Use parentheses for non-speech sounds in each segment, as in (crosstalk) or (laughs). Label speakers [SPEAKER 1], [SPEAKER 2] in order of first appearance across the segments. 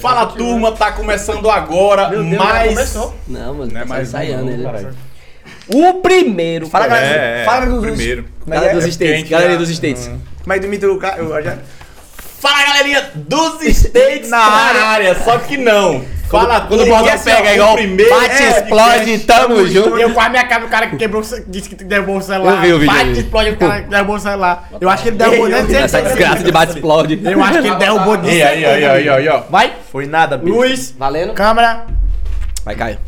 [SPEAKER 1] Fala turma, tá começando agora
[SPEAKER 2] né? Meu Deus, já
[SPEAKER 1] mais.
[SPEAKER 2] começou.
[SPEAKER 3] Não, mano,
[SPEAKER 1] Não é
[SPEAKER 3] tá
[SPEAKER 1] mais um,
[SPEAKER 3] ensaiando
[SPEAKER 1] não,
[SPEAKER 3] ele.
[SPEAKER 1] caralho.
[SPEAKER 3] O primeiro. Fala, galera.
[SPEAKER 1] É, é,
[SPEAKER 2] né, Fala dos-
[SPEAKER 1] primeiro.
[SPEAKER 2] Como é que
[SPEAKER 3] Galera
[SPEAKER 2] é?
[SPEAKER 3] dos
[SPEAKER 1] porque a
[SPEAKER 3] States.
[SPEAKER 1] gente
[SPEAKER 3] Galera
[SPEAKER 1] já-
[SPEAKER 3] dos States.
[SPEAKER 2] Mas Dimitri, o cara. eu já-
[SPEAKER 1] Fala galerinha dos States
[SPEAKER 2] Na
[SPEAKER 1] na
[SPEAKER 2] área.
[SPEAKER 1] área. só que não. Fala
[SPEAKER 3] Quando o
[SPEAKER 1] turma,
[SPEAKER 3] bola
[SPEAKER 1] que assim, ó,
[SPEAKER 3] pega igual
[SPEAKER 1] primeiro
[SPEAKER 3] bate,
[SPEAKER 1] é,
[SPEAKER 3] explode, tamo junto.
[SPEAKER 2] Eu quase me acabo o cara que quebrou, o ce- disse que derrubou o celular.
[SPEAKER 3] Eu vi o vídeo
[SPEAKER 2] Bate,
[SPEAKER 3] aí.
[SPEAKER 2] explode o cara que derrubou o celular. Eu acho que ele derrubou, né?
[SPEAKER 3] Essa desgraça de bate explode.
[SPEAKER 2] Eu acho que ele derrubou de
[SPEAKER 1] Ei, aí, aí, aí, aí, ó.
[SPEAKER 2] Vai,
[SPEAKER 4] Foi nada, bicho.
[SPEAKER 2] Luiz,
[SPEAKER 3] Valendo?
[SPEAKER 2] câmera.
[SPEAKER 3] (laughs) Vai, Caio.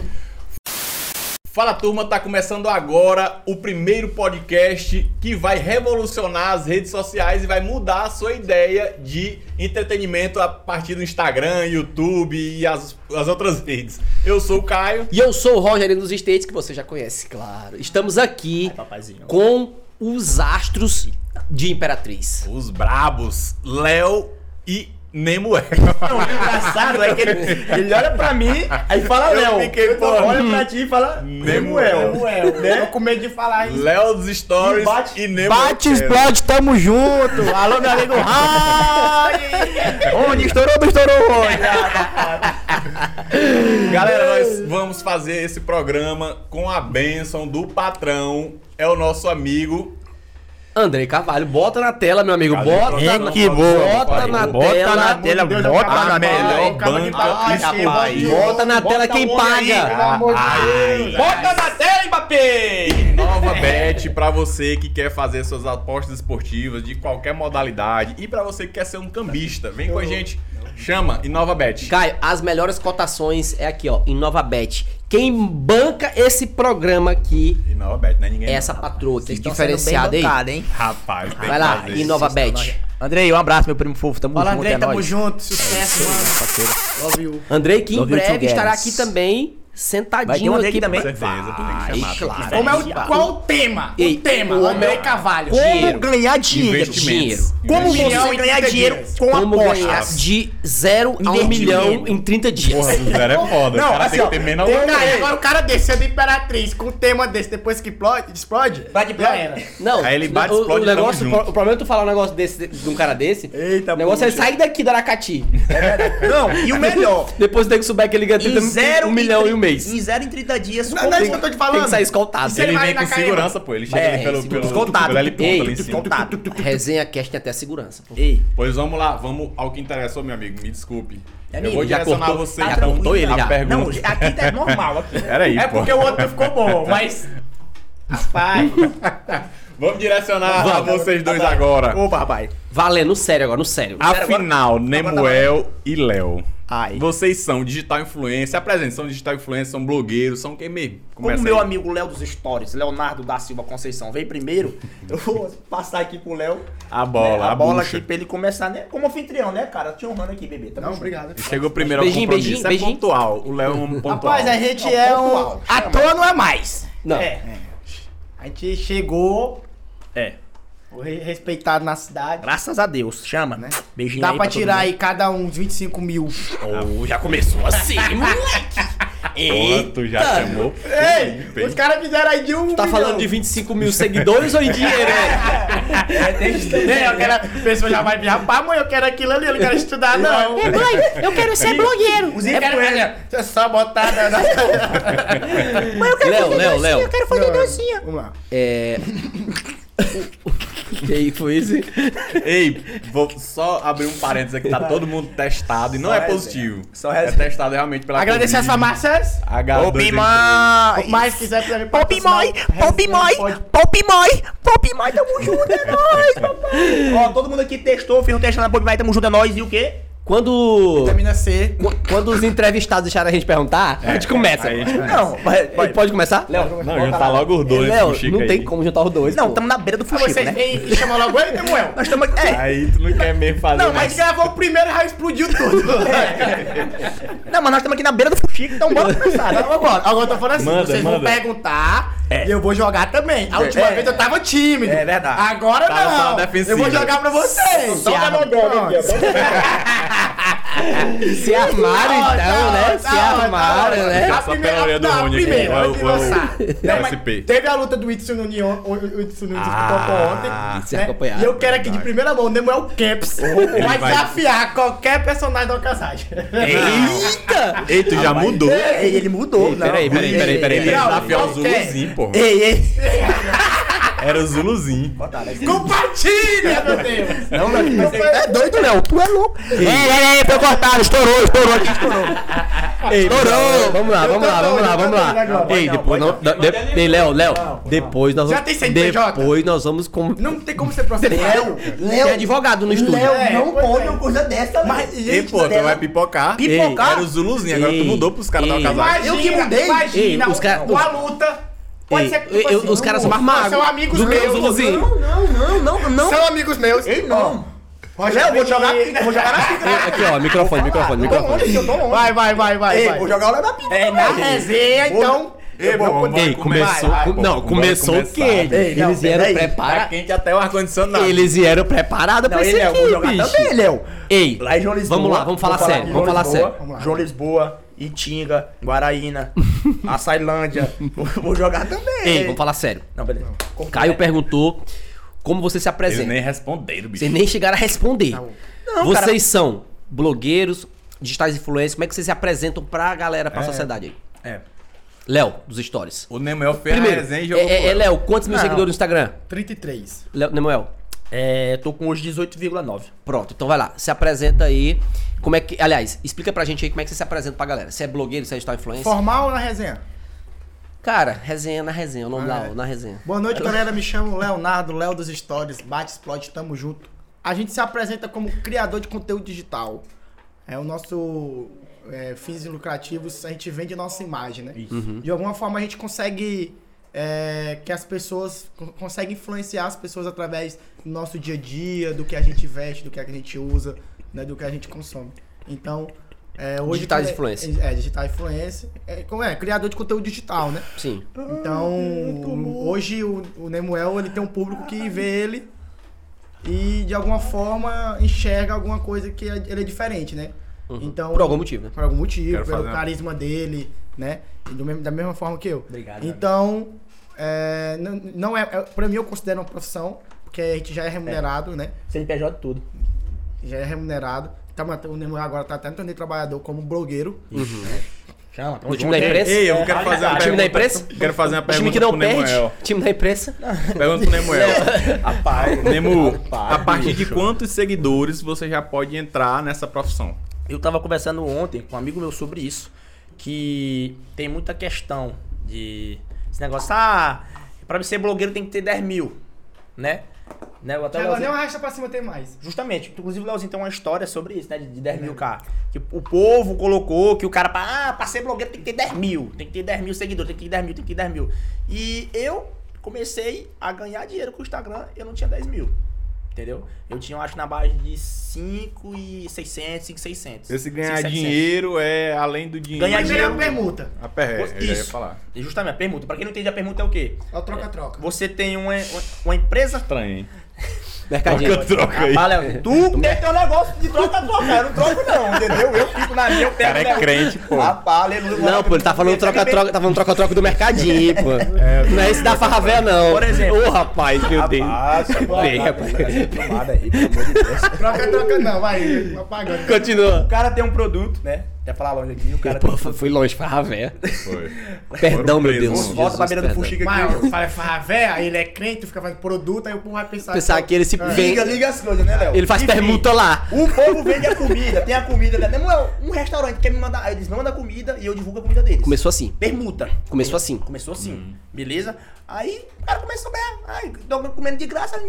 [SPEAKER 1] Fala turma, tá começando agora o primeiro podcast que vai revolucionar as redes sociais e vai mudar a sua ideia de entretenimento a partir do Instagram, YouTube e as, as outras redes. Eu sou o Caio.
[SPEAKER 3] E eu sou o Rogerinho dos States, que você já conhece, claro. Estamos aqui
[SPEAKER 2] Papazinho.
[SPEAKER 3] com os astros de Imperatriz.
[SPEAKER 1] Os brabos, Léo e é. Nemoel.
[SPEAKER 2] O engraçado é que ele, ele olha pra mim, aí fala
[SPEAKER 1] Eu
[SPEAKER 2] Léo.
[SPEAKER 1] fiquei,
[SPEAKER 2] Eu
[SPEAKER 1] pô,
[SPEAKER 2] Olha pra ti e fala
[SPEAKER 1] Nemuel.
[SPEAKER 2] Nemuel. Nemuel. né? Tô com medo de falar isso.
[SPEAKER 1] Léo dos Stories
[SPEAKER 2] E bate-
[SPEAKER 1] e é. Nemoel.
[SPEAKER 4] Bate, explode, tamo junto. Alô, meu amigo.
[SPEAKER 1] é
[SPEAKER 4] Onde estourou, estourou.
[SPEAKER 1] Galera, nós vamos fazer esse programa com a bênção do patrão. É o nosso amigo.
[SPEAKER 3] Andrei Carvalho, bota na tela, meu amigo.
[SPEAKER 1] Cadê?
[SPEAKER 3] Bota
[SPEAKER 1] Hein,
[SPEAKER 3] na
[SPEAKER 1] que
[SPEAKER 4] boa.
[SPEAKER 3] Bota na
[SPEAKER 4] Bota
[SPEAKER 3] tela.
[SPEAKER 4] na tela.
[SPEAKER 2] é um
[SPEAKER 1] ah,
[SPEAKER 4] Bota na
[SPEAKER 1] é um
[SPEAKER 4] melhor
[SPEAKER 1] banca
[SPEAKER 3] possível. Bota na tela quem paga.
[SPEAKER 2] Pelo amor de Deus.
[SPEAKER 1] Bota na tela, Mbappé! Nova bet pra você que quer fazer suas apostas esportivas de qualquer modalidade e pra você que quer ser um cambista. Vem com a gente. Chama Inova Bet.
[SPEAKER 3] Caio, as melhores cotações é aqui, ó, em NovaBet. Quem banca esse programa aqui
[SPEAKER 1] Inova Bet, né? Ninguém
[SPEAKER 3] é essa patroa aqui,
[SPEAKER 4] Vocês estão sendo bem
[SPEAKER 3] diferenciada aí.
[SPEAKER 4] bancada, hein?
[SPEAKER 1] Rapaz, tem
[SPEAKER 3] Vai lá,
[SPEAKER 1] que fazer.
[SPEAKER 3] InovaBet.
[SPEAKER 4] Andrei, um abraço, meu primo fofo. Tamo
[SPEAKER 2] Fala,
[SPEAKER 4] junto,
[SPEAKER 2] Andrei,
[SPEAKER 4] é
[SPEAKER 2] tamo
[SPEAKER 4] nóis.
[SPEAKER 2] junto. Sucesso, mano. Love you.
[SPEAKER 3] Andrei, que em
[SPEAKER 4] Love you too,
[SPEAKER 3] breve estará
[SPEAKER 4] guys.
[SPEAKER 3] aqui também, sentadinho
[SPEAKER 4] Vai ter um Andrei
[SPEAKER 3] aqui
[SPEAKER 4] aqui também.
[SPEAKER 3] pra-
[SPEAKER 1] Certeza, tem que
[SPEAKER 3] Vai,
[SPEAKER 1] chamar.
[SPEAKER 3] claro.
[SPEAKER 1] tem que
[SPEAKER 2] Como é
[SPEAKER 1] fazer.
[SPEAKER 2] o, qual o tema?
[SPEAKER 3] Ei,
[SPEAKER 2] o tema,
[SPEAKER 3] o
[SPEAKER 2] André
[SPEAKER 3] homem-
[SPEAKER 2] Cavalho.
[SPEAKER 3] Dinheiro.
[SPEAKER 4] Um né? Como ganhar dinheiro?
[SPEAKER 1] Investimentos.
[SPEAKER 3] Dinheiro.
[SPEAKER 4] Como
[SPEAKER 2] Milhão
[SPEAKER 4] você
[SPEAKER 2] em
[SPEAKER 4] ganhar
[SPEAKER 2] 30
[SPEAKER 4] dinheiro
[SPEAKER 2] dias.
[SPEAKER 4] com
[SPEAKER 3] Como ganhar
[SPEAKER 4] apostas?
[SPEAKER 3] de 0 a 1
[SPEAKER 4] Investimento.
[SPEAKER 3] milhão em 30 dias.
[SPEAKER 1] Porra, do zero é foda. o cara tem que ter menos
[SPEAKER 2] Ô, cara, agora o cara desceu da Imperatriz com um tema desse, depois que explode, explode. Vai de né? plena.
[SPEAKER 3] Não,
[SPEAKER 1] Aí ele bate,
[SPEAKER 3] o,
[SPEAKER 1] explode,
[SPEAKER 3] o negócio,
[SPEAKER 1] tamo
[SPEAKER 3] o,
[SPEAKER 1] junto.
[SPEAKER 3] problema é tu falar um negócio desse, de, de um cara desse.
[SPEAKER 2] Eita,
[SPEAKER 3] o negócio
[SPEAKER 2] puxa.
[SPEAKER 3] é sair daqui da Aracati.
[SPEAKER 4] Não, e o melhor.
[SPEAKER 3] Depois tem que subir aquele ganho
[SPEAKER 4] Em zero
[SPEAKER 3] um milhão
[SPEAKER 4] tri-
[SPEAKER 3] em um mês.
[SPEAKER 4] Em zero em 30 dias.
[SPEAKER 2] Não, não é isso que eu tô te falando.
[SPEAKER 3] Tem que sair escoltado.
[SPEAKER 2] Isso é
[SPEAKER 1] Ele
[SPEAKER 2] vai
[SPEAKER 1] vem
[SPEAKER 2] na
[SPEAKER 1] com
[SPEAKER 2] caíba.
[SPEAKER 1] segurança, pô. Ele chega
[SPEAKER 3] É,
[SPEAKER 1] ali pelo,
[SPEAKER 3] sim,
[SPEAKER 1] pelo,
[SPEAKER 4] descontado.
[SPEAKER 1] pelo heliponto
[SPEAKER 3] Ei,
[SPEAKER 1] ali em cima.
[SPEAKER 4] Contado.
[SPEAKER 3] Resenha Cast tem até segurança. Pô.
[SPEAKER 4] Ei,
[SPEAKER 1] Pois vamos lá, vamos ao que interessa, meu amigo. Me desculpe. eu
[SPEAKER 3] amigo,
[SPEAKER 1] vou
[SPEAKER 3] já
[SPEAKER 1] direcionar
[SPEAKER 3] cortou-
[SPEAKER 1] você
[SPEAKER 3] já
[SPEAKER 1] então,
[SPEAKER 3] cortou ele
[SPEAKER 1] a
[SPEAKER 3] já.
[SPEAKER 1] pergunta.
[SPEAKER 4] não, aqui tá normal. Aqui.
[SPEAKER 1] Peraí,
[SPEAKER 2] É
[SPEAKER 1] pô.
[SPEAKER 2] porque o outro ficou bom, mas. Rapaz.
[SPEAKER 1] (laughs) Vamos direcionar a vocês dois agora.
[SPEAKER 2] Opa, rapaz.
[SPEAKER 3] Valendo, no sério agora, no sério.
[SPEAKER 1] Afinal, Nemuel e Léo.
[SPEAKER 4] Ai.
[SPEAKER 1] Vocês são digital influencer, apresentação digital influencer, são blogueiros, são quem mesmo?
[SPEAKER 2] Como
[SPEAKER 1] Começa
[SPEAKER 2] meu
[SPEAKER 1] aí.
[SPEAKER 2] amigo Léo dos Stories, Leonardo da Silva Conceição, veio primeiro, eu vou passar aqui pro Léo.
[SPEAKER 1] A bola,
[SPEAKER 2] né,
[SPEAKER 1] a,
[SPEAKER 2] a bola
[SPEAKER 1] bucha.
[SPEAKER 2] aqui pra ele começar, né? Como anfitrião, né, cara? Te honrando aqui, bebê. Não, obrigado.
[SPEAKER 1] Chegou primeiro ao
[SPEAKER 3] Beijinho,
[SPEAKER 1] compromisso.
[SPEAKER 3] beijinho,
[SPEAKER 1] é
[SPEAKER 3] beijinho.
[SPEAKER 1] pontual. O Léo é um pontual.
[SPEAKER 2] Rapaz, a gente é um. À toa não é mais.
[SPEAKER 3] Não.
[SPEAKER 2] É. A gente chegou.
[SPEAKER 4] É.
[SPEAKER 2] o re- Respeitado na cidade.
[SPEAKER 4] Graças a Deus. Chama, né? Beijinho
[SPEAKER 2] Dá
[SPEAKER 4] aí
[SPEAKER 2] pra
[SPEAKER 4] todo
[SPEAKER 2] tirar
[SPEAKER 4] mundo.
[SPEAKER 2] aí cada um uns 25 mil.
[SPEAKER 4] Oh, já começou assim.
[SPEAKER 1] Porra, tu já chamou.
[SPEAKER 2] Ei! Os caras fizeram aí de um.
[SPEAKER 3] Tá
[SPEAKER 2] milhão.
[SPEAKER 3] falando de 25 mil seguidores ou em dinheiro?
[SPEAKER 4] (laughs)
[SPEAKER 3] né?
[SPEAKER 2] É, eu quero, a pessoa já vai vir, rapaz, mãe, eu quero aquilo ali, eu não quero estudar, não.
[SPEAKER 3] É, mãe, eu quero ser blogueiro.
[SPEAKER 2] Os
[SPEAKER 4] É
[SPEAKER 2] influencers, você só botar na... na...
[SPEAKER 3] Léo, Léo, Léo.
[SPEAKER 2] quero fazer dancinha. Vamos lá.
[SPEAKER 3] É. E aí, foi isso?
[SPEAKER 1] Ei, vou só abrir um parênteses aqui. Tá todo mundo testado e não
[SPEAKER 4] Só
[SPEAKER 1] é
[SPEAKER 4] resenha.
[SPEAKER 1] positivo.
[SPEAKER 4] Só
[SPEAKER 1] é
[SPEAKER 4] resenha.
[SPEAKER 1] testado realmente pela
[SPEAKER 2] Agradecer as
[SPEAKER 1] Covid.
[SPEAKER 2] farmácias.
[SPEAKER 1] H2.
[SPEAKER 2] Mas, mais quiser quiser me
[SPEAKER 4] Pop
[SPEAKER 2] patrocinar,
[SPEAKER 4] Moi,
[SPEAKER 2] resenha
[SPEAKER 4] Pop Moi,
[SPEAKER 2] pode.
[SPEAKER 4] Pop Moi, Pop Moi, tamo junto, é nóis, papai. Ó, todo mundo aqui testou, fez um teste na Pop Moi, tamo junto, é nóis, e o quê?
[SPEAKER 3] Quando.
[SPEAKER 2] Vitamina C.
[SPEAKER 3] qu- Quando os entrevistados deixaram a gente perguntar, a gente começa.
[SPEAKER 1] É, aí a gente começa.
[SPEAKER 4] Não, vai, vai.
[SPEAKER 3] Pode começar? Léo,
[SPEAKER 1] Não, juntar logo os dois.
[SPEAKER 3] Léo,
[SPEAKER 1] Fuxica
[SPEAKER 3] não
[SPEAKER 1] aí.
[SPEAKER 3] tem como juntar os dois.
[SPEAKER 4] Não,
[SPEAKER 3] pô.
[SPEAKER 4] tamo na beira do fuxico,
[SPEAKER 2] Vocês
[SPEAKER 4] né?
[SPEAKER 2] vêm e chamam logo ele, Samuel.
[SPEAKER 4] Nós estamos aqui, é.
[SPEAKER 1] Aí tu não quer mesmo fazer.
[SPEAKER 2] Não, mas gravou o primeiro e já explodiu tudo. (laughs) É,
[SPEAKER 4] Não, mas nós estamos aqui na beira do fuxico, então bora começar. né?
[SPEAKER 2] Agora, agora é, eu tô falando assim,
[SPEAKER 1] Manda,
[SPEAKER 2] vocês
[SPEAKER 1] manda.
[SPEAKER 2] vão perguntar e eu vou jogar também. A última
[SPEAKER 4] É.
[SPEAKER 2] vez eu tava tímido.
[SPEAKER 4] É verdade.
[SPEAKER 2] Agora
[SPEAKER 1] Tava só
[SPEAKER 2] não.
[SPEAKER 1] defensivo.
[SPEAKER 2] Eu vou jogar pra vocês.
[SPEAKER 4] Só na
[SPEAKER 2] Pronto.
[SPEAKER 3] Se armaram
[SPEAKER 2] tá,
[SPEAKER 3] então, né? Se armaram, né?
[SPEAKER 1] Essa peoria do Rony aqui,
[SPEAKER 4] primeiro,
[SPEAKER 1] é o-
[SPEAKER 4] antes de lançar.
[SPEAKER 1] é o- é o
[SPEAKER 4] (laughs) Não, mas
[SPEAKER 1] SP.
[SPEAKER 4] Teve a luta do Itsu no Nyon, o o Itsu no Nyon
[SPEAKER 1] Ah,
[SPEAKER 4] ontem.
[SPEAKER 3] se
[SPEAKER 4] né?
[SPEAKER 3] acompanharam,
[SPEAKER 4] E eu quero aqui de primeira mão, o Nemuel Caps vai
[SPEAKER 1] vai-
[SPEAKER 4] desafiar qualquer personagem da Okazaki.
[SPEAKER 3] Eita!
[SPEAKER 1] Eita, já mudou.
[SPEAKER 2] Ei, ele mudou, não.
[SPEAKER 3] peraí, peraí, peraí, peraí,
[SPEAKER 1] Ele
[SPEAKER 3] peraí.
[SPEAKER 1] ia
[SPEAKER 4] Não,
[SPEAKER 1] desafiar o
[SPEAKER 4] qualquer.
[SPEAKER 1] Zuluzinho, porra.
[SPEAKER 2] Ei, ei.
[SPEAKER 1] Era o Zuluzinho.
[SPEAKER 4] Compartilha, meu Deus!
[SPEAKER 2] Não, não, não. É doido, Léo. Tu é louco. Ei, ei, ei, foi cortado. Estourou, estourou aqui, estourou.
[SPEAKER 3] Estourou! Vamos lá,
[SPEAKER 4] Eu
[SPEAKER 3] vamos
[SPEAKER 4] tô
[SPEAKER 3] lá, vamos lá,
[SPEAKER 4] doido, eu tô
[SPEAKER 3] vamos
[SPEAKER 4] doido
[SPEAKER 3] lá.
[SPEAKER 4] agora.
[SPEAKER 3] Ei,
[SPEAKER 2] Vai
[SPEAKER 3] depois
[SPEAKER 2] não,
[SPEAKER 3] não. de- Ei, Léo, Léo, depois nós
[SPEAKER 4] Já
[SPEAKER 3] vamos.
[SPEAKER 4] tem CNPJ?
[SPEAKER 3] Depois nós vamos com.
[SPEAKER 4] Não tem como ser processado.
[SPEAKER 2] Léo,
[SPEAKER 3] Tem
[SPEAKER 2] Léo.
[SPEAKER 3] advogado no estúdio.
[SPEAKER 2] Léo,
[SPEAKER 4] É,
[SPEAKER 2] não
[SPEAKER 4] pois
[SPEAKER 2] pode
[SPEAKER 4] é.
[SPEAKER 2] uma coisa dessa,
[SPEAKER 4] Mas, é
[SPEAKER 2] velho.
[SPEAKER 4] e
[SPEAKER 1] Ei, pô, tu
[SPEAKER 2] dela-
[SPEAKER 1] vai pipocar?
[SPEAKER 2] Ei, Pipocar?
[SPEAKER 1] Era o Zuluzinho, agora tu
[SPEAKER 3] Ei,
[SPEAKER 1] mudou pros caras da
[SPEAKER 3] ei.
[SPEAKER 1] Alcazar.
[SPEAKER 4] Imagina,
[SPEAKER 2] Eu que mudei.
[SPEAKER 4] Imagina,
[SPEAKER 3] Ei, os cara-
[SPEAKER 4] uma luta. Pode
[SPEAKER 3] Ei,
[SPEAKER 4] ser que
[SPEAKER 3] eu-
[SPEAKER 4] tipo
[SPEAKER 3] eu-
[SPEAKER 4] assim,
[SPEAKER 3] os caras são mais
[SPEAKER 4] não, São
[SPEAKER 3] magros
[SPEAKER 4] amigos
[SPEAKER 3] do que o
[SPEAKER 4] meus.
[SPEAKER 3] Zuluzinho.
[SPEAKER 2] Não, não, não, não, não.
[SPEAKER 4] São amigos meus.
[SPEAKER 2] Ei, não.
[SPEAKER 4] Ó,
[SPEAKER 2] Léo, vou jogar aqui, né? Vou jogar na
[SPEAKER 3] Ei,
[SPEAKER 2] pica.
[SPEAKER 3] Aqui, ó, microfone, microfone, microfone.
[SPEAKER 4] Vai, vai, vai, vai.
[SPEAKER 2] Ei,
[SPEAKER 4] vai.
[SPEAKER 2] vou jogar o Léo na pica.
[SPEAKER 4] É na resenha, então.
[SPEAKER 1] Ei,
[SPEAKER 2] vou-
[SPEAKER 1] bom, vai começar.
[SPEAKER 3] Ei, começou.
[SPEAKER 1] Vai,
[SPEAKER 3] com-
[SPEAKER 1] pô,
[SPEAKER 3] Não,
[SPEAKER 1] bora
[SPEAKER 3] começou o
[SPEAKER 1] começar.
[SPEAKER 3] quê?
[SPEAKER 2] Ei, não,
[SPEAKER 3] Eles vieram
[SPEAKER 2] peraí.
[SPEAKER 1] Tá
[SPEAKER 3] preparados.
[SPEAKER 1] quente até o ar-condicionado.
[SPEAKER 3] Eles vieram preparados pra
[SPEAKER 2] Não,
[SPEAKER 3] esse
[SPEAKER 2] ele é, vou jogar
[SPEAKER 3] aqui, bicho.
[SPEAKER 2] também, Léo.
[SPEAKER 3] Ei,
[SPEAKER 2] Lá em João Lisboa.
[SPEAKER 3] vamos lá, vamos falar
[SPEAKER 2] vou
[SPEAKER 3] sério,
[SPEAKER 2] de
[SPEAKER 3] vamos
[SPEAKER 2] João
[SPEAKER 3] falar
[SPEAKER 2] Lisboa,
[SPEAKER 3] sério.
[SPEAKER 2] João Lisboa, Itinga,
[SPEAKER 3] (laughs)
[SPEAKER 2] Guaraína, Açailândia. vou, vou jogar também.
[SPEAKER 3] ei, vamos falar sério.
[SPEAKER 2] Não, beleza.
[SPEAKER 3] Caio perguntou como você se apresenta.
[SPEAKER 1] Eles nem responderam, bicho.
[SPEAKER 3] Vocês nem chegaram a responder.
[SPEAKER 2] Não,
[SPEAKER 3] vocês
[SPEAKER 2] cara.
[SPEAKER 3] são blogueiros, digitais influencers, como é que vocês se apresentam pra galera, pra sociedade aí?
[SPEAKER 2] É.
[SPEAKER 3] Léo, dos stories.
[SPEAKER 1] O Nemuel fez a
[SPEAKER 3] Primeiro,
[SPEAKER 1] resenha e Ah, jogou
[SPEAKER 3] é, é,
[SPEAKER 1] fora.
[SPEAKER 3] é, Léo, quantos mil
[SPEAKER 2] Não.
[SPEAKER 3] seguidores no Instagram?
[SPEAKER 4] 33.
[SPEAKER 3] Léo, Nemuel,
[SPEAKER 2] É, tô com hoje 18,9.
[SPEAKER 3] pronto, então vai lá, se apresenta aí. Como é que, aliás, explica pra gente aí como é que você se apresenta pra galera. Você é blogueiro, você é digital influencer?
[SPEAKER 4] Formal ou na resenha?
[SPEAKER 3] Cara, resenha na resenha, o
[SPEAKER 1] Ah,
[SPEAKER 3] nome
[SPEAKER 1] é.
[SPEAKER 3] da aula, na resenha.
[SPEAKER 4] Boa noite, galera. Me chamo Leonardo, Léo dos Stories, Bate Explode, tamo junto. A gente se apresenta como criador de conteúdo digital. É o nosso é, fins lucrativos, a gente vende nossa imagem, né? De alguma forma a gente consegue é, que as pessoas con- consegue influenciar as pessoas através do nosso dia a dia, do que a gente veste, do que a gente usa, né, do que a gente consome. Então, é, hoje
[SPEAKER 3] Digitais influencer.
[SPEAKER 4] É, digital influencer. É, como é, criador de conteúdo digital, né?
[SPEAKER 3] Sim.
[SPEAKER 4] Então, hoje o, o Nemuel ele tem um público que vê ele e de alguma forma enxerga alguma coisa que é- ele é diferente, né? Então,
[SPEAKER 3] Por algum motivo, né?
[SPEAKER 4] por algum motivo,
[SPEAKER 1] Quero
[SPEAKER 4] pelo
[SPEAKER 1] fazer uma-
[SPEAKER 4] carisma dele, né? E do mesmo- da mesma forma que eu.
[SPEAKER 2] Obrigado,
[SPEAKER 4] Então, é, não, não é, é, pra mim eu considero uma profissão, porque a gente já é remunerado, né?
[SPEAKER 2] CNPJ tudo.
[SPEAKER 4] Já é remunerado. Tá, o Nemuel agora tá até no torneio trabalhador como blogueiro.
[SPEAKER 2] Chama,
[SPEAKER 3] No time da imprensa?
[SPEAKER 1] Ei, eu quero
[SPEAKER 2] É,
[SPEAKER 1] fazer uma
[SPEAKER 3] time da
[SPEAKER 1] pergunta.
[SPEAKER 3] imprensa?
[SPEAKER 1] Quero fazer uma
[SPEAKER 3] O time que
[SPEAKER 1] pergunta pro
[SPEAKER 3] não perde?
[SPEAKER 1] Nemuel.
[SPEAKER 3] Time da imprensa?
[SPEAKER 1] Pergunta pro
[SPEAKER 3] (laughs)
[SPEAKER 1] Nemuel.
[SPEAKER 2] Rapaz.
[SPEAKER 1] Nemu, a
[SPEAKER 2] Rapaz,
[SPEAKER 1] partir de
[SPEAKER 2] bicho.
[SPEAKER 1] quantos seguidores você já pode entrar nessa profissão?
[SPEAKER 2] Eu tava conversando ontem com um amigo meu sobre isso. Que tem muita questão de. Esse negócio, ah, pra ser blogueiro tem que ter 10 mil, né? né? eu
[SPEAKER 3] Então,
[SPEAKER 2] até
[SPEAKER 4] Agora nem
[SPEAKER 2] Leozinho-
[SPEAKER 4] uma rasta pra cima tem mais.
[SPEAKER 2] Justamente, inclusive o Leozinho tem uma história sobre isso, né? De, de 10 mil
[SPEAKER 1] É.
[SPEAKER 2] K. Que o povo colocou que o cara, pra- ah, pra ser blogueiro tem que ter 10 mil, tem que ter 10 mil seguidores, tem que ter 10 mil, tem que ter 10 mil. E eu comecei a ganhar dinheiro com o Instagram, eu não tinha 10 mil. Entendeu? Eu tinha, eu acho, na base de 5,600, 5,600.
[SPEAKER 1] Esse ganhar
[SPEAKER 2] 5,700.
[SPEAKER 1] dinheiro é além do dinheiro.
[SPEAKER 2] Ganhar
[SPEAKER 4] Primeira
[SPEAKER 2] dinheiro.
[SPEAKER 4] permuta.
[SPEAKER 1] A perré, eu já ia
[SPEAKER 2] Isso.
[SPEAKER 1] falar.
[SPEAKER 2] E Justamente, a permuta. Pra quem não entende, a permuta é o quê?
[SPEAKER 4] É o troca-troca.
[SPEAKER 2] Você tem uma, uma, uma empresa.
[SPEAKER 1] Estranho, hein?
[SPEAKER 3] Mercadinho.
[SPEAKER 1] Troca, troca aí.
[SPEAKER 2] Ah, Leozinho, tu
[SPEAKER 1] é
[SPEAKER 2] tem teu negócio de troca-troca, eu não troco não, entendeu? Eu fico na minha, eu pego né?
[SPEAKER 1] cara é
[SPEAKER 2] meu-
[SPEAKER 1] crente, pô.
[SPEAKER 2] Rapaz, aleluia.
[SPEAKER 3] Não, pô, ele tá falando troca-troca, tá falando troca-troca do mercadinho, pô. não é esse da farravé, não.
[SPEAKER 2] Por exemplo.
[SPEAKER 3] Ô, rapaz, meu Deus.
[SPEAKER 2] Rapaz,
[SPEAKER 3] Bem,
[SPEAKER 2] rapaz.
[SPEAKER 3] rapaz.
[SPEAKER 2] é Tomada aí, pelo amor de Deus.
[SPEAKER 4] Troca-troca não, vai. Apagando.
[SPEAKER 2] O
[SPEAKER 3] Continua.
[SPEAKER 2] cara tem um produto, né? Até falar longe aqui, o cara tem
[SPEAKER 3] Pô,
[SPEAKER 2] um
[SPEAKER 3] foi-
[SPEAKER 2] produto.
[SPEAKER 3] fui longe, farravé.
[SPEAKER 1] Foi.
[SPEAKER 3] Perdão, meu
[SPEAKER 1] presos.
[SPEAKER 3] Deus.
[SPEAKER 1] Jesus,
[SPEAKER 2] Volta pra beira do
[SPEAKER 3] perdão.
[SPEAKER 2] fuxiga aqui.
[SPEAKER 4] Mas fala, fala, véia, aí ele é crente, fica fazendo produto, aí o povo vai pensar.
[SPEAKER 3] Pensar que ele se
[SPEAKER 4] É.
[SPEAKER 3] vende.
[SPEAKER 2] Liga, liga as coisas, né, Léo?
[SPEAKER 3] Ele faz
[SPEAKER 2] Enfim,
[SPEAKER 3] permuta lá.
[SPEAKER 2] O povo vende a comida, tem a comida, né? Não é um restaurante quer me mandar, aí eles mandam a comida e eu divulgo a comida deles.
[SPEAKER 3] Começou assim.
[SPEAKER 2] Permuta.
[SPEAKER 3] Começou assim.
[SPEAKER 2] Começou assim, beleza? Aí o cara começou a ganhar. Ai, tô comendo de graça,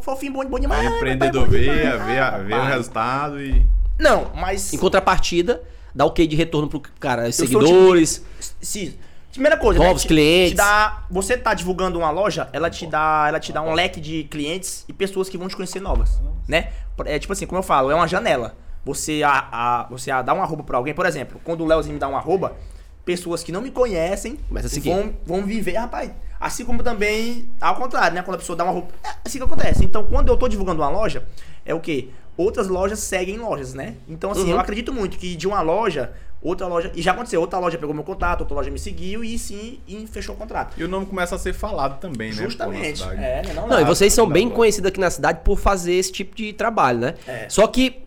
[SPEAKER 2] fofinho, bom, bom demais.
[SPEAKER 1] Aí o
[SPEAKER 2] ai,
[SPEAKER 1] empreendedor
[SPEAKER 2] papai, bom
[SPEAKER 1] vê,
[SPEAKER 2] demais,
[SPEAKER 1] vê,
[SPEAKER 2] ai,
[SPEAKER 1] vê o
[SPEAKER 2] papai.
[SPEAKER 1] resultado e.
[SPEAKER 2] Não, mas.
[SPEAKER 3] Em contrapartida, dá o que de retorno pro cara? Os
[SPEAKER 2] Eu sou
[SPEAKER 3] seguidores.
[SPEAKER 2] se, primeira coisa, né,
[SPEAKER 3] Novos
[SPEAKER 2] te-
[SPEAKER 3] clientes.
[SPEAKER 2] Te dá, você tá divulgando uma loja, ela te dá, ela te dá um leque de clientes e pessoas que vão te conhecer novas, né? É tipo assim, como eu falo, é uma janela. Você a, a- você a dá um arroba pra alguém, por exemplo, quando o Leozinho me dá um arroba, pessoas que não me conhecem
[SPEAKER 3] Começa a seguir.
[SPEAKER 2] vão, vão viver, rapaz. Assim como também ao contrário, né? Quando a pessoa dá uma roupa, é assim que acontece. Então, quando eu tô divulgando uma loja, é o quê?
[SPEAKER 5] outras lojas seguem lojas, né? Então, assim,
[SPEAKER 3] Uhum.
[SPEAKER 5] eu acredito muito que de uma loja, outra loja. E já aconteceu, outra loja pegou meu contato, outra loja me seguiu e sim, e fechou o contrato.
[SPEAKER 3] Né?
[SPEAKER 1] E o nome começa a ser falado também, né?
[SPEAKER 5] Justamente.
[SPEAKER 1] pô, na cidade.
[SPEAKER 5] É, né?
[SPEAKER 3] Não, e vocês são bem
[SPEAKER 5] não.
[SPEAKER 3] conhecidos aqui na cidade por fazer esse tipo de trabalho, né?
[SPEAKER 5] É.
[SPEAKER 3] Só que,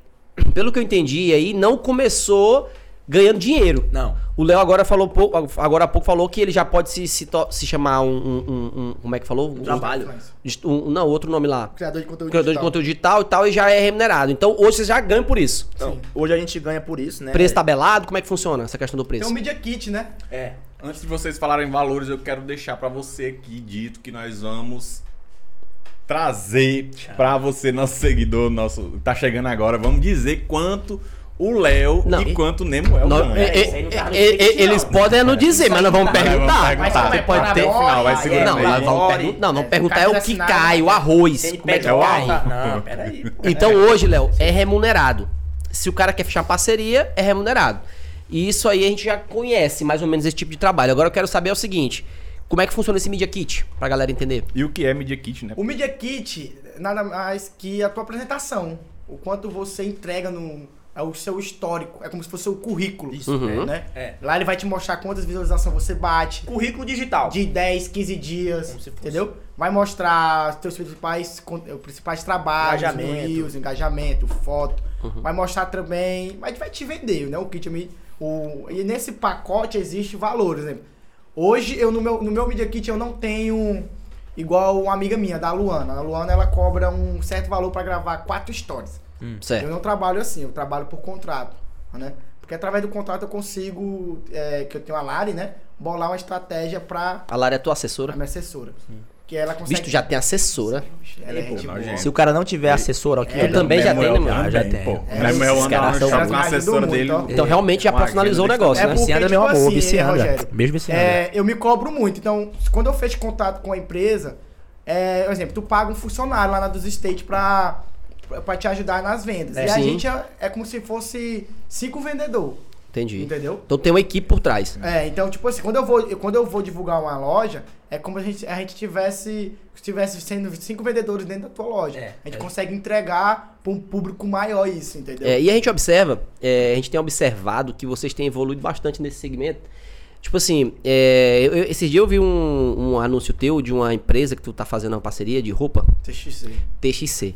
[SPEAKER 3] (clears throat) pelo que eu entendi aí, não começou ganhando dinheiro.
[SPEAKER 5] Não.
[SPEAKER 3] O Léo agora falou pou- agora há pouco falou que ele já pode se, se, to- se chamar um, um- um- um- Como é que falou? Um
[SPEAKER 5] trabalho.
[SPEAKER 3] Um, não, outro nome lá.
[SPEAKER 4] Criador de conteúdo
[SPEAKER 3] Criador de
[SPEAKER 4] digital.
[SPEAKER 3] conteúdo digital e tal, e já é remunerado. Então hoje vocês já ganham por isso.
[SPEAKER 5] Então, hoje a gente ganha por isso, né?
[SPEAKER 3] Preço tabelado, como é que funciona essa questão do preço?
[SPEAKER 4] Tem um Media Kit, né?
[SPEAKER 5] É.
[SPEAKER 1] Antes de vocês falarem valores, eu quero deixar pra você aqui dito que nós vamos trazer pra você, nosso seguidor, nosso tá chegando agora, vamos dizer quanto o Léo
[SPEAKER 3] Não.
[SPEAKER 1] e quanto o Nemuel
[SPEAKER 3] Nó-
[SPEAKER 1] ganha.
[SPEAKER 3] é- é-
[SPEAKER 5] isso aí não tá no
[SPEAKER 3] é- é-
[SPEAKER 5] script,
[SPEAKER 3] eles
[SPEAKER 5] não.
[SPEAKER 3] podem é não dizer, mas nós vamos
[SPEAKER 1] Mas vamos
[SPEAKER 3] perguntar.
[SPEAKER 1] perguntar.
[SPEAKER 3] Você pode
[SPEAKER 1] Vai
[SPEAKER 3] ter.
[SPEAKER 1] até o final, vai segurando
[SPEAKER 3] Não,
[SPEAKER 1] aí.
[SPEAKER 3] nós vamos
[SPEAKER 1] Olha,
[SPEAKER 3] perguntar. Não,
[SPEAKER 4] É,
[SPEAKER 3] vamos
[SPEAKER 4] o
[SPEAKER 3] perguntar é
[SPEAKER 4] cara
[SPEAKER 3] o
[SPEAKER 4] quiser
[SPEAKER 3] que
[SPEAKER 4] assinar,
[SPEAKER 3] cai,
[SPEAKER 4] né?
[SPEAKER 3] o arroz.
[SPEAKER 5] Tem
[SPEAKER 3] Como é que
[SPEAKER 5] pé de
[SPEAKER 3] cai?
[SPEAKER 5] carta.
[SPEAKER 2] né?
[SPEAKER 5] Não, peraí. pô.
[SPEAKER 3] Então hoje, Léo, é remunerado. Se o cara quer fechar parceria, é remunerado. E isso aí a gente já conhece mais ou menos esse tipo de trabalho. Agora eu quero saber é o seguinte: como é que funciona esse Media Kit? Pra galera entender.
[SPEAKER 1] E o que é Media Kit, né?
[SPEAKER 4] O Media Kit, nada mais que a tua apresentação. O quanto você entrega no. É o seu histórico. É como se fosse o currículo. Isso,
[SPEAKER 3] Uhum.
[SPEAKER 4] né?
[SPEAKER 5] É.
[SPEAKER 4] Lá ele vai te mostrar quantas visualizações você bate.
[SPEAKER 5] Currículo digital.
[SPEAKER 4] De 10, 15 dias.
[SPEAKER 5] Como se fosse.
[SPEAKER 4] Entendeu? Vai mostrar teus principais, con- eh, principais trabalhos,
[SPEAKER 5] Engajamento.
[SPEAKER 4] reels, engajamento, foto. Vai mostrar também. Mas vai te vender, né? O kit me. O, e nesse pacote existe valores, né? Hoje, eu no meu, no meu Media Kit eu não tenho. Igual uma amiga minha, da Luana. A Luana ela cobra um certo valor pra gravar quatro stories. Eu
[SPEAKER 3] Certo.
[SPEAKER 4] não trabalho assim, eu trabalho por contrato, né? Porque através do contrato eu consigo, é, que eu tenho a Lari, né? Bolar uma estratégia pra
[SPEAKER 3] A Lara é tua
[SPEAKER 4] a
[SPEAKER 3] assessora.
[SPEAKER 4] minha assessora. Que ela consegue...
[SPEAKER 3] Visto, já tem assessora.
[SPEAKER 4] Ela é gente
[SPEAKER 1] Pô,
[SPEAKER 4] boa.
[SPEAKER 1] nojento.
[SPEAKER 2] Se o cara não tiver assessor aqui,
[SPEAKER 4] Eu
[SPEAKER 2] ó,
[SPEAKER 3] também já
[SPEAKER 2] Nemuel,
[SPEAKER 3] tenho, né,
[SPEAKER 2] Ah,
[SPEAKER 3] mano?
[SPEAKER 2] já
[SPEAKER 1] Pô,
[SPEAKER 2] tem.
[SPEAKER 1] é o
[SPEAKER 3] é
[SPEAKER 1] Nemuel
[SPEAKER 2] Esses
[SPEAKER 1] anda lá no
[SPEAKER 2] caras são
[SPEAKER 1] chat com a
[SPEAKER 4] demais do
[SPEAKER 1] assessora
[SPEAKER 4] mundo,
[SPEAKER 1] dele.
[SPEAKER 4] então.
[SPEAKER 3] Então realmente já
[SPEAKER 1] Uma
[SPEAKER 3] profissionalizou o
[SPEAKER 1] agenda
[SPEAKER 3] negócio, né?
[SPEAKER 4] porque,
[SPEAKER 2] Vicianda, é meu
[SPEAKER 4] tipo
[SPEAKER 2] amor,
[SPEAKER 4] assim,
[SPEAKER 2] vicianda.
[SPEAKER 4] Rogério,
[SPEAKER 2] Beijo, vicianda.
[SPEAKER 4] é, eu me cobro muito. Então, quando eu fecho contato com a empresa, é, por exemplo, tu paga um funcionário lá na dos State pra, pra te ajudar nas vendas.
[SPEAKER 3] É,
[SPEAKER 4] e a
[SPEAKER 3] sim.
[SPEAKER 4] gente é, é como se fosse cinco vendedor,
[SPEAKER 3] Entendi.
[SPEAKER 4] entendeu?
[SPEAKER 3] Então tem uma equipe por trás.
[SPEAKER 4] É, então, tipo assim, quando eu vou, eu- quando eu vou divulgar uma loja, é como a gente, a gente tivesse, tivesse sendo cinco vendedores dentro da tua loja.
[SPEAKER 5] É,
[SPEAKER 4] a gente consegue entregar pra um público maior isso, entendeu?
[SPEAKER 3] É, e a gente observa, é, a gente tem observado que vocês têm evoluído bastante nesse segmento. Tipo assim, é, eu- eu- esses dias eu vi um, um anúncio teu de uma empresa que tu tá fazendo uma parceria de roupa,
[SPEAKER 4] TXC.
[SPEAKER 3] TXC.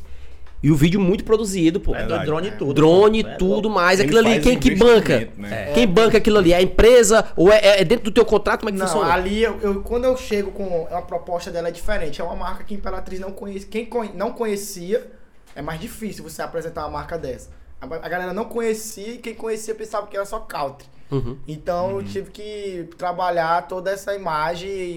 [SPEAKER 3] E o vídeo muito produzido, pô.
[SPEAKER 1] Verdade.
[SPEAKER 5] drone e tudo.
[SPEAKER 3] Drone,
[SPEAKER 5] É,
[SPEAKER 3] tudo mais.
[SPEAKER 1] Ele
[SPEAKER 3] Aquilo ali,
[SPEAKER 1] faz um
[SPEAKER 3] quem é que banca?
[SPEAKER 1] investimento, né?
[SPEAKER 3] Quem banca aquilo ali? É a empresa? Ou é, é- é dentro do teu contrato? Como é que
[SPEAKER 4] Não,
[SPEAKER 3] funciona?
[SPEAKER 4] ali eu, eu- quando eu chego com a proposta dela é diferente. É uma marca que Imperatriz não conhece, quem conhe- não conhecia, é mais difícil você apresentar uma marca dessa. A, a galera não conhecia e quem conhecia pensava que era só country.
[SPEAKER 3] Uhum.
[SPEAKER 4] Então eu tive que trabalhar toda essa imagem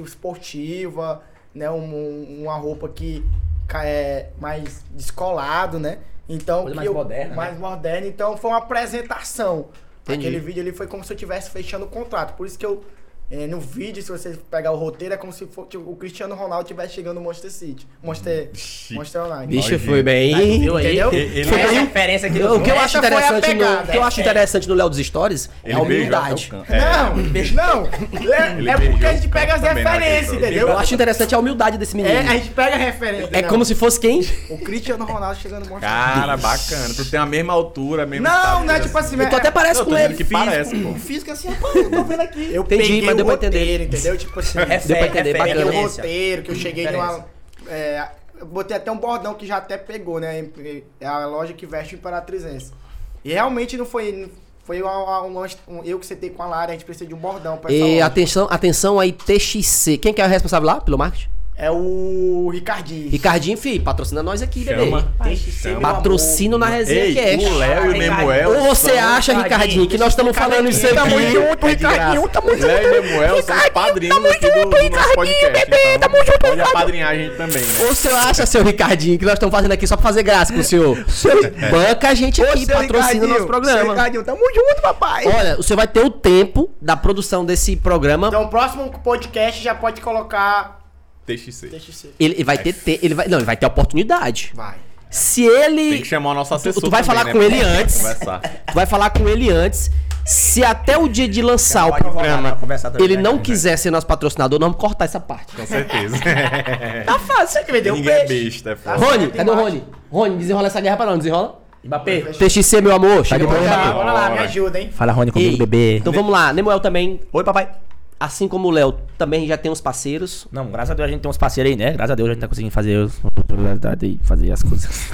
[SPEAKER 4] esportiva, né, um- um- uma roupa que ca- é mais descolado, né? Então
[SPEAKER 5] Coisa
[SPEAKER 4] que
[SPEAKER 5] mais
[SPEAKER 4] eu-
[SPEAKER 5] moderna, né?
[SPEAKER 4] mais moderna. Então foi uma apresentação.
[SPEAKER 3] Entendi.
[SPEAKER 4] Aquele vídeo ali foi como se eu estivesse fechando o contrato. Por isso que eu. eh, no vídeo, se você pegar o roteiro, é como se for, tipo, o Cristiano Ronaldo estivesse chegando no Monster City. Monster,
[SPEAKER 1] Vixe.
[SPEAKER 4] Monster Online.
[SPEAKER 1] Vixe,
[SPEAKER 3] Bicho,
[SPEAKER 1] Nojento.
[SPEAKER 3] foi bem.
[SPEAKER 5] Viu aí?
[SPEAKER 4] Entendeu?
[SPEAKER 1] Tá, Ele-
[SPEAKER 5] Essa é a referência aqui do
[SPEAKER 3] O que eu
[SPEAKER 5] Essa
[SPEAKER 3] acho
[SPEAKER 4] foi a
[SPEAKER 3] interessante no, o
[SPEAKER 4] pegada. É.
[SPEAKER 3] que eu acho interessante no Léo dos Stories é a
[SPEAKER 1] Ele beijou até o
[SPEAKER 3] humildade.
[SPEAKER 1] canto. É.
[SPEAKER 4] Não, não.
[SPEAKER 1] Ele
[SPEAKER 4] É, é porque
[SPEAKER 1] beijou
[SPEAKER 4] a gente
[SPEAKER 1] o
[SPEAKER 4] pega
[SPEAKER 1] cara
[SPEAKER 4] as
[SPEAKER 1] também na
[SPEAKER 4] referências,
[SPEAKER 1] questão.
[SPEAKER 4] entendeu?
[SPEAKER 3] Eu acho interessante a humildade desse menino.
[SPEAKER 4] É, a gente pega a referência.
[SPEAKER 3] É
[SPEAKER 4] não. É.
[SPEAKER 3] como se fosse quem?
[SPEAKER 4] O Cristiano Ronaldo chegando no Monster
[SPEAKER 1] Cara, bacana. Tu tem a mesma altura, a mesma
[SPEAKER 4] Não,
[SPEAKER 1] estatura,
[SPEAKER 4] não é tipo assim,
[SPEAKER 3] Tu Então até parece
[SPEAKER 1] Não, tô
[SPEAKER 3] com
[SPEAKER 1] dizendo que
[SPEAKER 3] ele.
[SPEAKER 1] parece, pô.
[SPEAKER 4] Física assim, pô, eu tô vendo aqui. Eu
[SPEAKER 3] Entendi,
[SPEAKER 4] peguei
[SPEAKER 3] mas deu
[SPEAKER 4] o
[SPEAKER 3] pra
[SPEAKER 4] roteiro,
[SPEAKER 3] entender.
[SPEAKER 4] entendeu? Tipo assim,
[SPEAKER 5] Refer-
[SPEAKER 3] Deu pra entender,
[SPEAKER 5] referência.
[SPEAKER 4] peguei o
[SPEAKER 3] bacana.
[SPEAKER 4] roteiro, que eu cheguei numa... é, eu botei até um bordão que já até pegou, né? É a loja que veste o Imperatrizense. E realmente não foi... Foi uma- uma- uma- um- eu que sentei com a Lara, a gente precisa de um bordão pra essa
[SPEAKER 3] E
[SPEAKER 4] loja.
[SPEAKER 3] atenção, atenção aí, TXC. Quem que é o responsável lá pelo marketing?
[SPEAKER 4] É o Ricardinho.
[SPEAKER 3] Ricardinho, fi, patrocina nós aqui, bebê.
[SPEAKER 1] Chama.
[SPEAKER 5] TXC, meu
[SPEAKER 3] Patrocínio na resenha que é.
[SPEAKER 1] Ei, o Léo e o Nemuel.
[SPEAKER 3] Ou você
[SPEAKER 1] são-
[SPEAKER 3] acha, Ricardinho, que nós estamos falando isso aqui? tá
[SPEAKER 1] É de graça. Léo e Nemuel são padrinhos aqui do, do nosso podcast. então, pode apadrinhar a gente também. né?
[SPEAKER 3] tá Ou você acha, seu Ricardinho, que nós estamos fazendo aqui só pra fazer graça com o senhor? Banca a gente aqui, patrocina o nosso programa.
[SPEAKER 2] Ricardinho, tamo junto, papai.
[SPEAKER 3] Olha, você vai ter o tempo da produção desse programa.
[SPEAKER 4] Então, o próximo podcast já pode colocar...
[SPEAKER 1] TXC.
[SPEAKER 4] Deixa eu ser.
[SPEAKER 3] Ele, ele vai ter, te- ele vai, não, ele vai ter oportunidade.
[SPEAKER 4] Vai.
[SPEAKER 3] Se
[SPEAKER 1] Tem
[SPEAKER 3] ele,
[SPEAKER 1] que chamar o nosso assessor
[SPEAKER 3] tu vai
[SPEAKER 1] também,
[SPEAKER 3] falar
[SPEAKER 1] né,
[SPEAKER 3] com
[SPEAKER 1] pra
[SPEAKER 3] ele antes.
[SPEAKER 1] Conversar.
[SPEAKER 3] tu vai falar com ele antes. Se até o dia de lançar o
[SPEAKER 5] Pode falar,
[SPEAKER 3] programa
[SPEAKER 5] vai conversar também,
[SPEAKER 3] ele
[SPEAKER 5] né,
[SPEAKER 3] não
[SPEAKER 5] cara?
[SPEAKER 3] quiser ser nosso patrocinador, nós vamos cortar essa parte. então.
[SPEAKER 1] Com
[SPEAKER 3] (laughs)
[SPEAKER 1] certeza.
[SPEAKER 3] Tá fácil, você que
[SPEAKER 1] Ninguém é besta, é foda.
[SPEAKER 3] Tá. Rony, cadê o Rony? Rony, desenrola essa guerra pra nós, desenrola.
[SPEAKER 5] Mbappé.
[SPEAKER 3] TXC, meu amor. Chega
[SPEAKER 2] de
[SPEAKER 3] pra
[SPEAKER 2] boa,
[SPEAKER 3] cá.
[SPEAKER 2] Mbappé.
[SPEAKER 4] Bora lá, me ajuda, hein?
[SPEAKER 2] Fala, Rony,
[SPEAKER 3] Ei,
[SPEAKER 2] comigo, bebê.
[SPEAKER 3] Então vamos lá. Nemoel também,
[SPEAKER 2] Oi, papai.
[SPEAKER 3] assim como o Léo, também já tem uns parceiros.
[SPEAKER 2] Não, graças a Deus a gente tem uns parceiros aí, né? Graças a Deus a gente tá conseguindo fazer os- e fazer as coisas.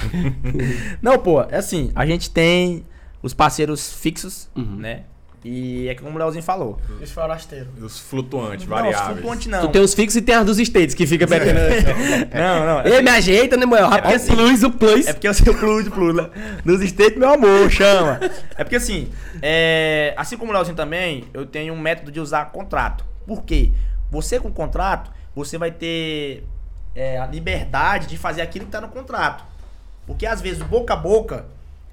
[SPEAKER 2] Não, pô, é assim, a gente tem os parceiros fixos, né? E é como o Leozinho falou.
[SPEAKER 4] E os forasteiros.
[SPEAKER 1] Os flutuantes,
[SPEAKER 2] Não, os
[SPEAKER 1] variáveis.
[SPEAKER 2] flutuantes não.
[SPEAKER 3] Tu tem os fixos e tem as dos estates que fica pegando.
[SPEAKER 2] um- (laughs) Não, não.
[SPEAKER 3] Ei, me ajeita, Nemoel.
[SPEAKER 2] É porque
[SPEAKER 3] Rapaz, o plus, o plus.
[SPEAKER 2] É porque eu sei o plus, plus, né? Dos States, meu amor, chama. É porque assim, é, assim como o Leozinho também, eu tenho um método de usar contrato. Por quê? Você com contrato, você vai ter é, a liberdade de fazer aquilo que tá no contrato. Porque às vezes o boca a boca,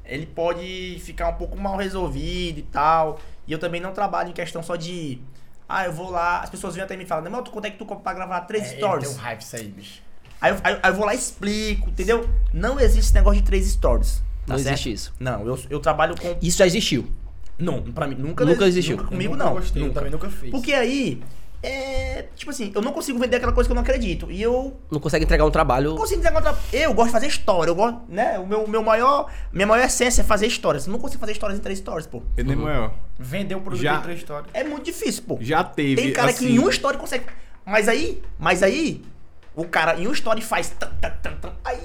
[SPEAKER 2] ele pode ficar um pouco mal resolvido e tal. E eu também não trabalho em questão só de. Ah, eu vou lá, as pessoas vêm até mim e falam, não, tu quanto é que tu compra pra gravar três stories?
[SPEAKER 4] Tem um hype isso aí, bicho.
[SPEAKER 2] Aí eu, aí eu- aí eu vou lá e explico, entendeu? Não existe esse negócio de três stories. tá
[SPEAKER 3] Não
[SPEAKER 2] certo?
[SPEAKER 3] existe isso.
[SPEAKER 2] Não, eu, eu trabalho com.
[SPEAKER 3] Isso já existiu.
[SPEAKER 2] Não, pra mim, nunca
[SPEAKER 3] Nunca
[SPEAKER 2] exi-
[SPEAKER 3] existiu.
[SPEAKER 2] nunca comigo
[SPEAKER 4] Eu
[SPEAKER 2] não.
[SPEAKER 4] Gostei, eu
[SPEAKER 2] nunca.
[SPEAKER 4] também nunca fiz.
[SPEAKER 2] Porque aí. É. Tipo assim, eu não consigo vender aquela coisa que eu não acredito. E eu
[SPEAKER 3] Não consegue entregar um trabalho.
[SPEAKER 2] não consigo dizer contra. Eu gosto de fazer história. Eu gosto, né? O meu, meu maior. Minha maior essência é fazer histórias. Eu não consigo fazer histórias em três stories, pô.
[SPEAKER 1] E, Nemoel,
[SPEAKER 4] Vender um produto
[SPEAKER 1] Já-
[SPEAKER 4] em três histórias.
[SPEAKER 2] É muito difícil, pô.
[SPEAKER 1] já teve.
[SPEAKER 2] Tem cara
[SPEAKER 1] assim,
[SPEAKER 3] um
[SPEAKER 2] que em uma história consegue. Mas aí, mas aí, o cara em uma história faz. tan, tan, tan, tan. aí,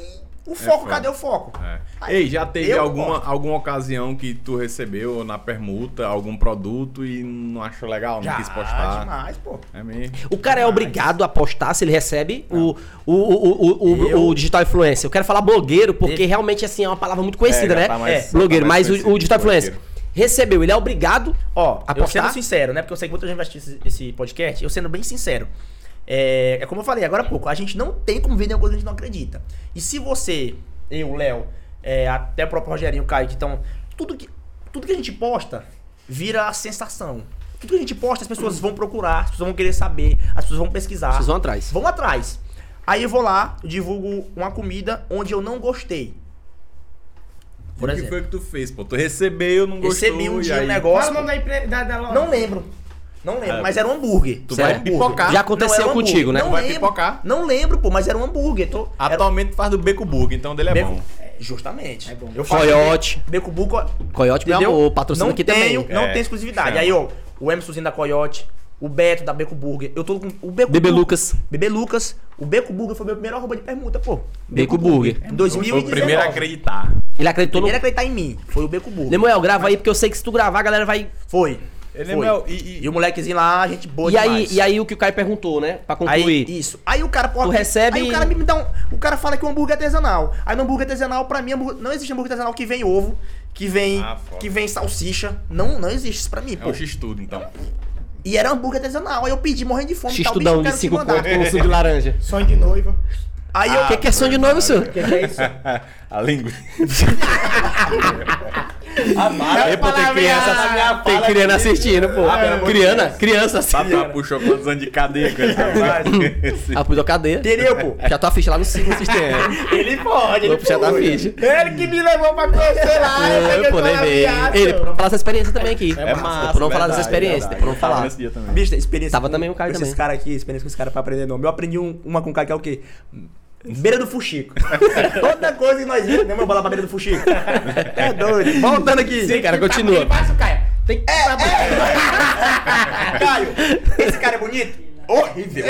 [SPEAKER 2] o foco,
[SPEAKER 1] É foda.
[SPEAKER 2] cadê o foco?
[SPEAKER 1] É.
[SPEAKER 2] Aí,
[SPEAKER 1] Ei, já teve
[SPEAKER 2] eu
[SPEAKER 1] alguma,
[SPEAKER 2] gosto.
[SPEAKER 1] alguma ocasião que tu recebeu na permuta algum produto e não achou legal, não
[SPEAKER 2] Já,
[SPEAKER 1] quis postar?
[SPEAKER 2] demais, pô.
[SPEAKER 1] É mesmo.
[SPEAKER 3] O cara é obrigado a postar se ele recebe o, o, o, o, o,
[SPEAKER 2] Eu-
[SPEAKER 3] o digital influencer. Eu quero falar blogueiro, porque realmente assim é uma palavra muito conhecida,
[SPEAKER 1] já
[SPEAKER 3] né?
[SPEAKER 1] tá mais-
[SPEAKER 3] é,
[SPEAKER 1] tá
[SPEAKER 3] blogueiro,
[SPEAKER 1] mais
[SPEAKER 3] mas o,
[SPEAKER 1] conhecido
[SPEAKER 3] o digital
[SPEAKER 1] como
[SPEAKER 3] influencer recebeu, ele é obrigado.
[SPEAKER 2] Ó, eu
[SPEAKER 3] Apostar?
[SPEAKER 2] sendo sincero, né? Porque eu sei que muita gente vai assistir esse, esse podcast, eu sendo bem sincero. É, é como eu falei agora há pouco, a gente não tem como vender uma coisa que a gente não acredita. E se você, eu, Léo, é, até o próprio Rogerinho, o Kaique, então, tudo que, tudo que a gente posta vira a sensação. Tudo que a gente posta, as pessoas vão procurar, as pessoas vão querer saber, as pessoas vão pesquisar.
[SPEAKER 3] Vocês vão atrás.
[SPEAKER 2] Vamos atrás. Aí eu vou lá, eu divulgo uma comida onde eu não gostei. Por
[SPEAKER 1] E o que
[SPEAKER 2] exemplo.
[SPEAKER 1] foi que tu fez, pô? Tu recebeu, não gostou.
[SPEAKER 2] Recebi um
[SPEAKER 1] e
[SPEAKER 2] dia um
[SPEAKER 1] aí-
[SPEAKER 4] Qual
[SPEAKER 2] negócio.
[SPEAKER 4] é o nome da empresa da, da loja?
[SPEAKER 2] Não lembro. Não lembro,
[SPEAKER 1] É.
[SPEAKER 2] mas era um hambúrguer.
[SPEAKER 1] Tu
[SPEAKER 2] Era
[SPEAKER 1] vai
[SPEAKER 2] um hambúrguer.
[SPEAKER 1] pipocar.
[SPEAKER 3] Já aconteceu
[SPEAKER 2] Não, era um
[SPEAKER 3] contigo,
[SPEAKER 2] hambúrguer.
[SPEAKER 3] né?
[SPEAKER 2] Não
[SPEAKER 1] Vai
[SPEAKER 2] lembro,
[SPEAKER 1] pipocar.
[SPEAKER 2] Não lembro, pô, mas era um hambúrguer. Tô, era,
[SPEAKER 1] Atualmente tu faz do Beco Burger, então dele é
[SPEAKER 2] Beco-
[SPEAKER 1] bom.
[SPEAKER 2] é, justamente.
[SPEAKER 4] É bom.
[SPEAKER 2] Eu faço
[SPEAKER 3] Coyote.
[SPEAKER 2] Be- Beco Buco,
[SPEAKER 3] Coyote, meu
[SPEAKER 2] entendeu?
[SPEAKER 3] amor, patrocina
[SPEAKER 2] não
[SPEAKER 3] aqui
[SPEAKER 2] tenho,
[SPEAKER 3] também.
[SPEAKER 2] Não
[SPEAKER 1] É,
[SPEAKER 2] tem exclusividade.
[SPEAKER 1] chama.
[SPEAKER 2] Aí, ó, o Emersonzinho da Coyote, o Beto da Beco Burger. Eu tô com o Beco
[SPEAKER 3] Bebê
[SPEAKER 2] Burger-
[SPEAKER 3] Lucas.
[SPEAKER 2] Bebê Lucas. O Beco Burger foi meu primeiro arroba de permuta, pô.
[SPEAKER 3] Beco Burger.
[SPEAKER 2] Em
[SPEAKER 1] Foi
[SPEAKER 2] 2019.
[SPEAKER 1] o primeiro a acreditar.
[SPEAKER 3] Ele acreditou no.
[SPEAKER 2] Primeiro a acreditar em mim. Foi o Beco Burger.
[SPEAKER 3] Lemuel, grava aí, porque eu sei que se tu gravar, a galera vai.
[SPEAKER 2] Foi.
[SPEAKER 1] Ele é
[SPEAKER 2] foi.
[SPEAKER 1] meu- e- e-
[SPEAKER 2] o molequezinho lá, gente boa
[SPEAKER 3] E aí,
[SPEAKER 2] demais.
[SPEAKER 3] e aí o que o Caio perguntou, né? Pra concluir.
[SPEAKER 2] Aí, isso. Aí o cara pode.
[SPEAKER 3] Tu recebe-
[SPEAKER 2] Aí o cara me dá um. O cara fala que o hambúrguer é artesanal. Aí no hambúrguer artesanal, pra mim, é um hambúrguer- não existe hambúrguer artesanal que vem ovo, que vem.
[SPEAKER 1] Ah, foda.
[SPEAKER 2] que vem salsicha. Não, não existe isso pra mim,
[SPEAKER 1] É
[SPEAKER 2] pô.
[SPEAKER 1] o X-Tudo,
[SPEAKER 2] (laughs)
[SPEAKER 1] então.
[SPEAKER 2] E era hambúrguer artesanal. Aí eu pedi morrendo de fome e bicho, eu
[SPEAKER 3] X-tudão de
[SPEAKER 2] quero te
[SPEAKER 3] 5
[SPEAKER 2] mandar.
[SPEAKER 3] conto com um suco de laranja.
[SPEAKER 4] Sonho de noiva.
[SPEAKER 2] Aí
[SPEAKER 1] Ah.
[SPEAKER 2] eu.
[SPEAKER 3] O que, que é som de novo, senhor?
[SPEAKER 4] que é isso?
[SPEAKER 1] a (laughs) língua.
[SPEAKER 3] Aí, pô, tem
[SPEAKER 1] a
[SPEAKER 3] criança,
[SPEAKER 1] minha
[SPEAKER 3] tem
[SPEAKER 1] fala
[SPEAKER 3] criança
[SPEAKER 1] aqui.
[SPEAKER 3] assistindo, pô.
[SPEAKER 1] Ah, pelo amor de
[SPEAKER 3] Criança, criança
[SPEAKER 1] Papai
[SPEAKER 3] assistindo.
[SPEAKER 1] puxou quantos anos de cadeia com essa frase?
[SPEAKER 3] Ah, puxou cadeia.
[SPEAKER 2] Entendeu,
[SPEAKER 3] (laughs)
[SPEAKER 2] pô?
[SPEAKER 3] Já tô a ficha lá no cinco no sistema.
[SPEAKER 2] Ele pode,
[SPEAKER 3] é. Vou puxar da ficha.
[SPEAKER 4] Ele que me levou pra conhecer lá.
[SPEAKER 3] É, pô, nem vem. Ele, pra falar essa experiência também aqui.
[SPEAKER 1] É massa.
[SPEAKER 3] Pra não falar dessa experiência, pra
[SPEAKER 1] Pra
[SPEAKER 3] não falar.
[SPEAKER 1] Nesse dia também.
[SPEAKER 2] Bicho, experiência.
[SPEAKER 3] Tava
[SPEAKER 2] com-
[SPEAKER 3] também o Caio
[SPEAKER 2] com Esses
[SPEAKER 3] também.
[SPEAKER 2] caras aqui, experiência com esses caras pra aprender nome. Eu aprendi um- uma com o cara que é o quê? Beira do
[SPEAKER 3] (laughs)
[SPEAKER 2] Fuxico. Toda coisa que nós íamos, né, meu bola pra beira do Fuxico. É doido. Voltando aqui.
[SPEAKER 3] Sim, cara, continua.
[SPEAKER 4] Passa o Caio. Tem que
[SPEAKER 2] Caio, esse cara é bonito? Horrível.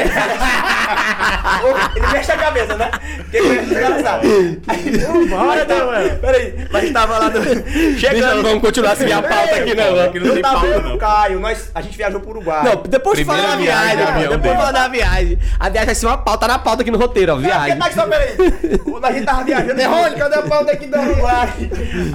[SPEAKER 2] Ele mexe a cabeça, né? Porque ele mexe a cabeça. Bora, mano. Peraí, mas tava lá no...
[SPEAKER 3] tá, Deixa,
[SPEAKER 2] Chegando.
[SPEAKER 3] vamos continuar assim, a seguir a pauta aqui,
[SPEAKER 1] Aqui
[SPEAKER 3] não.
[SPEAKER 1] não
[SPEAKER 2] Eu
[SPEAKER 1] tem
[SPEAKER 2] tava
[SPEAKER 1] pauta,
[SPEAKER 2] eu e o
[SPEAKER 1] não.
[SPEAKER 2] Caio, nós, a gente viajou pro Uruguai.
[SPEAKER 3] Não, depois de falar da
[SPEAKER 1] Primeira
[SPEAKER 3] viagem,
[SPEAKER 1] viagem do
[SPEAKER 3] cara,
[SPEAKER 1] avião
[SPEAKER 3] depois de
[SPEAKER 1] dele.
[SPEAKER 3] falar da viagem. A viagem vai ser uma pauta, tá na pauta aqui no roteiro, ó, viagem. É
[SPEAKER 2] Tá aqui, só, peraí. O- A gente tava viajando. Rony, cadê a pauta aqui do Uruguai?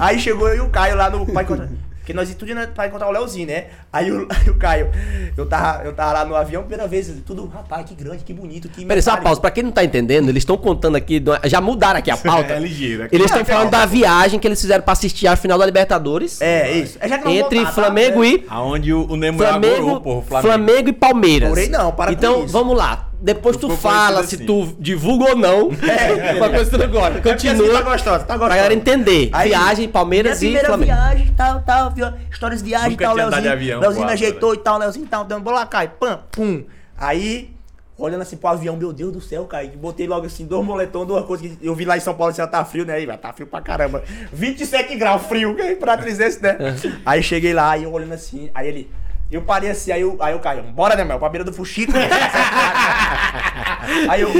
[SPEAKER 2] Aí chegou eu e o Caio lá no Pai Contra. Porque nós íamos tudo né, pra encontrar o Leozinho, né? Aí o, aí o Caio, eu tava, eu tava lá no avião, primeira vez, tudo, rapaz, que grande, que bonito, que.
[SPEAKER 3] Peraí, só uma
[SPEAKER 2] pariu.
[SPEAKER 3] pausa. Pra quem não tá entendendo, eles estão contando aqui, do- já mudaram aqui a pauta.
[SPEAKER 1] É ligeiro, é
[SPEAKER 3] Eles
[SPEAKER 1] claro
[SPEAKER 3] estão falando da viagem que eles fizeram pra assistir a final da Libertadores.
[SPEAKER 2] É, isso. É já que não
[SPEAKER 3] Entre
[SPEAKER 2] voltar, tá?
[SPEAKER 3] Flamengo
[SPEAKER 2] É.
[SPEAKER 3] e
[SPEAKER 1] Aonde o, o Nemo
[SPEAKER 3] Flamengo,
[SPEAKER 1] agorou, porra. o
[SPEAKER 3] Flamengo.
[SPEAKER 1] Flamengo.
[SPEAKER 3] e Palmeiras.
[SPEAKER 2] Porém, não, para com
[SPEAKER 3] Então,
[SPEAKER 2] isso.
[SPEAKER 3] vamos lá. Depois tu
[SPEAKER 1] Ficou
[SPEAKER 3] fala se
[SPEAKER 1] conhecido
[SPEAKER 3] tu divulga ou não. (laughs) uma coisa que tu não gosta.
[SPEAKER 2] Porque assim,
[SPEAKER 3] Continua.
[SPEAKER 2] Tá gostosa, tá gostosa.
[SPEAKER 3] Pra galera entender,
[SPEAKER 2] Aí,
[SPEAKER 3] viagem,
[SPEAKER 2] Minha
[SPEAKER 3] Palmeiras e
[SPEAKER 2] primeira
[SPEAKER 3] Flamengo.
[SPEAKER 2] viagem, tal, tal, viu? histórias de viagem,
[SPEAKER 1] Nunca
[SPEAKER 2] tal,
[SPEAKER 1] tinha andado
[SPEAKER 2] Leozinho.
[SPEAKER 1] de avião,
[SPEAKER 2] Leozinho me
[SPEAKER 5] então,
[SPEAKER 1] quase,
[SPEAKER 2] ajeitou e tal, Leozinho, tal, dando bola, cai, pam, pum. Aí,
[SPEAKER 5] olhando assim pro avião, meu Deus do céu, Kaique. Botei logo assim, dois moletom, duas coisas. que Eu vi lá em São Paulo, assim, ela tá frio, né? Aí, vai, tá frio pra caramba. 27 graus, frio, Kaique, pra 300,
[SPEAKER 3] (laughs)
[SPEAKER 5] né? aí cheguei lá, aí eu olhando assim, aí ele... Eu parei assim, aí eu, aí eu caio, bora, né, meu? Pra beira do fuxico. (laughs) aí eu,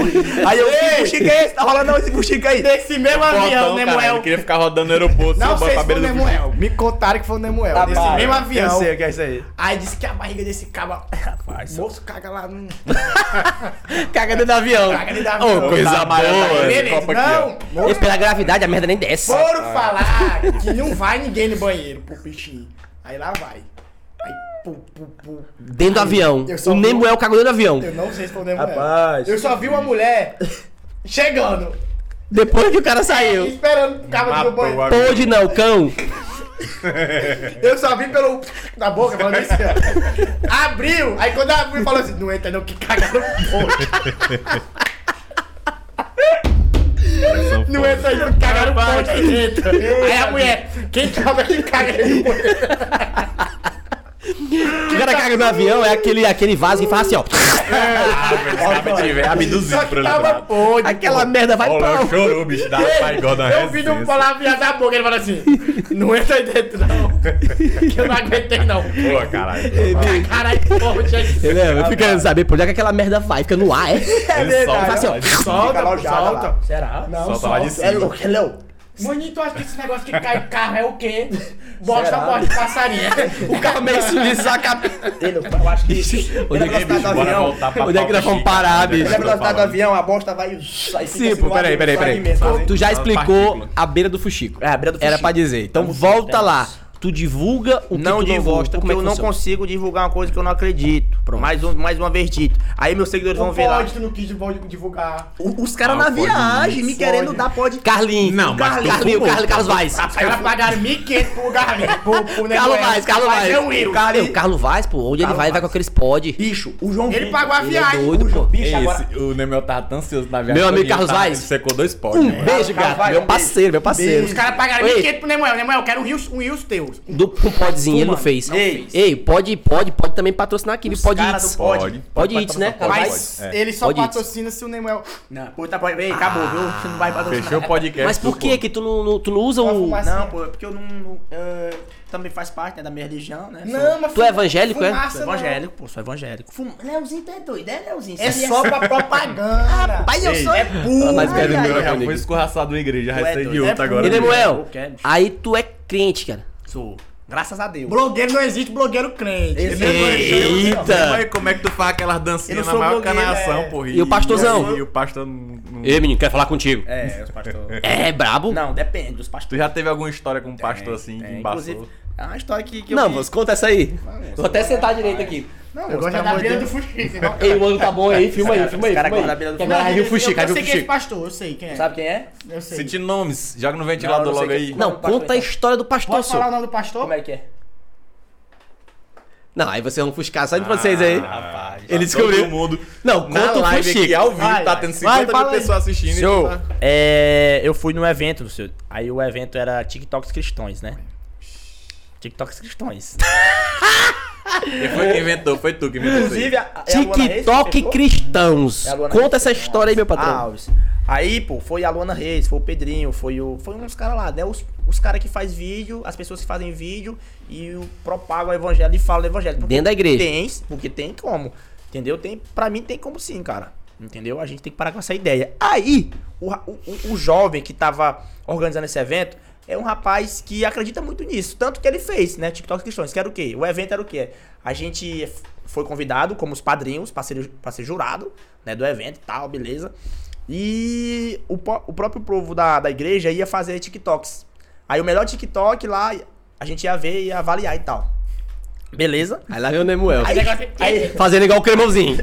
[SPEAKER 5] aí eu, que fuxico é esse? Tá rolando esse fuxico aí? É
[SPEAKER 4] Desse mesmo avião,
[SPEAKER 1] Portão,
[SPEAKER 3] né,
[SPEAKER 1] cara,
[SPEAKER 4] Nemuel.
[SPEAKER 1] ele queria ficar rodando no aeroporto,
[SPEAKER 4] Não
[SPEAKER 1] só pra
[SPEAKER 4] sei se foi o
[SPEAKER 1] beira do fuxico.
[SPEAKER 4] Nemuel. Me contaram que foi o Nemuel.
[SPEAKER 5] Tá
[SPEAKER 4] desse
[SPEAKER 5] bom.
[SPEAKER 4] mesmo avião.
[SPEAKER 2] Eu sei o que é isso aí.
[SPEAKER 4] Aí disse que a barriga
[SPEAKER 2] (laughs)
[SPEAKER 4] desse caba. Rapaz, moço caga lá no.
[SPEAKER 3] Caga dentro do avião.
[SPEAKER 4] Caga dentro do
[SPEAKER 3] Ô,
[SPEAKER 4] avião.
[SPEAKER 3] coisa
[SPEAKER 1] Tá
[SPEAKER 3] boa.
[SPEAKER 1] amarelo, tá
[SPEAKER 3] velho.
[SPEAKER 1] vermelho.
[SPEAKER 4] Beleza,
[SPEAKER 1] copo aqui,
[SPEAKER 4] não.
[SPEAKER 3] E
[SPEAKER 4] moço,
[SPEAKER 3] pela gravidade, a merda nem desce.
[SPEAKER 4] foram falar que não vai ninguém no banheiro pro pichinho. Aí lá vai. Aí, pu, pu, pu.
[SPEAKER 3] Dentro do avião.
[SPEAKER 4] Eu só-
[SPEAKER 3] O Nemuel cagou dentro do avião.
[SPEAKER 4] Eu não sei se foi o Nemuel.
[SPEAKER 2] Rapaz.
[SPEAKER 4] Eu só vi uma mulher chegando.
[SPEAKER 3] Depois que o cara saiu.
[SPEAKER 4] (laughs) Esperando o cabo do
[SPEAKER 1] Matou
[SPEAKER 4] banheiro.
[SPEAKER 1] a-
[SPEAKER 3] Pode não, cão.
[SPEAKER 4] Eu só vi pelo. (laughs) Na boca, falando assim, ó. Abriu! Aí quando abriu, falou assim: não entra não, que cagaram
[SPEAKER 3] (laughs)
[SPEAKER 4] ponte. Não entra aí, não, que cagaram ponte aí dentro. Aí a mulher: quem caga, quem caga aí no banheiro?"
[SPEAKER 3] O cara caga no avião, é aquele, aquele vaso que faz assim, ó.
[SPEAKER 1] Ah, velho, esse cabo é de- é
[SPEAKER 4] Só
[SPEAKER 1] abduzido por
[SPEAKER 4] que
[SPEAKER 1] ele.
[SPEAKER 4] tava podre.
[SPEAKER 3] Aquela merda vai
[SPEAKER 1] Olha,
[SPEAKER 3] pra.
[SPEAKER 1] Léo chorou, bicho. Dá pai igual da
[SPEAKER 4] Eu vi no
[SPEAKER 1] resistência.
[SPEAKER 4] palavreado da boca, ele falou assim: não entra aí dentro não, que eu não aguentei não.
[SPEAKER 1] Boa, caralho.
[SPEAKER 4] Caralho, ponte aí.
[SPEAKER 3] Entendeu? Eu fico querendo saber por onde é que aquela merda vai, fica no ar, é?
[SPEAKER 1] Ele solta.
[SPEAKER 3] Faz assim, ó.
[SPEAKER 1] ele solta,
[SPEAKER 5] Fica
[SPEAKER 4] Solta,
[SPEAKER 5] alojada lá.
[SPEAKER 4] solta.
[SPEAKER 5] Será?
[SPEAKER 4] Não,
[SPEAKER 1] Solta lá de cima.
[SPEAKER 4] solta.
[SPEAKER 5] É louco, é louco.
[SPEAKER 4] Bonito, eu acho que esse negócio que cai carro é o quê? Bosta,
[SPEAKER 5] Será?
[SPEAKER 4] bosta, passarinho.
[SPEAKER 3] O cara meio subindo, saca.
[SPEAKER 5] Ele, eu acho
[SPEAKER 2] (laughs)
[SPEAKER 5] que.
[SPEAKER 3] Onde é que-
[SPEAKER 1] Ei, bicho, bora voltar pra
[SPEAKER 3] Onde é que nós vamos parar, bicho?
[SPEAKER 5] Lembra da velocidade do avião, a bosta vai. Aí
[SPEAKER 3] Sim, pô,
[SPEAKER 1] é
[SPEAKER 3] peraí, peraí, peraí. Tu já explicou a beira do fuxico.
[SPEAKER 2] É, a beira do
[SPEAKER 3] Era
[SPEAKER 2] fuxico.
[SPEAKER 3] pra dizer. Então
[SPEAKER 2] Vamos
[SPEAKER 3] volta
[SPEAKER 2] sim,
[SPEAKER 3] lá. Tu divulga o que
[SPEAKER 2] não
[SPEAKER 3] tu não
[SPEAKER 2] divulgo,
[SPEAKER 3] gosta, como
[SPEAKER 2] porque
[SPEAKER 3] é que
[SPEAKER 2] eu não
[SPEAKER 3] funciona.
[SPEAKER 2] consigo divulgar uma coisa que eu não acredito. Mais, um- mais uma vez dito. Aí meus seguidores vão ver lá.
[SPEAKER 4] tu não quis divul- divulgar.
[SPEAKER 2] O- Os caras
[SPEAKER 1] Ah,
[SPEAKER 2] na
[SPEAKER 1] pode
[SPEAKER 2] viagem, me querendo dar pode.
[SPEAKER 3] Carlinhos.
[SPEAKER 1] Não, mas tu
[SPEAKER 3] Carlinhos,
[SPEAKER 1] fumou.
[SPEAKER 3] Carlinhos, Carlos Vaz.
[SPEAKER 4] Os caras pagaram 1.500 pro Garmin, pro, pro
[SPEAKER 3] Carlos
[SPEAKER 4] negócio.
[SPEAKER 3] Vaz, Carlos
[SPEAKER 4] Mas
[SPEAKER 3] Vaz.
[SPEAKER 4] é um erro.
[SPEAKER 3] Não, O Carlos Vaz, pô, onde ele vai, ele vai com aqueles pod.
[SPEAKER 5] Bicho, o João
[SPEAKER 4] Ele
[SPEAKER 5] Vitor-
[SPEAKER 4] pagou a
[SPEAKER 3] Ele é
[SPEAKER 4] viagem.
[SPEAKER 3] doido, pô.
[SPEAKER 5] Bicho, agora.
[SPEAKER 1] Esse, o Nemel tava tão ansioso na viagem.
[SPEAKER 3] Meu amigo
[SPEAKER 1] todinha,
[SPEAKER 3] Carlos
[SPEAKER 1] tava-
[SPEAKER 3] Vaz.
[SPEAKER 1] ele tá- Secou dois potes,
[SPEAKER 3] Um
[SPEAKER 1] mano.
[SPEAKER 3] beijo,
[SPEAKER 5] Carlos
[SPEAKER 3] gato.
[SPEAKER 5] Vaz,
[SPEAKER 3] Meu
[SPEAKER 5] um
[SPEAKER 3] parceiro, meu parceiro.
[SPEAKER 4] Os caras pagaram
[SPEAKER 3] Ei.
[SPEAKER 4] 1.500 pro Nemuel. Nemuel, eu quero um rios, um rios teus.
[SPEAKER 3] Do com podzinho, ele não fez.
[SPEAKER 2] Ei.
[SPEAKER 3] Ei, pode, pode, pode também patrocinar aqui. Pode
[SPEAKER 2] cara
[SPEAKER 3] Hits.
[SPEAKER 2] do pod.
[SPEAKER 3] Pode Hits, né?
[SPEAKER 1] Pode,
[SPEAKER 4] Mas
[SPEAKER 1] pode. É.
[SPEAKER 4] ele só
[SPEAKER 3] Pode ir.
[SPEAKER 4] patrocina se o Nemuel...
[SPEAKER 5] Não, pô, tá, pô, ei, acabou, viu? Você não vai patrocinar.
[SPEAKER 1] Fechou o podcast.
[SPEAKER 3] Mas por
[SPEAKER 1] do
[SPEAKER 3] que
[SPEAKER 1] povo.
[SPEAKER 3] que tu não, não- tu não usa
[SPEAKER 4] Uma
[SPEAKER 3] o...
[SPEAKER 4] fumaça-
[SPEAKER 5] Não, pô, é porque eu não. não,
[SPEAKER 2] é,
[SPEAKER 5] eh, também faz parte né, da minha religião, né?
[SPEAKER 4] Não, mas...
[SPEAKER 3] Tu é evangélico, é?
[SPEAKER 4] fumaça
[SPEAKER 5] sou,
[SPEAKER 4] não.
[SPEAKER 5] sou evangélico, pô, sou evangélico. Fum... Leozinho, tu é doido, é Leozinho?
[SPEAKER 4] É só pra propaganda.
[SPEAKER 5] Pai, eu
[SPEAKER 1] Ei,
[SPEAKER 5] sou é burro.
[SPEAKER 3] mas pera,
[SPEAKER 5] ai,
[SPEAKER 3] meu-
[SPEAKER 5] ai.
[SPEAKER 1] Eu já
[SPEAKER 3] Amigo.
[SPEAKER 1] fui escorraçado na igreja, já
[SPEAKER 5] Ué,
[SPEAKER 1] recebi
[SPEAKER 5] doido, é
[SPEAKER 1] outro agora.
[SPEAKER 3] E Nemuel,
[SPEAKER 5] quero.
[SPEAKER 3] aí tu é crente, cara.
[SPEAKER 5] Sou. Graças a Deus.
[SPEAKER 4] Blogueiro não existe, blogueiro crente.
[SPEAKER 5] Esse-
[SPEAKER 1] é Mas
[SPEAKER 3] Eita!
[SPEAKER 1] como é que tu faz aquelas
[SPEAKER 4] Eu
[SPEAKER 1] dancinhas
[SPEAKER 4] não
[SPEAKER 1] na
[SPEAKER 4] sou
[SPEAKER 1] maior
[SPEAKER 4] blogueiro,
[SPEAKER 1] canação,
[SPEAKER 4] é.
[SPEAKER 1] porra?
[SPEAKER 3] E o pastorzão?
[SPEAKER 1] E o pastor... não- não-
[SPEAKER 3] Ei, menino, quero falar contigo.
[SPEAKER 5] É, os (laughs) pastores.
[SPEAKER 3] É, brabo? Não,
[SPEAKER 5] Não, depende, os
[SPEAKER 1] Tu
[SPEAKER 5] pastores.
[SPEAKER 1] já teve alguma história com um pastor assim, que
[SPEAKER 5] É,
[SPEAKER 1] embaçou?
[SPEAKER 5] é uma história que, que
[SPEAKER 3] mas conta essa aí. Vou até sentar direito aqui.
[SPEAKER 5] Não,
[SPEAKER 4] Eu gosto é da beira do (laughs) fuxico.
[SPEAKER 3] Ei, o ano tá bom aí, filma aí,
[SPEAKER 5] Os
[SPEAKER 3] filma aí,
[SPEAKER 5] cara
[SPEAKER 3] filma aí.
[SPEAKER 5] gosta da beira do
[SPEAKER 3] Que agora
[SPEAKER 5] fuxico.
[SPEAKER 3] vai vir o fuxico, vai
[SPEAKER 4] Eu
[SPEAKER 3] vir o
[SPEAKER 4] sei quem é
[SPEAKER 3] fuxico.
[SPEAKER 4] esse pastor, eu sei quem é.
[SPEAKER 5] Sabe quem é?
[SPEAKER 4] Eu sei.
[SPEAKER 1] Senti nomes, joga no ventilador
[SPEAKER 5] Não, não sei
[SPEAKER 1] logo
[SPEAKER 5] que-
[SPEAKER 1] aí.
[SPEAKER 3] Não, conta a história do pastor,
[SPEAKER 4] Posso falar o
[SPEAKER 3] senhor.
[SPEAKER 4] nome do pastor?
[SPEAKER 5] Como é que é?
[SPEAKER 3] Não, aí vocês vão fuscar
[SPEAKER 5] Ah,
[SPEAKER 3] só de vocês
[SPEAKER 5] é
[SPEAKER 3] aí.
[SPEAKER 1] Rapaz,
[SPEAKER 3] Ele
[SPEAKER 1] tá
[SPEAKER 3] descobriu.
[SPEAKER 1] Todo mundo.
[SPEAKER 3] Não,
[SPEAKER 1] Na
[SPEAKER 3] conta o
[SPEAKER 1] live aqui,
[SPEAKER 3] fuxico.
[SPEAKER 1] ao vivo,
[SPEAKER 4] Vai,
[SPEAKER 1] tá
[SPEAKER 4] vai.
[SPEAKER 1] tendo
[SPEAKER 4] Vai,
[SPEAKER 1] 50
[SPEAKER 4] fala
[SPEAKER 1] mil
[SPEAKER 4] aí.
[SPEAKER 1] pessoas assistindo.
[SPEAKER 2] Senhor,
[SPEAKER 1] então tá-
[SPEAKER 2] é, eu fui num evento do seu. Aí o evento era TikToks cristões, né? TikToks cristões.
[SPEAKER 1] Quem foi que inventou? Foi tu que inventou isso aí.
[SPEAKER 5] Inclusive, a, a- é a Luana Reis que
[SPEAKER 3] TikTok
[SPEAKER 5] inventou?
[SPEAKER 3] cristãos.
[SPEAKER 5] É a Luana
[SPEAKER 3] Conta
[SPEAKER 5] Reis
[SPEAKER 3] essa
[SPEAKER 5] que inventou.
[SPEAKER 3] história aí, meu
[SPEAKER 5] Ah,
[SPEAKER 3] patrão.
[SPEAKER 2] Alves. um Aí, pô, foi a Luana Reis, foi o Pedrinho, foi o. Foi uns caras lá, né? Os, os caras que faz vídeo, as pessoas que fazem vídeo e o- propagam o evangelho e falam do evangelho. Porque
[SPEAKER 3] Dentro da igreja.
[SPEAKER 2] Tem, porque tem como. Entendeu? Tem, pra mim tem como sim, cara. Entendeu? A gente tem que parar com essa ideia. Aí, o, ra- o, o- o jovem que tava organizando esse evento é um rapaz que acredita muito nisso. Tanto que ele fez, né? TikTok Cristões, que era o quê? O evento era o quê? A gente f- foi convidado como os padrinhos pra ser, pra ser jurado, né? Do evento e tal, beleza. E o, po- o próprio povo da, da igreja ia fazer TikToks. Aí o melhor TikTok lá, a gente ia ver e ia avaliar e tal. Beleza?
[SPEAKER 3] Aí lá vem o Nemuel.
[SPEAKER 2] Aí, aí,
[SPEAKER 3] Fazendo igual o cremãozinho.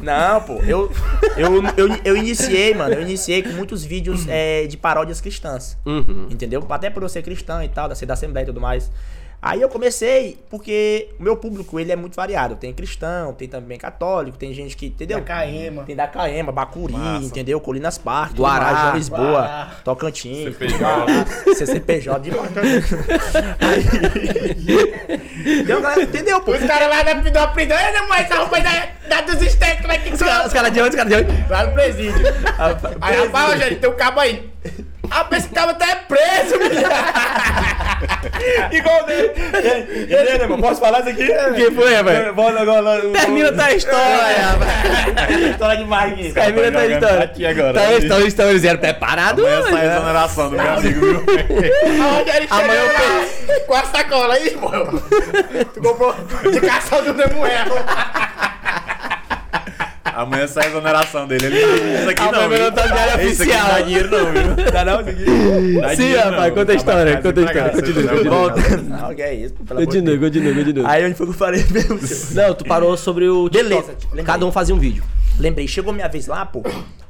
[SPEAKER 2] não, pô, eu, eu, eu, eu iniciei, mano, eu iniciei com muitos vídeos é, de paródias cristãs,
[SPEAKER 3] Uhum.
[SPEAKER 2] entendeu? Até por eu ser cristão e tal, da ser da Assembleia e tudo mais. Aí eu comecei, porque o meu público, ele é muito variado. Tem cristão, tem também católico, tem gente que, entendeu?
[SPEAKER 4] Da Caema.
[SPEAKER 2] Tem da Caema, Bacuri,
[SPEAKER 1] Massa.
[SPEAKER 2] entendeu? Colinas Parque,
[SPEAKER 3] Guará.
[SPEAKER 2] João Lisboa,
[SPEAKER 4] Guará.
[SPEAKER 2] Tocantins,
[SPEAKER 1] CPJ.
[SPEAKER 2] CCPJ de Então, galera, entendeu, pô?
[SPEAKER 4] Os caras lá da do aprendido, ainda mais essa roupa da, da dos steaks, como é que
[SPEAKER 3] Os caras de onde? Os caras de onde?
[SPEAKER 4] Lá no presídio. Aí, rapaz, Rogério, tem um cabo aí. Ah, mas esse cabo até é preso, menino.
[SPEAKER 6] Igual dele. E aí, né, irmão? Posso falar isso aqui?
[SPEAKER 5] É.
[SPEAKER 3] Que foi, velho?
[SPEAKER 6] É, Bora agora. né? o-
[SPEAKER 3] Termina tua história, velho.
[SPEAKER 6] História de Marquinhos.
[SPEAKER 3] Termina tua história.
[SPEAKER 1] Tá Aqui agora.
[SPEAKER 6] Tá,
[SPEAKER 3] Então, eles estão, estão, eles eram preparados.
[SPEAKER 1] Amanhã sai a
[SPEAKER 2] é.
[SPEAKER 3] mano.
[SPEAKER 1] exoneração do meu amigo, viu?
[SPEAKER 4] (laughs) Aí, Rogério, chega
[SPEAKER 3] Amanhã eu
[SPEAKER 4] lá com a sacola aí, irmão. Tu comprou de caçal do Nemuel.
[SPEAKER 1] Amanhã sai a exoneração dele. Ele não diz isso aqui
[SPEAKER 3] Amanhã
[SPEAKER 1] não,
[SPEAKER 3] vai
[SPEAKER 1] viu? É
[SPEAKER 3] botar no diário
[SPEAKER 1] Isso aqui não dá
[SPEAKER 3] oficial.
[SPEAKER 1] dinheiro não, viu?
[SPEAKER 6] Tá não?
[SPEAKER 1] Dá
[SPEAKER 3] Sim,
[SPEAKER 1] dinheiro,
[SPEAKER 3] rapaz,
[SPEAKER 1] não.
[SPEAKER 3] conta a história,
[SPEAKER 1] Abacaxi
[SPEAKER 3] conta
[SPEAKER 1] pra
[SPEAKER 3] a história.
[SPEAKER 1] né, casa,
[SPEAKER 3] Continua,
[SPEAKER 1] não,
[SPEAKER 3] continua.
[SPEAKER 1] não.
[SPEAKER 2] Não, que é isso, pelo amor de
[SPEAKER 3] Continua, continua, continua.
[SPEAKER 6] Aí onde foi que eu falei (laughs) mesmo?
[SPEAKER 3] Não, tu parou sobre o
[SPEAKER 2] Beleza,
[SPEAKER 3] TikTok.
[SPEAKER 2] lembrei.
[SPEAKER 3] Cada um fazia um vídeo.
[SPEAKER 2] Lembrei, chegou minha vez lá, pô.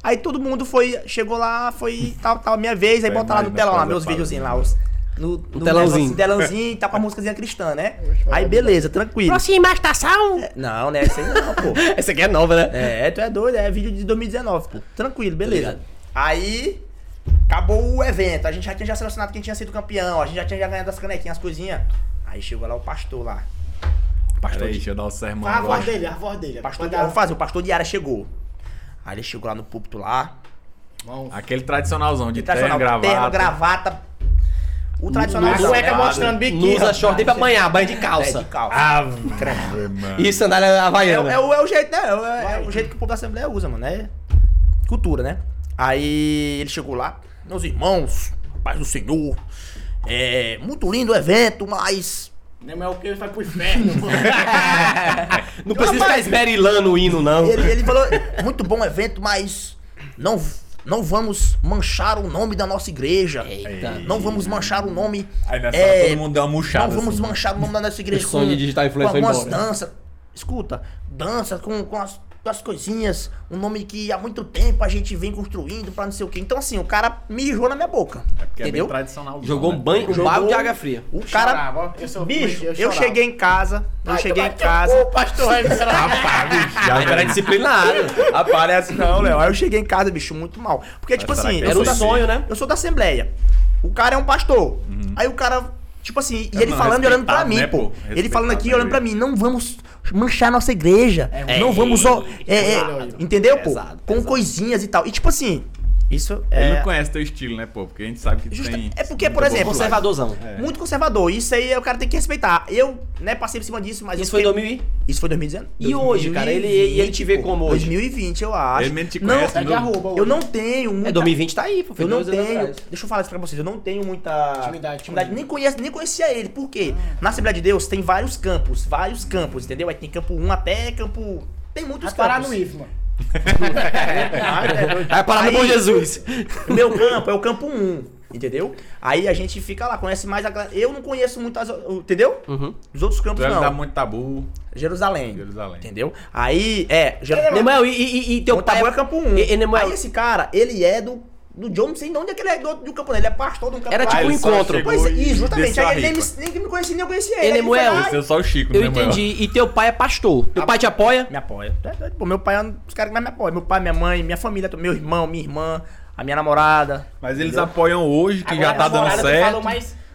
[SPEAKER 2] Aí todo mundo foi, chegou lá, foi, tal, tal, minha vez, aí
[SPEAKER 1] Vai
[SPEAKER 2] bota lá
[SPEAKER 1] mais
[SPEAKER 2] no
[SPEAKER 1] na
[SPEAKER 2] telão lá,
[SPEAKER 1] casa,
[SPEAKER 2] meus
[SPEAKER 1] para.
[SPEAKER 2] videozinhos lá, os, no, no
[SPEAKER 3] telãozinho.
[SPEAKER 2] negócio, telãozinho, tá com a músicazinha cristã, né? Aí beleza, tranquilo.
[SPEAKER 3] Próxima estação.
[SPEAKER 2] Não, né, isso aí não, pô.
[SPEAKER 3] Essa aqui é nova, né?
[SPEAKER 2] É, tu é doido, é vídeo de 2019, pô. Tranquilo, beleza.
[SPEAKER 3] ligado.
[SPEAKER 2] Aí, acabou o evento. A gente já tinha já selecionado quem tinha sido campeão, a gente já tinha já ganhado as canequinhas, as coisinhas. Aí chegou lá o pastor lá. Pastor
[SPEAKER 1] Peraí,
[SPEAKER 2] de
[SPEAKER 1] deixa eu dar o sermão
[SPEAKER 4] A
[SPEAKER 1] agora.
[SPEAKER 4] voz dele, a voz dele.
[SPEAKER 2] pastor,
[SPEAKER 4] Manda-
[SPEAKER 2] de- vamos fazer, o pastor de área chegou. Aí ele chegou lá no púlpito lá.
[SPEAKER 4] Irmão,
[SPEAKER 1] Aquele tradicionalzão de terno,
[SPEAKER 2] Tradicional,
[SPEAKER 1] gravata.
[SPEAKER 2] terno, gravata. O tradicional
[SPEAKER 4] A
[SPEAKER 2] não é
[SPEAKER 4] cueca
[SPEAKER 1] errado.
[SPEAKER 4] mostrando biquíni.
[SPEAKER 3] Não usa short nem pra apanhar, banho de
[SPEAKER 2] calça.
[SPEAKER 3] calça.
[SPEAKER 2] calça.
[SPEAKER 1] Ave Maria.
[SPEAKER 3] E sandália
[SPEAKER 2] É,
[SPEAKER 3] havaiana.
[SPEAKER 2] é o, é o jeito, né? É, o- é o jeito que o povo da Assembleia usa, mano. É cultura, né? Aí ele chegou lá, meus irmãos, paz do Senhor. É muito lindo o evento,
[SPEAKER 3] (laughs)
[SPEAKER 2] mas.
[SPEAKER 4] Nemuel o que vai tá pro inferno.
[SPEAKER 3] Não precisa ficar esmerilando o hino, não.
[SPEAKER 2] Ele, ele falou, muito bom o evento, mas não, não vamos manchar o nome da nossa igreja.
[SPEAKER 3] Eita.
[SPEAKER 2] Não vamos manchar o nome.
[SPEAKER 1] Aí nessa
[SPEAKER 2] é,
[SPEAKER 1] hora todo mundo deu uma murchada.
[SPEAKER 2] Não vamos
[SPEAKER 1] assim.
[SPEAKER 2] manchar o nome da nossa igreja assim,
[SPEAKER 3] O sonho de digital influencer
[SPEAKER 2] com algumas
[SPEAKER 3] foi embora.
[SPEAKER 2] danças. Escuta, dança com, com as, com as coisinhas, um nome que há muito tempo a gente vem construindo pra não sei o quê. Então, assim, o cara mijou na minha boca.
[SPEAKER 1] Porque é bem
[SPEAKER 2] entendeu?
[SPEAKER 1] tradicionalzão,
[SPEAKER 3] Jogou
[SPEAKER 1] né?
[SPEAKER 3] um banho, um
[SPEAKER 2] Jogou-
[SPEAKER 3] balde de água fria.
[SPEAKER 2] o cara.
[SPEAKER 4] Chorava, ó. Eu sou-
[SPEAKER 2] bicho, eu,
[SPEAKER 4] eu chorava.
[SPEAKER 2] cheguei em casa, eu
[SPEAKER 4] Ai,
[SPEAKER 2] cheguei em
[SPEAKER 4] tomar teu
[SPEAKER 2] casa.
[SPEAKER 4] cu,
[SPEAKER 2] (laughs)
[SPEAKER 4] pastor Rogério.
[SPEAKER 1] Já
[SPEAKER 3] Era
[SPEAKER 1] era
[SPEAKER 3] disciplinado.
[SPEAKER 1] assim,
[SPEAKER 6] Aparece
[SPEAKER 2] Não, Léo, aí eu cheguei em casa, bicho, muito mal. Porque, tipo
[SPEAKER 1] será
[SPEAKER 2] assim,
[SPEAKER 1] que
[SPEAKER 2] eu
[SPEAKER 1] eu
[SPEAKER 3] Era
[SPEAKER 2] sou
[SPEAKER 3] um
[SPEAKER 1] sei
[SPEAKER 2] da-
[SPEAKER 1] dizer?
[SPEAKER 3] sonho, né?
[SPEAKER 2] Eu sou da Assembleia. O cara é um pastor. Aí o cara, tipo assim, e
[SPEAKER 1] Uhum. É,
[SPEAKER 2] ele
[SPEAKER 1] não,
[SPEAKER 2] falando e olhando pra
[SPEAKER 1] respeitado,
[SPEAKER 2] mim,
[SPEAKER 1] né, pô?
[SPEAKER 2] pô. Ele
[SPEAKER 1] Respeitado
[SPEAKER 2] falando aqui e
[SPEAKER 1] também.
[SPEAKER 2] olhando pra mim, não vamos manchar nossa igreja.
[SPEAKER 4] É,
[SPEAKER 2] não
[SPEAKER 4] é,
[SPEAKER 2] vamos, ó. é, é,
[SPEAKER 4] pesado.
[SPEAKER 2] entendeu, pô?
[SPEAKER 3] Pesado,
[SPEAKER 2] Com coisinhas e tal. E tipo assim, isso
[SPEAKER 1] Ele
[SPEAKER 2] é.
[SPEAKER 1] não conhece teu estilo, né, pô? Porque a gente sabe que
[SPEAKER 2] Justa-
[SPEAKER 1] tem.
[SPEAKER 2] é porque, por
[SPEAKER 1] muita
[SPEAKER 2] exemplo,
[SPEAKER 1] bobagem.
[SPEAKER 3] Conservadorzão.
[SPEAKER 2] Muito conservador. Isso aí o cara tem que respeitar. Eu, né, passei por cima disso, mas.
[SPEAKER 3] Isso
[SPEAKER 2] eu
[SPEAKER 3] foi em
[SPEAKER 2] fiquei-
[SPEAKER 3] 2000
[SPEAKER 2] Isso foi 2019.
[SPEAKER 3] E hoje, cara? Ele- e ele te vê como hoje?
[SPEAKER 2] 2020, eu acho.
[SPEAKER 1] Ele mesmo te
[SPEAKER 2] não,
[SPEAKER 1] conhece,
[SPEAKER 4] Tá de
[SPEAKER 1] não-
[SPEAKER 4] arroba
[SPEAKER 2] eu
[SPEAKER 4] hoje.
[SPEAKER 2] não tenho
[SPEAKER 3] É,
[SPEAKER 2] muita
[SPEAKER 3] 2020 tá aí, pô. foi
[SPEAKER 2] Eu não
[SPEAKER 3] dois anos
[SPEAKER 2] tenho.
[SPEAKER 3] atrás.
[SPEAKER 2] Deixa eu falar isso pra vocês. Eu não tenho muita.
[SPEAKER 4] é Intimidade, intimidade. Ah.
[SPEAKER 2] Nem, conheço, nem conhecia ele. Por quê? Na Assembleia de Deus tem vários campos. Vários campos, entendeu? Aí tem campo 1 até campo. Tem muitos
[SPEAKER 4] Vai parar
[SPEAKER 2] campos.
[SPEAKER 4] no né? IFMA.
[SPEAKER 2] (laughs)
[SPEAKER 3] Vai parar no
[SPEAKER 2] Aí-
[SPEAKER 3] Bom Jesus.
[SPEAKER 2] O meu campo é o campo 1, entendeu? Aí a gente fica lá, conhece mais a galera. Eu não conheço muito as. Entendeu?
[SPEAKER 3] Uhum.
[SPEAKER 2] Os outros
[SPEAKER 1] Tu
[SPEAKER 2] campos
[SPEAKER 1] vai dar
[SPEAKER 2] não.
[SPEAKER 1] muito tabu.
[SPEAKER 2] Jerusalém.
[SPEAKER 1] Jerusalém.
[SPEAKER 2] Entendeu? Aí, é. Jerusalém.
[SPEAKER 3] Nemuel, e, e, e teu
[SPEAKER 2] Teu
[SPEAKER 3] pai...
[SPEAKER 2] tabu é campo 1.
[SPEAKER 3] E- e, Nemuel,
[SPEAKER 2] Aí esse cara, ele é do. Do John, não sei de onde é que ele é do, do campo dele. Ele é pastor de um campo
[SPEAKER 3] Era
[SPEAKER 2] lá.
[SPEAKER 3] tipo
[SPEAKER 1] Ah,
[SPEAKER 3] um
[SPEAKER 1] ele só
[SPEAKER 3] encontro.
[SPEAKER 1] chegou
[SPEAKER 2] Pois é,
[SPEAKER 1] e
[SPEAKER 2] isso, justamente.
[SPEAKER 1] desceu a
[SPEAKER 2] Aí ele nem me,
[SPEAKER 1] ripa.
[SPEAKER 2] nem que me conhecia, nem eu conhecia ele.
[SPEAKER 3] Ele é
[SPEAKER 2] Aí foi lá
[SPEAKER 3] Moel.
[SPEAKER 2] e-
[SPEAKER 1] Desceu só o Chico,
[SPEAKER 3] eu
[SPEAKER 1] né, Manuel?
[SPEAKER 3] entendi. E teu pai é pastor. Teu pai te apoia?
[SPEAKER 2] Me apoia. Tu é doido, pô. meu pai é um dos caras que mais me apoia. Meu pai, minha mãe, minha família, meu irmão, minha irmã, a minha namorada.
[SPEAKER 1] Mas eles apoiam hoje, que já tá dando certo.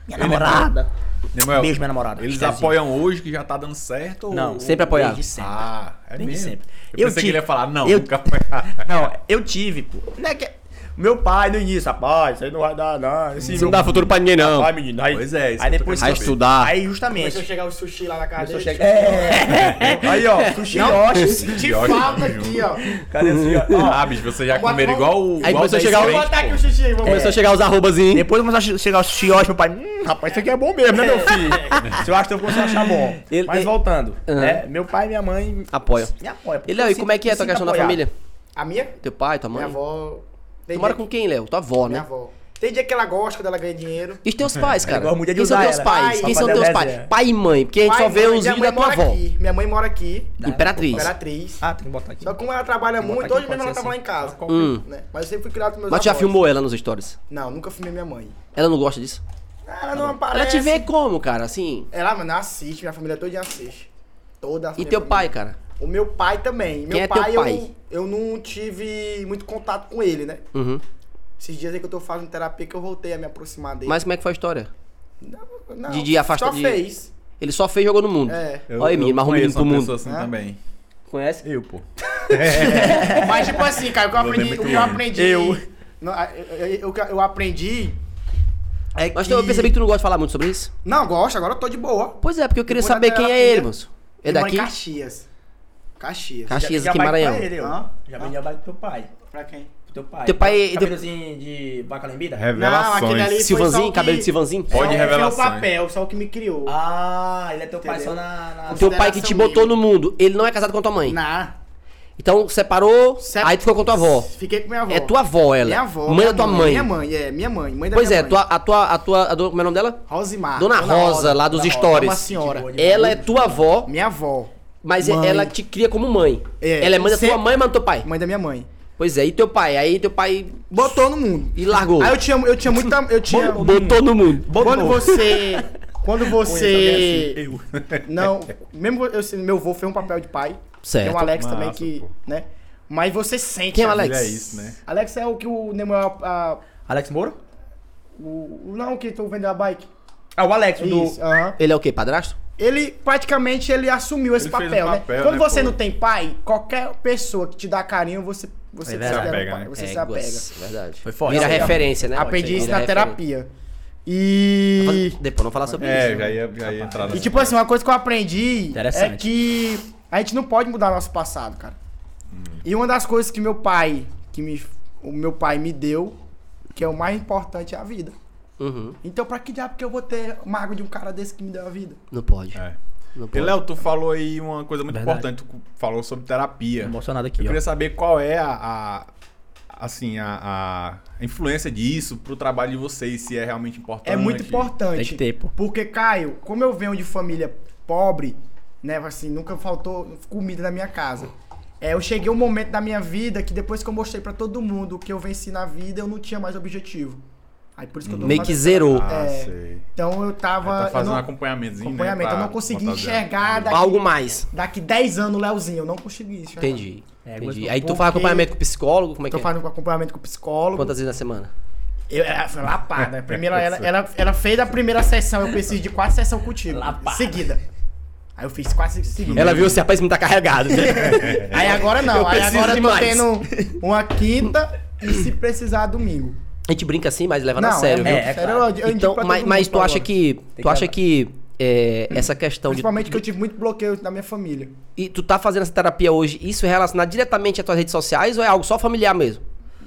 [SPEAKER 2] Minha namorada.
[SPEAKER 1] Nemuel,
[SPEAKER 2] Beijo, minha né, namorada.
[SPEAKER 1] Eles
[SPEAKER 2] Stezinho.
[SPEAKER 1] apoiam hoje, que já tá dando certo? ou-
[SPEAKER 2] Não,
[SPEAKER 3] Sempre apoiaram.
[SPEAKER 2] Desde sempre.
[SPEAKER 1] Ah, é
[SPEAKER 2] Desde
[SPEAKER 1] mesmo?
[SPEAKER 2] sempre.
[SPEAKER 1] Eu, pensei
[SPEAKER 2] Eu tive-
[SPEAKER 1] que ele ia falar, não,
[SPEAKER 2] eu-
[SPEAKER 1] nunca apoiaram.
[SPEAKER 2] Não, eu tive, pô. Não é que... Meu pai no início, rapaz, isso aí não vai dar, não. Esse meu-
[SPEAKER 3] futuro pra ninguém, não.
[SPEAKER 2] Ai, menino, aí,
[SPEAKER 1] Pois é, isso
[SPEAKER 2] aí
[SPEAKER 1] que eu tô
[SPEAKER 2] depois...
[SPEAKER 1] querendo
[SPEAKER 3] Vai estudar.
[SPEAKER 2] Aí
[SPEAKER 4] Deixa eu
[SPEAKER 2] justamente...
[SPEAKER 4] chegar o sushi lá na casa dele.
[SPEAKER 1] (laughs)
[SPEAKER 2] É. Aí, ó, sushi Yoshi.
[SPEAKER 3] É.
[SPEAKER 4] Senti
[SPEAKER 1] Pior que-
[SPEAKER 4] falta aqui, ó.
[SPEAKER 6] Cadê
[SPEAKER 2] (laughs)
[SPEAKER 6] esse ó?
[SPEAKER 1] (laughs) Ah, bicho, você já
[SPEAKER 4] Agora
[SPEAKER 1] comeram
[SPEAKER 4] vamos-
[SPEAKER 1] igual o.
[SPEAKER 3] Aí
[SPEAKER 1] igual
[SPEAKER 3] começou a
[SPEAKER 1] dez
[SPEAKER 3] chegar o-
[SPEAKER 1] crente,
[SPEAKER 4] Então Botar aqui
[SPEAKER 1] pô.
[SPEAKER 4] o sushi aí, vamos
[SPEAKER 3] Começou a chegar os arrobas, hein?
[SPEAKER 2] Depois começou a che- chegar o sushi Yoshi, meu pai... Hum, rapaz, isso aqui é bom mesmo, né, meu filho? Se (laughs) eu acho que eu fosse achar bom.
[SPEAKER 3] Ele-
[SPEAKER 2] Mas voltando,
[SPEAKER 3] Aham.
[SPEAKER 2] né, meu pai e minha mãe...
[SPEAKER 3] Apoia.
[SPEAKER 2] Me apoia.
[SPEAKER 3] E, Léo, e como é que é a tua
[SPEAKER 2] Sinto
[SPEAKER 3] questão da
[SPEAKER 2] apoiado.
[SPEAKER 3] família?
[SPEAKER 4] A minha?
[SPEAKER 3] Teu pai, tua mãe?
[SPEAKER 4] Minha avó. Tem
[SPEAKER 3] Tu mora
[SPEAKER 4] dia-
[SPEAKER 3] com quem, Léo? Tua avó, né?
[SPEAKER 4] Minha avó. Tem dia que ela gosta, quando ela ganha dinheiro.
[SPEAKER 3] E os teus pais, cara?
[SPEAKER 6] gosto muito de
[SPEAKER 3] Quem são
[SPEAKER 6] usar
[SPEAKER 3] teus
[SPEAKER 6] ela.
[SPEAKER 3] pais?
[SPEAKER 4] Pai,
[SPEAKER 3] Quem são
[SPEAKER 6] papai
[SPEAKER 3] teus
[SPEAKER 6] da
[SPEAKER 3] pais?
[SPEAKER 6] Lésia.
[SPEAKER 3] Pai e mãe, porque a gente
[SPEAKER 4] Pai,
[SPEAKER 3] só vê
[SPEAKER 4] mãe,
[SPEAKER 3] os
[SPEAKER 4] minha
[SPEAKER 3] vídeos da
[SPEAKER 4] mãe
[SPEAKER 3] tua
[SPEAKER 4] mora
[SPEAKER 3] avó.
[SPEAKER 4] aqui. Minha mãe mora aqui.
[SPEAKER 3] Imperatriz.
[SPEAKER 4] Imperatriz.
[SPEAKER 6] Ah, tem que botar aqui.
[SPEAKER 4] Só que como ela trabalha muito,
[SPEAKER 6] aqui,
[SPEAKER 4] hoje mesmo
[SPEAKER 6] pode
[SPEAKER 4] ela
[SPEAKER 6] ser
[SPEAKER 4] tava
[SPEAKER 2] assim.
[SPEAKER 4] lá em casa.
[SPEAKER 3] Hum.
[SPEAKER 4] né? Mas eu sempre fui criado com meus
[SPEAKER 3] Mas tu já
[SPEAKER 4] avós.
[SPEAKER 3] filmou ela nos stories.
[SPEAKER 4] Não, nunca filmei minha mãe.
[SPEAKER 3] Ela não gosta disso?
[SPEAKER 5] Cara, não
[SPEAKER 3] Tá Ela te
[SPEAKER 5] aparece.
[SPEAKER 3] vê como, cara, assim.
[SPEAKER 4] Ela, mano, assiste, minha família toda assiste. Toda a
[SPEAKER 3] E
[SPEAKER 4] família
[SPEAKER 3] teu
[SPEAKER 4] toda.
[SPEAKER 3] pai, cara?
[SPEAKER 4] O meu pai também. Meu
[SPEAKER 3] Quem é teu
[SPEAKER 4] pai,
[SPEAKER 3] pai?
[SPEAKER 4] Eu, eu não tive muito contato com ele, né?
[SPEAKER 3] Uhum.
[SPEAKER 4] Esses dias aí que eu tô fazendo terapia que eu voltei a me aproximar dele.
[SPEAKER 3] Mas como é que foi a história?
[SPEAKER 4] não, não,
[SPEAKER 3] de- de afastar-
[SPEAKER 4] Só
[SPEAKER 3] de-
[SPEAKER 4] fez.
[SPEAKER 3] Ele só fez e jogou no mundo.
[SPEAKER 4] É.
[SPEAKER 3] Olha aí, menino, arruma
[SPEAKER 1] conheço
[SPEAKER 3] menino pro
[SPEAKER 1] uma
[SPEAKER 3] mundo.
[SPEAKER 1] pessoa assim
[SPEAKER 4] Ah.
[SPEAKER 1] também.
[SPEAKER 3] Conhece?
[SPEAKER 1] Eu, pô.
[SPEAKER 4] Mas tipo assim, cara, o que eu
[SPEAKER 1] Não tem
[SPEAKER 4] aprendi.
[SPEAKER 1] muito
[SPEAKER 4] O que eu
[SPEAKER 1] nome.
[SPEAKER 4] aprendi.
[SPEAKER 5] Eu.
[SPEAKER 4] Não, a- eu- eu- eu- eu aprendi. É
[SPEAKER 3] Mas
[SPEAKER 4] que...
[SPEAKER 3] eu percebi que tu não gosta de falar muito sobre isso.
[SPEAKER 4] Não, gosto, agora eu tô de boa.
[SPEAKER 3] Pois é, porque eu queria
[SPEAKER 4] Depois
[SPEAKER 3] saber
[SPEAKER 4] da
[SPEAKER 3] quem é
[SPEAKER 4] terapia.
[SPEAKER 3] ele, moço. É
[SPEAKER 4] Eu moro em
[SPEAKER 3] daqui?
[SPEAKER 4] Caxias. Caxias.
[SPEAKER 3] Caxias,
[SPEAKER 5] Já
[SPEAKER 3] aqui em
[SPEAKER 5] vai pra
[SPEAKER 3] Maranhão.
[SPEAKER 5] ele, ó.
[SPEAKER 4] Hã?
[SPEAKER 5] Já
[SPEAKER 4] Hã?
[SPEAKER 5] vendi a bike pro teu pai.
[SPEAKER 4] Pra quem?
[SPEAKER 5] Pro teu pai.
[SPEAKER 3] Teu É. pai-
[SPEAKER 5] Cabelozinho de vaca lembida?
[SPEAKER 4] Revelações.
[SPEAKER 1] Não, aquele ali-
[SPEAKER 4] foi só
[SPEAKER 3] Silvanzinho,
[SPEAKER 4] o
[SPEAKER 3] cabelo
[SPEAKER 4] que- É,
[SPEAKER 3] de Silvanzinho.
[SPEAKER 1] Pode
[SPEAKER 4] Só-
[SPEAKER 1] revelações.
[SPEAKER 4] Só o papel, só o que me criou.
[SPEAKER 5] Ah, ele é teu pai só
[SPEAKER 4] Entendeu?
[SPEAKER 5] na... na-
[SPEAKER 3] O teu pai que te
[SPEAKER 4] Consideração
[SPEAKER 3] botou
[SPEAKER 4] mínima.
[SPEAKER 3] no mundo, ele não é casado com a tua mãe.
[SPEAKER 4] Na.
[SPEAKER 3] Então separou,
[SPEAKER 4] Sep-
[SPEAKER 3] aí tu ficou com tua avó.
[SPEAKER 4] Fiquei com minha avó.
[SPEAKER 3] É tua avó, ela.
[SPEAKER 4] Minha avó.
[SPEAKER 3] Mãe
[SPEAKER 4] minha
[SPEAKER 3] da tua mãe.
[SPEAKER 4] Minha mãe, é, minha mãe. Mãe da
[SPEAKER 3] Pois
[SPEAKER 4] minha
[SPEAKER 3] é,
[SPEAKER 4] mãe.
[SPEAKER 3] tua, a tua, a tua, a do- como é o nome dela?
[SPEAKER 4] Rosimar.
[SPEAKER 3] Dona Rosa, lá dos
[SPEAKER 5] Dona Rosa,
[SPEAKER 3] stories.
[SPEAKER 4] Uma senhora.
[SPEAKER 5] Gente boa
[SPEAKER 3] Ela é tua avó,
[SPEAKER 4] Minha avó.
[SPEAKER 3] mas é-
[SPEAKER 4] Mãe.
[SPEAKER 3] ela te cria como mãe.
[SPEAKER 4] É,
[SPEAKER 3] ela é mãe da
[SPEAKER 4] você-
[SPEAKER 3] tua mãe, mas do teu pai.
[SPEAKER 4] Mãe da minha mãe.
[SPEAKER 3] Pois é, e teu pai? Aí teu pai
[SPEAKER 4] Botou no mundo.
[SPEAKER 3] e largou.
[SPEAKER 4] Aí eu tinha, eu tinha muita. Eu tinha.
[SPEAKER 3] Botou no mundo.
[SPEAKER 4] Quando você. Quando você.
[SPEAKER 2] então é assim, Eu.
[SPEAKER 4] Não. Mesmo eu, assim, meu avô fez um papel de pai.
[SPEAKER 3] Certo.
[SPEAKER 4] Tem o Alex
[SPEAKER 2] Massa,
[SPEAKER 4] também que.
[SPEAKER 2] pô.
[SPEAKER 4] Né? Mas você sente.
[SPEAKER 3] Quem é o
[SPEAKER 4] a
[SPEAKER 3] Alex?
[SPEAKER 4] vida.
[SPEAKER 2] É isso, né?
[SPEAKER 4] Alex é o que o Nemo é a. a-
[SPEAKER 5] Alex Moro?
[SPEAKER 4] o, o- não, que tu vendeu é a bike.
[SPEAKER 5] Ah, o Alex, o do...
[SPEAKER 4] Isso. aham.
[SPEAKER 3] Ele é o quê? Padrasto?
[SPEAKER 4] ele praticamente ele assumiu esse
[SPEAKER 1] Ele fez
[SPEAKER 4] papel,
[SPEAKER 1] o
[SPEAKER 4] né?
[SPEAKER 1] papel,
[SPEAKER 4] Quando
[SPEAKER 1] né,
[SPEAKER 4] você
[SPEAKER 1] pô?
[SPEAKER 4] não tem pai, qualquer pessoa que te dá carinho, você você
[SPEAKER 2] É
[SPEAKER 4] considera
[SPEAKER 2] verdade.
[SPEAKER 4] um
[SPEAKER 2] Apega,
[SPEAKER 4] pai,
[SPEAKER 2] né?
[SPEAKER 4] você
[SPEAKER 3] é,
[SPEAKER 4] se apega.
[SPEAKER 3] gosto, Verdade.
[SPEAKER 5] Foi forte.
[SPEAKER 3] Vira
[SPEAKER 5] Foi
[SPEAKER 3] referência, né?
[SPEAKER 4] Aprendi isso
[SPEAKER 3] Vira
[SPEAKER 4] na
[SPEAKER 3] referência. Tá
[SPEAKER 4] terapia. E
[SPEAKER 3] Mas Depois não falar sobre isso.
[SPEAKER 1] É, já ia, já ia entrar
[SPEAKER 4] e
[SPEAKER 1] nessa
[SPEAKER 4] tipo assim, uma coisa que eu aprendi é
[SPEAKER 5] Interessante.
[SPEAKER 4] que a gente não pode mudar nosso passado, cara. E uma das coisas que meu pai, que me o meu pai me deu, que é o mais importante é a vida.
[SPEAKER 3] Uhum.
[SPEAKER 4] Então pra que diabo que eu vou ter mágoa de um cara desse que me deu a vida?
[SPEAKER 3] Não pode.
[SPEAKER 1] É.
[SPEAKER 3] Não
[SPEAKER 1] E
[SPEAKER 3] pode.
[SPEAKER 1] Léo, tu falou aí uma coisa muito
[SPEAKER 5] Verdade.
[SPEAKER 1] importante, tu falou sobre terapia.
[SPEAKER 5] Emocionado
[SPEAKER 1] Eu
[SPEAKER 5] aqui, ó.
[SPEAKER 1] queria saber qual é a, a- assim, a, a influência disso pro trabalho de vocês, se é realmente importante.
[SPEAKER 4] É muito importante.
[SPEAKER 5] Tem que ter, pô.
[SPEAKER 4] Porque, Caio, como eu venho de família pobre, né, assim, nunca faltou comida na minha casa. É, eu cheguei um momento da minha vida que depois que eu mostrei pra todo mundo o que eu venci na vida, eu não tinha mais objetivo. Aí por isso que eu tô
[SPEAKER 3] Meio que
[SPEAKER 4] fazendo-
[SPEAKER 3] zerou.
[SPEAKER 1] Ah,
[SPEAKER 4] É.
[SPEAKER 1] sei.
[SPEAKER 4] Então eu tava.
[SPEAKER 1] Tá fazendo um
[SPEAKER 4] eu não,
[SPEAKER 1] acompanhamentozinho, né,
[SPEAKER 4] acompanhamento.
[SPEAKER 1] pra
[SPEAKER 4] eu não consegui
[SPEAKER 1] botar zero.
[SPEAKER 4] enxergar daqui,
[SPEAKER 3] Algo mais.
[SPEAKER 4] daqui 10 anos o Leozinho. Eu não consegui enxergar.
[SPEAKER 3] Entendi.
[SPEAKER 5] É,
[SPEAKER 3] entendi.
[SPEAKER 5] mas
[SPEAKER 3] Aí tu
[SPEAKER 4] porque-
[SPEAKER 3] faz acompanhamento com o psicólogo, como é que
[SPEAKER 4] Tô
[SPEAKER 3] é?
[SPEAKER 4] fazendo um acompanhamento com o psicólogo.
[SPEAKER 3] Quantas vezes na semana?
[SPEAKER 4] Eu, ela foi lapada. Primeiro, ela, ela, ela fez a primeira sessão, eu preciso de quatro sessões contigo.
[SPEAKER 5] Lapada.
[SPEAKER 4] Seguida. Aí eu fiz quatro seguidas.
[SPEAKER 3] Ela viu esse rapaz não tá carregado. né?
[SPEAKER 4] (laughs) Aí agora não,
[SPEAKER 3] Eu
[SPEAKER 4] aí
[SPEAKER 3] preciso
[SPEAKER 4] agora eu
[SPEAKER 3] de
[SPEAKER 4] tô
[SPEAKER 3] mais.
[SPEAKER 4] tendo uma quinta e se precisar domingo.
[SPEAKER 3] A gente brinca assim, mas leva
[SPEAKER 4] não,
[SPEAKER 3] na sério,
[SPEAKER 4] é,
[SPEAKER 3] viu?
[SPEAKER 4] é, sério, eu- eu indico
[SPEAKER 3] Então,
[SPEAKER 4] pra todo
[SPEAKER 3] mas,
[SPEAKER 4] mundo
[SPEAKER 3] mas tu
[SPEAKER 4] agora.
[SPEAKER 3] acha que. Tu
[SPEAKER 5] que
[SPEAKER 3] acha
[SPEAKER 5] levar.
[SPEAKER 3] que é, essa questão de.
[SPEAKER 4] Principalmente que eu tive muito bloqueio da minha família.
[SPEAKER 3] E tu tá fazendo essa terapia hoje, isso é relacionado diretamente às tuas redes sociais ou é algo só familiar mesmo?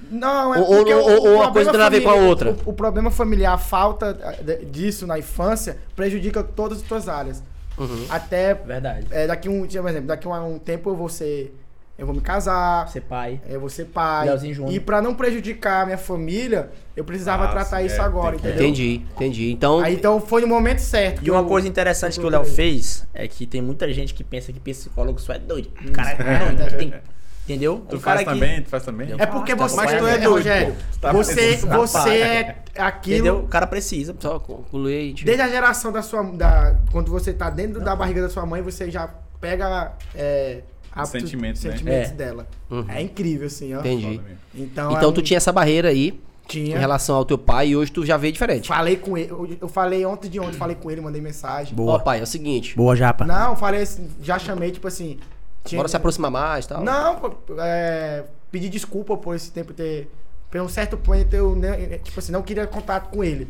[SPEAKER 4] Não, é
[SPEAKER 3] Ou-
[SPEAKER 4] porque
[SPEAKER 3] ou- ou-
[SPEAKER 4] o- o
[SPEAKER 3] ou uma coisa
[SPEAKER 4] problema
[SPEAKER 3] tem nada a ver com a
[SPEAKER 4] família-
[SPEAKER 3] outra.
[SPEAKER 4] O, o problema familiar, a falta ah, de- disso na infância, prejudica todas as tuas áreas.
[SPEAKER 3] Uhum.
[SPEAKER 4] Até
[SPEAKER 5] Verdade.
[SPEAKER 4] é, daqui um dia, por exemplo, daqui a um tempo eu vou ser. Eu vou me casar.
[SPEAKER 2] é
[SPEAKER 5] Ser pai.
[SPEAKER 4] Eu vou ser pai.
[SPEAKER 5] Leozinho Júnior.
[SPEAKER 4] E pra não prejudicar a minha família, eu precisava
[SPEAKER 1] Ah,
[SPEAKER 4] tratar
[SPEAKER 1] sim,
[SPEAKER 4] isso
[SPEAKER 1] é,
[SPEAKER 4] agora,
[SPEAKER 1] tem que-
[SPEAKER 4] entendeu?
[SPEAKER 3] Entendi, entendi. Então,
[SPEAKER 4] Aí, então foi no momento certo.
[SPEAKER 5] E uma coisa interessante que o Léo fez é que tem muita gente que pensa que psicólogo só é doido. O cara é doido, (laughs) que tem- Entendeu?
[SPEAKER 1] Tu
[SPEAKER 5] o cara
[SPEAKER 1] faz
[SPEAKER 5] que-
[SPEAKER 1] também? Tu faz também?
[SPEAKER 4] É porque
[SPEAKER 5] Tá
[SPEAKER 4] você.
[SPEAKER 1] mas tu é
[SPEAKER 4] é,
[SPEAKER 1] doido,
[SPEAKER 4] Rogério,
[SPEAKER 1] pô. Tu tá
[SPEAKER 4] você,
[SPEAKER 1] precisando.
[SPEAKER 4] você é
[SPEAKER 5] Entendeu?
[SPEAKER 4] aquilo.
[SPEAKER 5] O cara precisa. pô.
[SPEAKER 3] só concluir. aí, Tipo,
[SPEAKER 4] Desde a geração da sua. Da, quando você tá dentro da barriga da sua mãe, você já pega. É, aptos-
[SPEAKER 1] sentimentos, né?
[SPEAKER 4] sentimentos
[SPEAKER 5] É.
[SPEAKER 4] dela. É incrível, assim, ó.
[SPEAKER 3] Uhum. entendi.
[SPEAKER 4] Então,
[SPEAKER 3] Então
[SPEAKER 4] é
[SPEAKER 3] tu
[SPEAKER 4] um-
[SPEAKER 3] tinha essa barreira aí em
[SPEAKER 4] tinha.
[SPEAKER 3] relação ao teu pai e hoje tu já vê diferente.
[SPEAKER 4] Falei com ele. eu- Eu falei ontem de ontem, falei com ele, mandei mensagem.
[SPEAKER 3] Ó, pai, é o seguinte,
[SPEAKER 5] Boa, Japa.
[SPEAKER 4] Não, falei assim, já chamei, tipo assim. Tinha,
[SPEAKER 3] bora se aproximar mais e tal.
[SPEAKER 4] Não, pô, é, pedi desculpa por esse tempo ter. Por um certo ponto eu, né, tipo assim, não queria contato com ele.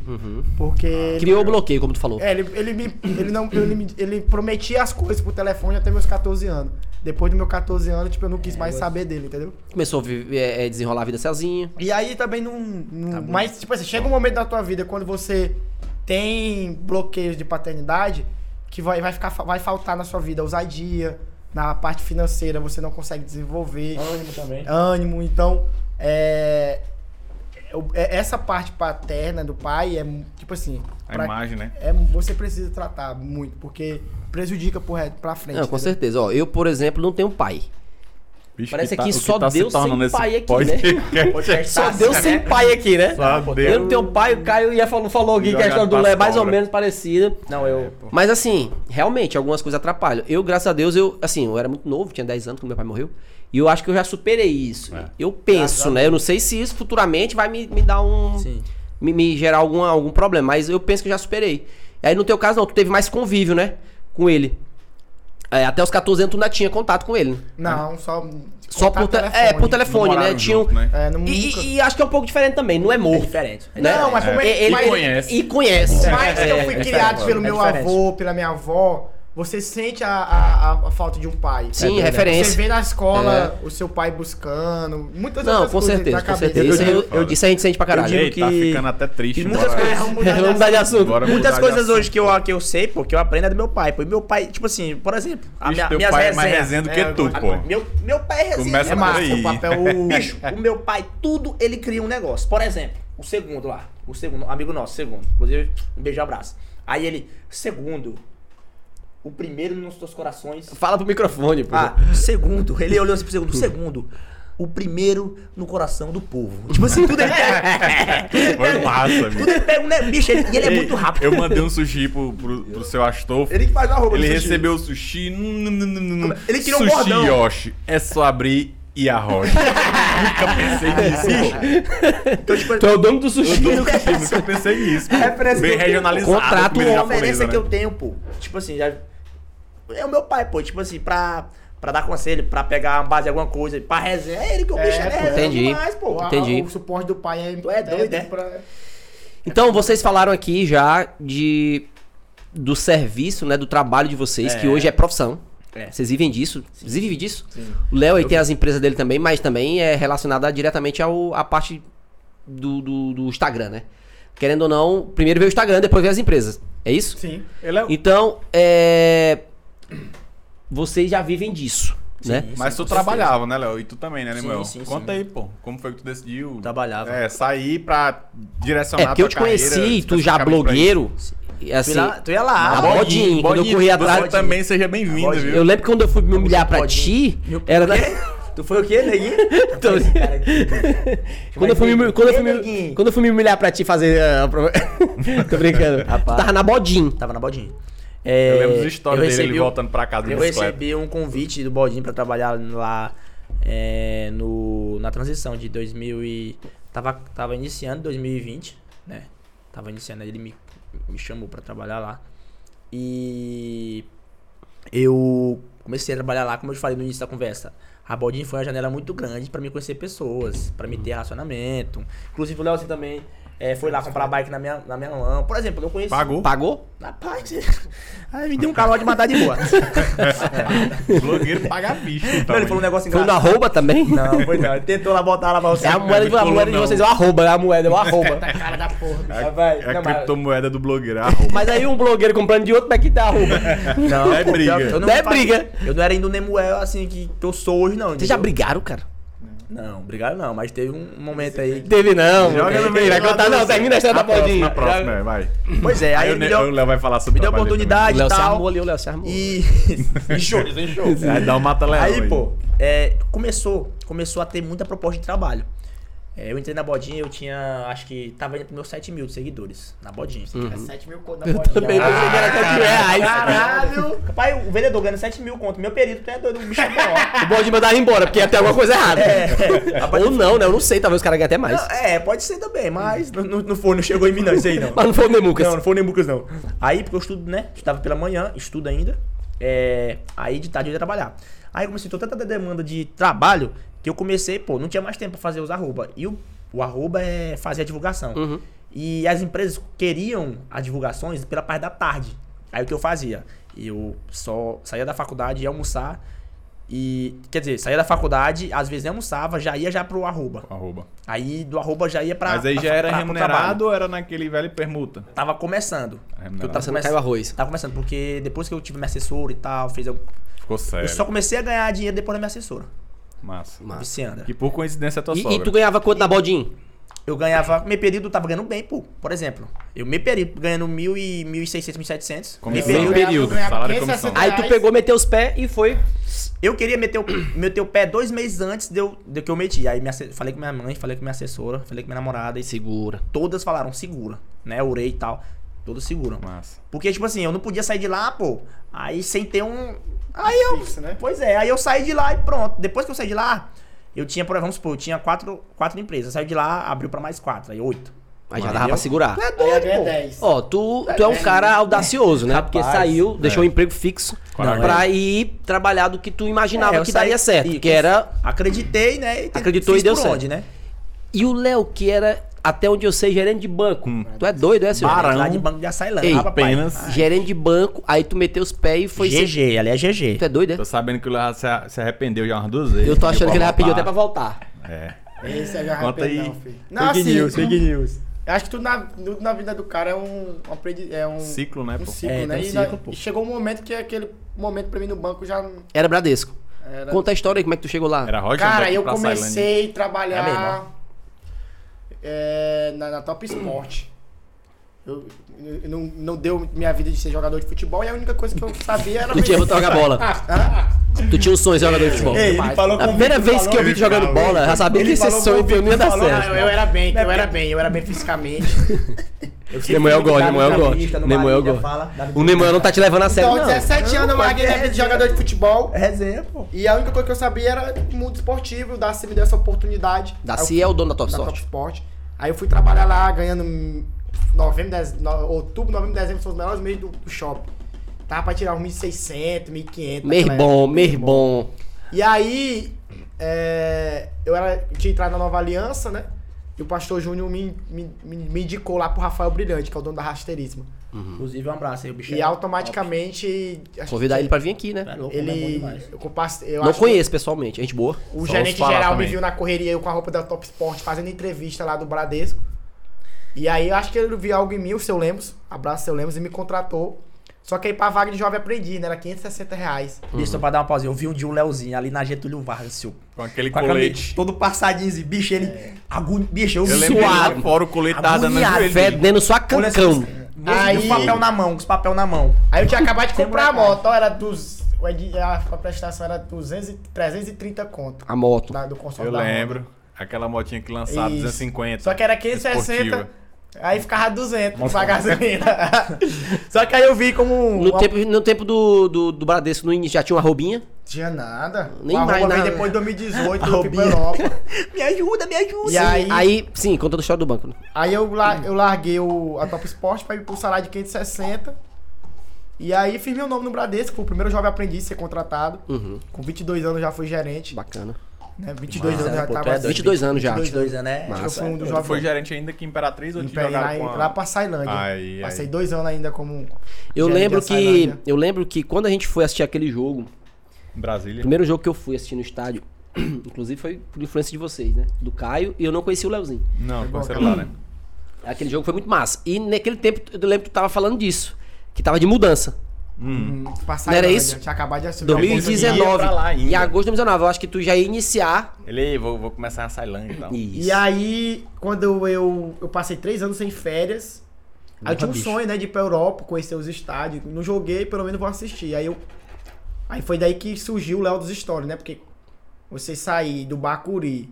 [SPEAKER 4] Porque. ele-
[SPEAKER 3] Uhum. Criou o bloqueio, como tu falou.
[SPEAKER 4] É, ele, ele, me, ele, não, ele, me- ele prometia as coisas por telefone até meus 14 anos. Depois do meu 14 anos, tipo, eu não quis mais saber dele, entendeu?
[SPEAKER 3] Começou a viver- é, é, desenrolar a vida sozinho.
[SPEAKER 4] E aí também não. não-
[SPEAKER 1] Tá
[SPEAKER 4] mas, tipo assim, chega um momento da tua vida quando você tem bloqueios de paternidade que vai, vai, ficar, fa- vai faltar na sua vida ousadia, na parte financeira você não consegue desenvolver.
[SPEAKER 5] Ânimo também.
[SPEAKER 4] Ânimo, então. É, eu- é- essa parte paterna do pai é mu- tipo assim.
[SPEAKER 1] A
[SPEAKER 4] pra-
[SPEAKER 1] imagem, né?
[SPEAKER 4] é, você precisa tratar muito, porque prejudica pro resto, pra frente.
[SPEAKER 3] Não, com
[SPEAKER 4] entendeu?
[SPEAKER 3] certeza. Ó, eu, por exemplo, não tenho pai.
[SPEAKER 1] Bicho,
[SPEAKER 3] Parece
[SPEAKER 1] que tá-
[SPEAKER 3] que
[SPEAKER 1] o
[SPEAKER 3] só
[SPEAKER 1] tá se
[SPEAKER 3] Deus sem
[SPEAKER 1] tornando esse
[SPEAKER 3] pai aqui,
[SPEAKER 1] podcast.
[SPEAKER 5] Podcast
[SPEAKER 3] Só
[SPEAKER 5] tá,
[SPEAKER 3] deu
[SPEAKER 5] né?
[SPEAKER 3] sem pai aqui,
[SPEAKER 1] (laughs)
[SPEAKER 3] né?
[SPEAKER 1] Só Deus.
[SPEAKER 3] Eu não tenho pai, o Caio ia falou, falou aqui que a história do Léo é mais ou
[SPEAKER 1] Joga
[SPEAKER 3] menos parecida.
[SPEAKER 5] Não, eu.
[SPEAKER 3] Mas assim, realmente, algumas coisas atrapalham. Eu, graças a Deus, eu, assim, eu era muito novo, tinha 10 anos quando meu pai morreu. E eu acho que eu já superei isso.
[SPEAKER 1] É.
[SPEAKER 3] Eu penso, né? Eu não sei se isso futuramente vai me, me dar um.
[SPEAKER 2] é
[SPEAKER 3] Me, me gerar alguma, algum problema, mas eu penso que eu já superei. E aí no teu caso, não, tu teve mais convívio, né? Com ele. É, até os 14 anos tu ainda tinha contato com ele. né?
[SPEAKER 4] Não, só.
[SPEAKER 3] Só por,
[SPEAKER 4] contato
[SPEAKER 3] te- É, por telefone, né?
[SPEAKER 1] Moraram
[SPEAKER 3] Tinha um-
[SPEAKER 1] junto, né?
[SPEAKER 4] É, não,
[SPEAKER 3] E,
[SPEAKER 4] nunca-
[SPEAKER 3] e- e acho que é um pouco diferente também, não é
[SPEAKER 5] É
[SPEAKER 3] morto.
[SPEAKER 5] diferente.
[SPEAKER 3] né?
[SPEAKER 4] Não, mas como é-
[SPEAKER 3] E-
[SPEAKER 4] mas-
[SPEAKER 1] E conhece.
[SPEAKER 3] E conhece.
[SPEAKER 4] Mas eu fui
[SPEAKER 5] é
[SPEAKER 4] criado
[SPEAKER 5] diferente.
[SPEAKER 4] pelo
[SPEAKER 5] É
[SPEAKER 4] meu
[SPEAKER 5] diferente.
[SPEAKER 4] avô, pela minha avó. Você sente a, a, a- a falta de um pai.
[SPEAKER 3] Sim,
[SPEAKER 4] verdade.
[SPEAKER 3] referência. É.
[SPEAKER 4] Você vê na escola o seu pai buscando. Muitas
[SPEAKER 3] Não,
[SPEAKER 4] outras
[SPEAKER 3] com
[SPEAKER 4] coisas
[SPEAKER 3] certeza,
[SPEAKER 4] na
[SPEAKER 3] com
[SPEAKER 4] cabeça.
[SPEAKER 3] certeza. Isso,
[SPEAKER 1] Eu
[SPEAKER 3] eu-
[SPEAKER 1] digo-
[SPEAKER 3] eu- isso a gente sente pra caralho.
[SPEAKER 1] Ei, tá
[SPEAKER 2] que-
[SPEAKER 1] ficando até triste.
[SPEAKER 2] que muitas
[SPEAKER 1] bora.
[SPEAKER 2] coisas-
[SPEAKER 4] É, vamos mudar de
[SPEAKER 3] Vamos (laughs) mudar de assunto.
[SPEAKER 1] Bora mudar
[SPEAKER 2] Muitas
[SPEAKER 1] de
[SPEAKER 2] coisas
[SPEAKER 1] assunto.
[SPEAKER 2] hoje que eu, que eu sei, pô, que eu aprendo é do meu pai, pô. E meu pai, tipo assim, por exemplo, a
[SPEAKER 1] Bicho,
[SPEAKER 2] minha,
[SPEAKER 1] teu
[SPEAKER 2] minhas
[SPEAKER 1] pai é
[SPEAKER 2] resenhas.
[SPEAKER 1] mais resenha do que
[SPEAKER 4] É,
[SPEAKER 1] tu,
[SPEAKER 4] agora-
[SPEAKER 1] pô.
[SPEAKER 2] Meu, meu pai é resenha.
[SPEAKER 1] Começa
[SPEAKER 2] é
[SPEAKER 1] por
[SPEAKER 2] massa.
[SPEAKER 1] aí.
[SPEAKER 4] O papel.
[SPEAKER 2] Bicho, o meu pai, tudo ele cria um negócio. Por exemplo, o segundo lá. O segundo, um amigo nosso, segundo. Inclusive, um beijo e abraço. Aí ele, segundo, o primeiro nos teus corações.
[SPEAKER 1] é.
[SPEAKER 3] Fala pro microfone, pô.
[SPEAKER 2] Ah, segundo, ele olhou assim pro segundo. Segundo, o primeiro no coração do povo. Tipo assim, tudo ele pega.
[SPEAKER 1] Foi massa, amigo.
[SPEAKER 2] Tudo ele pega, né? Bicho, ele, e ele é
[SPEAKER 1] Ei,
[SPEAKER 2] muito rápido.
[SPEAKER 1] Eu mandei um sushi pro, pro, pro seu Astolfo.
[SPEAKER 2] Ele que faz a roupa
[SPEAKER 1] Ele
[SPEAKER 2] do sushi.
[SPEAKER 1] recebeu o sushi. num, num, num, num, num.
[SPEAKER 2] Ele tirou um
[SPEAKER 1] sushi
[SPEAKER 2] bordão.
[SPEAKER 1] Yoshi. É só abrir e a
[SPEAKER 2] (laughs)
[SPEAKER 1] rocha. Nunca pensei nisso. pô.
[SPEAKER 2] Então, tipo,
[SPEAKER 3] Tu é o dono do
[SPEAKER 1] Eu
[SPEAKER 3] sushi.
[SPEAKER 1] dou um sushi, nunca pensei nisso. pô.
[SPEAKER 2] Referência que
[SPEAKER 1] Bem
[SPEAKER 2] eu tenho.
[SPEAKER 1] regionalizado.
[SPEAKER 3] Contrato,
[SPEAKER 1] comida
[SPEAKER 2] a
[SPEAKER 1] japonesa,
[SPEAKER 2] referência
[SPEAKER 1] né?
[SPEAKER 2] que eu tenho, pô. Tipo assim, já. É o meu pai, pô. Tipo assim, pra, pra dar conselho, pra pegar uma base de alguma coisa, pra resenha. É ele que eu
[SPEAKER 4] É,
[SPEAKER 2] bicho, ele
[SPEAKER 4] pô,
[SPEAKER 2] é
[SPEAKER 3] entendi.
[SPEAKER 2] demais, pô.
[SPEAKER 4] O, a-
[SPEAKER 3] Entendi.
[SPEAKER 4] o suporte do pai é,
[SPEAKER 2] Tu é doido, é?
[SPEAKER 4] pra-
[SPEAKER 3] Então, vocês falaram aqui já de do serviço, né, do trabalho de vocês, que hoje é profissão.
[SPEAKER 2] É.
[SPEAKER 3] Vocês vivem disso? Vocês vivem disso? O Léo aí tem as empresas dele também, mas também é relacionada diretamente ao, à parte do, do, do Instagram, né? Querendo ou não, primeiro veio o Instagram, depois veio as empresas. É isso?
[SPEAKER 4] Sim.
[SPEAKER 1] Ele é-
[SPEAKER 3] Então, é... vocês já vivem disso, né?
[SPEAKER 1] Mas tu trabalhava, né, Léo? E tu também, né, Lemuel?
[SPEAKER 2] sim,
[SPEAKER 1] Conta
[SPEAKER 2] sim.
[SPEAKER 1] aí, pô. Como foi que tu decidiu
[SPEAKER 2] Trabalhava.
[SPEAKER 1] é, sair pra direcionar
[SPEAKER 3] É, porque eu
[SPEAKER 1] tua
[SPEAKER 3] te
[SPEAKER 1] carreira
[SPEAKER 3] conheci, tu já
[SPEAKER 1] especificamente pra
[SPEAKER 3] blogueiro, e
[SPEAKER 2] Tu
[SPEAKER 3] assim...
[SPEAKER 2] ia lá, tu ia lá.
[SPEAKER 3] na bodinha, quando eu corri atrás-
[SPEAKER 1] Você também seja bem-vindo,
[SPEAKER 2] Bodinha.
[SPEAKER 1] viu?
[SPEAKER 3] Eu lembro que quando eu fui me humilhar pra
[SPEAKER 2] Pode.
[SPEAKER 3] ti, era na...
[SPEAKER 2] Tu foi o quê, neguinho?
[SPEAKER 3] Então-
[SPEAKER 2] Esse cara aqui.
[SPEAKER 3] Quando eu, fui me, quando, eu fui
[SPEAKER 2] Ei,
[SPEAKER 3] me,
[SPEAKER 2] neguinho.
[SPEAKER 3] quando eu fui me humilhar pra ti fazer. ah, pro- (laughs) Tô brincando. Tu tava na bodinha.
[SPEAKER 2] Tava na bodinha.
[SPEAKER 1] Eu
[SPEAKER 2] É,
[SPEAKER 1] lembro as histórias
[SPEAKER 2] eu
[SPEAKER 1] dele ele
[SPEAKER 2] recebi um-
[SPEAKER 1] voltando pra casa de
[SPEAKER 2] Eu
[SPEAKER 1] bicicleta.
[SPEAKER 2] recebi um convite do Baldinho pra trabalhar lá é, no, na transição de 2000 e... Tava, tava iniciando 2020, né? Tava iniciando, aí ele me, me chamou pra trabalhar lá. E eu comecei a trabalhar lá, como eu te falei no início da conversa. A Baldinho foi uma janela muito grande pra me conhecer pessoas, pra me ter relacionamento. Inclusive o Léo assim, também é, foi lá comprar bike na minha, na minha mão. Por exemplo, eu não conhecia...
[SPEAKER 1] Pagou?
[SPEAKER 3] Pagou?
[SPEAKER 2] Rapaz, (laughs) aí me deu um calor de matar de boa.
[SPEAKER 1] Blogueiro paga bicho.
[SPEAKER 2] Não,
[SPEAKER 1] então,
[SPEAKER 2] ele falou um
[SPEAKER 1] hein?
[SPEAKER 2] negócio
[SPEAKER 3] Foi no
[SPEAKER 2] engraçado.
[SPEAKER 3] arroba também?
[SPEAKER 2] Não, foi não. Ele tentou lá botar lá pra você.
[SPEAKER 3] É a moeda, de, a
[SPEAKER 1] colou,
[SPEAKER 3] moeda de
[SPEAKER 1] não.
[SPEAKER 3] vocês, é o arroba, é a moeda, é o (laughs) arroba.
[SPEAKER 4] Cara da porra. bicho.
[SPEAKER 2] Ah, vai.
[SPEAKER 1] É a
[SPEAKER 2] Não, mas-
[SPEAKER 1] criptomoeda do blogueiro. arroba.
[SPEAKER 3] Mas aí um blogueiro comprando de outro, como é que tá arroba?
[SPEAKER 2] Não,
[SPEAKER 1] É
[SPEAKER 2] pô,
[SPEAKER 1] briga.
[SPEAKER 2] pior que eu
[SPEAKER 3] Não é
[SPEAKER 2] faço-
[SPEAKER 3] briga.
[SPEAKER 2] Eu não era ainda o Nemuel assim que, que eu sou hoje, não.
[SPEAKER 3] Vocês já
[SPEAKER 2] entendeu?
[SPEAKER 3] brigaram, cara?
[SPEAKER 2] Não, brigaram não, mas teve um momento aí. que-
[SPEAKER 3] Teve não. é
[SPEAKER 1] Joga no meio,
[SPEAKER 3] Vai
[SPEAKER 1] joga
[SPEAKER 3] contar,
[SPEAKER 1] no
[SPEAKER 3] não,
[SPEAKER 1] meio.
[SPEAKER 3] termina a história da
[SPEAKER 1] Na próxima,
[SPEAKER 3] bodinha.
[SPEAKER 1] Na próxima, é, vai.
[SPEAKER 2] Pois é, aí,
[SPEAKER 1] Aí
[SPEAKER 2] ele
[SPEAKER 1] o
[SPEAKER 2] me
[SPEAKER 1] Ne- o
[SPEAKER 2] deu,
[SPEAKER 1] Léo vai falar sobre
[SPEAKER 2] me deu
[SPEAKER 1] o trabalho dele
[SPEAKER 2] oportunidade
[SPEAKER 3] O
[SPEAKER 2] e
[SPEAKER 3] Léo se
[SPEAKER 2] tal.
[SPEAKER 3] armou ali, o Léo se
[SPEAKER 1] (laughs)
[SPEAKER 3] armou.
[SPEAKER 2] E. Enxou, enxou.
[SPEAKER 1] também. Vai dar um mata-leão.
[SPEAKER 2] Aí, pô, é, começou, começou a ter muita proposta de trabalho. É, eu entrei na bodinha, eu tinha, acho que tava indo pros meus 7 mil de seguidores na bodinha.
[SPEAKER 3] Uhum.
[SPEAKER 4] É 7 mil conto Ah, da
[SPEAKER 3] Eu
[SPEAKER 4] bodinha.
[SPEAKER 3] também pensei que era tanto de reais.
[SPEAKER 2] Caralho! Pai, o vendedor ganha 7 mil conto. Meu perito, tu é doido, o bicho é
[SPEAKER 3] (laughs)
[SPEAKER 2] bom.
[SPEAKER 3] O bode mandar ele embora, porque ia ter alguma coisa errada. Ou não, né? Eu não sei, talvez os caras ganhem até mais.
[SPEAKER 2] É. Não, é, pode ser também, mas não, não, não foi, não chegou em mim não, isso
[SPEAKER 3] (laughs)
[SPEAKER 2] aí não.
[SPEAKER 3] Mas não foi o Memucas.
[SPEAKER 2] Não, não foi nem Bucas não. Aí, porque eu estudo, né? Estudava pela manhã, estudo ainda. É, aí de tarde eu ia trabalhar. Aí comecei a ter tanta demanda de trabalho que eu comecei, pô, não tinha mais tempo pra fazer os arroba. E o, o arroba é fazer a divulgação. E as empresas queriam as divulgações pela parte da tarde. Aí o que eu fazia? Eu só saía da faculdade, ia almoçar. E, quer dizer, saía da faculdade, às vezes nem almoçava, já ia já pro arroba.
[SPEAKER 1] Arroba.
[SPEAKER 2] Aí do arroba já ia pra.
[SPEAKER 1] Mas aí
[SPEAKER 2] pra-
[SPEAKER 1] já era
[SPEAKER 2] pra- pro trabalho.
[SPEAKER 1] remunerado ou era naquele velho permuta?
[SPEAKER 2] Tava começando.
[SPEAKER 1] Remunerado.
[SPEAKER 3] Tá sendo
[SPEAKER 2] Mas-
[SPEAKER 3] caiu arroz.
[SPEAKER 2] Tava começando, porque depois que eu tive minha assessora e tal, fez eu,
[SPEAKER 1] Ficou sério.
[SPEAKER 2] eu só comecei a ganhar dinheiro depois da minha assessora,
[SPEAKER 1] Massa.
[SPEAKER 3] Massa.
[SPEAKER 2] Vicianda.
[SPEAKER 1] Que por coincidência é tua
[SPEAKER 3] E,
[SPEAKER 1] sogra.
[SPEAKER 3] e tu ganhava quanto na bodinha?
[SPEAKER 2] Eu ganhava, meu período eu tava ganhando bem, pô. Por exemplo, eu meu período ganhando mil e 1.600, 1.700.
[SPEAKER 1] Comissão.
[SPEAKER 2] Meu período-
[SPEAKER 1] período,
[SPEAKER 4] ganhava
[SPEAKER 1] salário e
[SPEAKER 4] 560
[SPEAKER 1] comissão.
[SPEAKER 3] Aí tu
[SPEAKER 4] reais.
[SPEAKER 3] pegou, meteu os pés e foi
[SPEAKER 2] Eu queria meter o, meter o pé dois meses antes de eu, de que eu meti. Aí minha asse- falei com minha mãe, falei com minha assessora, falei com minha namorada. E
[SPEAKER 3] Segura.
[SPEAKER 2] todas falaram segura, né? Orei e tal. Todas seguram.
[SPEAKER 1] Massa.
[SPEAKER 2] Porque, tipo assim, eu não podia sair de lá, pô. Aí sem ter um. Aí eu.
[SPEAKER 4] Fixo, né?
[SPEAKER 2] Pois é, aí eu saí de lá e pronto. Depois que eu saí de lá, eu tinha, por exemplo, vamos supor, eu tinha quatro, quatro empresas. Saiu de lá, abriu pra mais quatro, aí oito.
[SPEAKER 3] Aí já dava pra segurar.
[SPEAKER 2] Tu é
[SPEAKER 4] Aí a
[SPEAKER 2] doido,
[SPEAKER 4] ganha
[SPEAKER 2] pô.
[SPEAKER 4] 10.
[SPEAKER 3] Ó, tu, tu é um cara audacioso, né? Porque
[SPEAKER 2] Rapaz,
[SPEAKER 3] saiu, deixou o emprego fixo
[SPEAKER 1] Não,
[SPEAKER 3] pra ir trabalhar do que tu imaginava
[SPEAKER 2] É, eu
[SPEAKER 3] que
[SPEAKER 2] saí-
[SPEAKER 3] daria certo.
[SPEAKER 2] Isso.
[SPEAKER 3] Que era.
[SPEAKER 2] Acreditei, né? E
[SPEAKER 3] Acreditou e
[SPEAKER 2] fiz
[SPEAKER 3] deu
[SPEAKER 2] por
[SPEAKER 3] certo.
[SPEAKER 2] onde, né?
[SPEAKER 3] E o Léo, que era, até onde eu sei, gerente de banco. Tu é doido, é, senhor?
[SPEAKER 1] Barão.
[SPEAKER 2] Lá de Banco de Açailândia.
[SPEAKER 3] Ei,
[SPEAKER 2] lá, papai.
[SPEAKER 1] apenas.
[SPEAKER 3] Gerente de banco, aí tu meteu os pés e foi. ser-
[SPEAKER 2] GG, ali é GG.
[SPEAKER 3] Tu é doido, é?
[SPEAKER 1] Tô sabendo que o Léo se se arrependeu já umas duas vezes.
[SPEAKER 3] Eu tô achando que ele já pediu até
[SPEAKER 1] voltar.
[SPEAKER 3] pra voltar.
[SPEAKER 1] É.
[SPEAKER 4] Esse é já
[SPEAKER 1] Conta aí.
[SPEAKER 4] rapidão, filho. Não, assim,
[SPEAKER 2] news.
[SPEAKER 4] eu acho que tudo na, tudo na vida do cara é um, um aprendi- é um
[SPEAKER 1] Ciclo, né,
[SPEAKER 4] um
[SPEAKER 1] pô?
[SPEAKER 4] ciclo,
[SPEAKER 2] É,
[SPEAKER 4] né?
[SPEAKER 2] tem um
[SPEAKER 4] E na-
[SPEAKER 2] ciclo, pô.
[SPEAKER 4] e chegou um momento que aquele momento pra mim no banco já não
[SPEAKER 3] Era Bradesco.
[SPEAKER 4] era.
[SPEAKER 3] Conta a história aí, como é que tu chegou lá?
[SPEAKER 1] Era Roger
[SPEAKER 4] Cara, eu
[SPEAKER 1] pra Sailândia.
[SPEAKER 4] comecei a
[SPEAKER 2] É
[SPEAKER 4] trabalhar
[SPEAKER 2] mesmo,
[SPEAKER 4] é, na, na Top Sport. Eu, eu não, não deu minha vida de ser jogador de futebol e a única coisa que eu sabia
[SPEAKER 2] (laughs)
[SPEAKER 4] era. Ah,
[SPEAKER 3] Tu tinha
[SPEAKER 4] vencer.
[SPEAKER 3] vontade de jogar bola. Tu tinha o sonho de jogador de futebol.
[SPEAKER 2] Ei, ele
[SPEAKER 4] Demais.
[SPEAKER 2] falou
[SPEAKER 3] A
[SPEAKER 2] com o
[SPEAKER 3] primeira
[SPEAKER 2] Vitor,
[SPEAKER 3] vez que eu vi tu jogando bola, eu já sabia que
[SPEAKER 2] Ele
[SPEAKER 3] esse
[SPEAKER 2] falou
[SPEAKER 3] sonho
[SPEAKER 2] com o
[SPEAKER 3] teu não ia dar
[SPEAKER 2] Vitor, falou,
[SPEAKER 4] Ah,
[SPEAKER 3] certo.
[SPEAKER 4] eu, eu era bem,
[SPEAKER 2] é
[SPEAKER 4] eu era bem, eu era bem fisicamente.
[SPEAKER 3] Nemoel gosta,
[SPEAKER 2] Cara,
[SPEAKER 3] Nemoel
[SPEAKER 2] capitalista,
[SPEAKER 3] gosta.
[SPEAKER 2] no
[SPEAKER 3] Nemoel
[SPEAKER 2] Bahia,
[SPEAKER 3] gosta.
[SPEAKER 2] fala, Davi
[SPEAKER 3] O Nemoel não tá te levando a sério,
[SPEAKER 4] Então,
[SPEAKER 3] não.
[SPEAKER 4] 17 anos eu
[SPEAKER 2] Não, é
[SPEAKER 4] larguei
[SPEAKER 2] pode
[SPEAKER 4] minha
[SPEAKER 2] ser.
[SPEAKER 4] vida de jogador de futebol.
[SPEAKER 2] É Resenha, pô.
[SPEAKER 4] E a única coisa que eu sabia era o mundo esportivo, o Darcy me deu essa oportunidade. Aí eu
[SPEAKER 3] Daci é o dono da Top
[SPEAKER 4] da Top
[SPEAKER 3] Sorte.
[SPEAKER 4] Sport. Aí eu fui trabalhar lá, ganhando hum, novembro, dez, no- outubro, novembro, dezembro são os melhores meses do, do shopping. Tava pra tirar uns 1.600, 1.500.
[SPEAKER 3] Mês
[SPEAKER 4] naquela
[SPEAKER 3] bom,
[SPEAKER 4] época.
[SPEAKER 3] mês bom.
[SPEAKER 4] E aí, é, eu era, tinha entrado na Nova Aliança, né? E o pastor Júnior me, me, me- me indicou lá pro Rafael Brilhante, que é o dono da Rasteirismo.
[SPEAKER 2] Inclusive, um abraço aí, o bicho.
[SPEAKER 4] E automaticamente... acho
[SPEAKER 3] Convidar
[SPEAKER 4] que
[SPEAKER 3] ele pra vir aqui, né?
[SPEAKER 2] É louco, ele... é bom
[SPEAKER 4] Ele...
[SPEAKER 2] demais.
[SPEAKER 4] eu compasse- eu
[SPEAKER 3] Não
[SPEAKER 4] acho que-
[SPEAKER 3] conheço pessoalmente, gente boa.
[SPEAKER 4] O
[SPEAKER 1] Só
[SPEAKER 4] gerente
[SPEAKER 1] os falar
[SPEAKER 4] geral
[SPEAKER 1] também.
[SPEAKER 4] me viu na correria eu com a roupa da Top Sport fazendo entrevista lá do Bradesco. E aí eu acho que ele viu algo em mim, o seu Lemos, abraço seu Lemos, e me contratou. Só que aí pra vaga de jovem aprendiz, né? Era 560 reais.
[SPEAKER 2] Bicho, só pra dar uma pausinha. Eu vi um dia um Leozinho ali na Getúlio Vargas, seu.
[SPEAKER 1] Com aquele
[SPEAKER 2] Com a camisa
[SPEAKER 1] colete.
[SPEAKER 2] todo passadinho, assim, bicho, ele.
[SPEAKER 4] É.
[SPEAKER 2] Agu... Bicho, eu,
[SPEAKER 1] Eu lembro
[SPEAKER 2] suado.
[SPEAKER 1] que lá fora o colete tava dando no
[SPEAKER 2] Agoniado,
[SPEAKER 1] joelho dele.
[SPEAKER 3] Fedendo só a
[SPEAKER 2] Olha assim,
[SPEAKER 3] cancão.
[SPEAKER 2] Aí...
[SPEAKER 4] Aí-
[SPEAKER 2] Os papel na mão, os papel na mão.
[SPEAKER 4] Aí
[SPEAKER 1] (laughs)
[SPEAKER 4] eu tinha acabado de comprar a
[SPEAKER 2] molecagem.
[SPEAKER 4] moto, ó, era dos. o Ed- A, a prestação era 200, e- 330 conto
[SPEAKER 3] A moto.
[SPEAKER 4] da- do
[SPEAKER 1] Ah,
[SPEAKER 4] console
[SPEAKER 1] Eu
[SPEAKER 4] da Honda.
[SPEAKER 1] lembro. Aquela motinha que lançava,
[SPEAKER 4] Isso.
[SPEAKER 1] 250.
[SPEAKER 4] Só que era 560.
[SPEAKER 1] Esportiva.
[SPEAKER 4] Aí ficava 200 pra gasolina. (laughs) Só que aí eu vi como.
[SPEAKER 3] No tempo, no tempo do, do, do Bradesco, no início, já tinha uma roubinha.
[SPEAKER 4] Tinha nada.
[SPEAKER 3] Nem
[SPEAKER 4] a
[SPEAKER 3] mais
[SPEAKER 4] Roma veio
[SPEAKER 3] nada.
[SPEAKER 4] depois de
[SPEAKER 3] (laughs)
[SPEAKER 4] 2018, eu fui pra
[SPEAKER 2] roubinha.
[SPEAKER 4] Europa.
[SPEAKER 2] Me ajuda, me ajuda.
[SPEAKER 4] E aí,
[SPEAKER 3] Aí, sim, conta a história do banco. né?
[SPEAKER 4] aí eu, la- eu larguei o, a Top Sport pra ir pro salário de 560. E aí fiz meu nome no Bradesco, fui o primeiro jovem aprendiz a ser contratado.
[SPEAKER 3] Uhum,
[SPEAKER 4] Com 22 anos já fui gerente.
[SPEAKER 3] bacana.
[SPEAKER 4] Né? 22
[SPEAKER 2] Massa,
[SPEAKER 4] anos
[SPEAKER 2] né,
[SPEAKER 4] já
[SPEAKER 2] pô, tu
[SPEAKER 4] tava...
[SPEAKER 2] é
[SPEAKER 4] assim,
[SPEAKER 2] doido.
[SPEAKER 3] 22 anos já.
[SPEAKER 2] 22 anos, né?
[SPEAKER 3] Massa.
[SPEAKER 4] eu fui um dos
[SPEAKER 1] Tu foi
[SPEAKER 4] jovens
[SPEAKER 1] gerente ainda que Imperatriz ou te
[SPEAKER 4] em- lá,
[SPEAKER 1] jogaram com
[SPEAKER 4] em-
[SPEAKER 1] a-
[SPEAKER 4] lá pra Sailândia.
[SPEAKER 1] Aí,
[SPEAKER 4] Passei
[SPEAKER 1] aí.
[SPEAKER 4] dois anos ainda como... um,
[SPEAKER 3] Eu
[SPEAKER 4] gerente
[SPEAKER 3] lembro
[SPEAKER 4] da
[SPEAKER 3] que.
[SPEAKER 4] Sailândia.
[SPEAKER 3] Eu lembro que quando a gente foi assistir aquele jogo, o
[SPEAKER 1] Brasília.
[SPEAKER 3] primeiro jogo que eu fui assistir no estádio, (clears throat) inclusive foi por influência de vocês, né? Do Caio, e eu não conhecia o Leozinho.
[SPEAKER 1] Não, com
[SPEAKER 4] bom,
[SPEAKER 1] o celular, né?
[SPEAKER 3] Aquele jogo foi muito massa. E naquele tempo, eu lembro que tu tava falando disso. Que tava de mudança.
[SPEAKER 4] Hum, pra
[SPEAKER 3] era
[SPEAKER 4] Sailândia,
[SPEAKER 3] isso?
[SPEAKER 4] Tinha acabado de assumir. a
[SPEAKER 1] ia
[SPEAKER 3] 2019.
[SPEAKER 1] pra lá ainda.
[SPEAKER 3] Em agosto de 2019, eu acho que tu já ia iniciar.
[SPEAKER 1] Ele, vou, vou começar a então." Sailândia e tal.
[SPEAKER 3] Isso.
[SPEAKER 4] E aí, quando eu, eu passei três anos sem férias, aí eu tinha um sonho, né, de ir pra Europa, conhecer os estádios. Não joguei, pelo menos vou assistir. Aí eu. Aí foi daí que surgiu o Léo dos Stories, né? Porque você sair do Bacuri,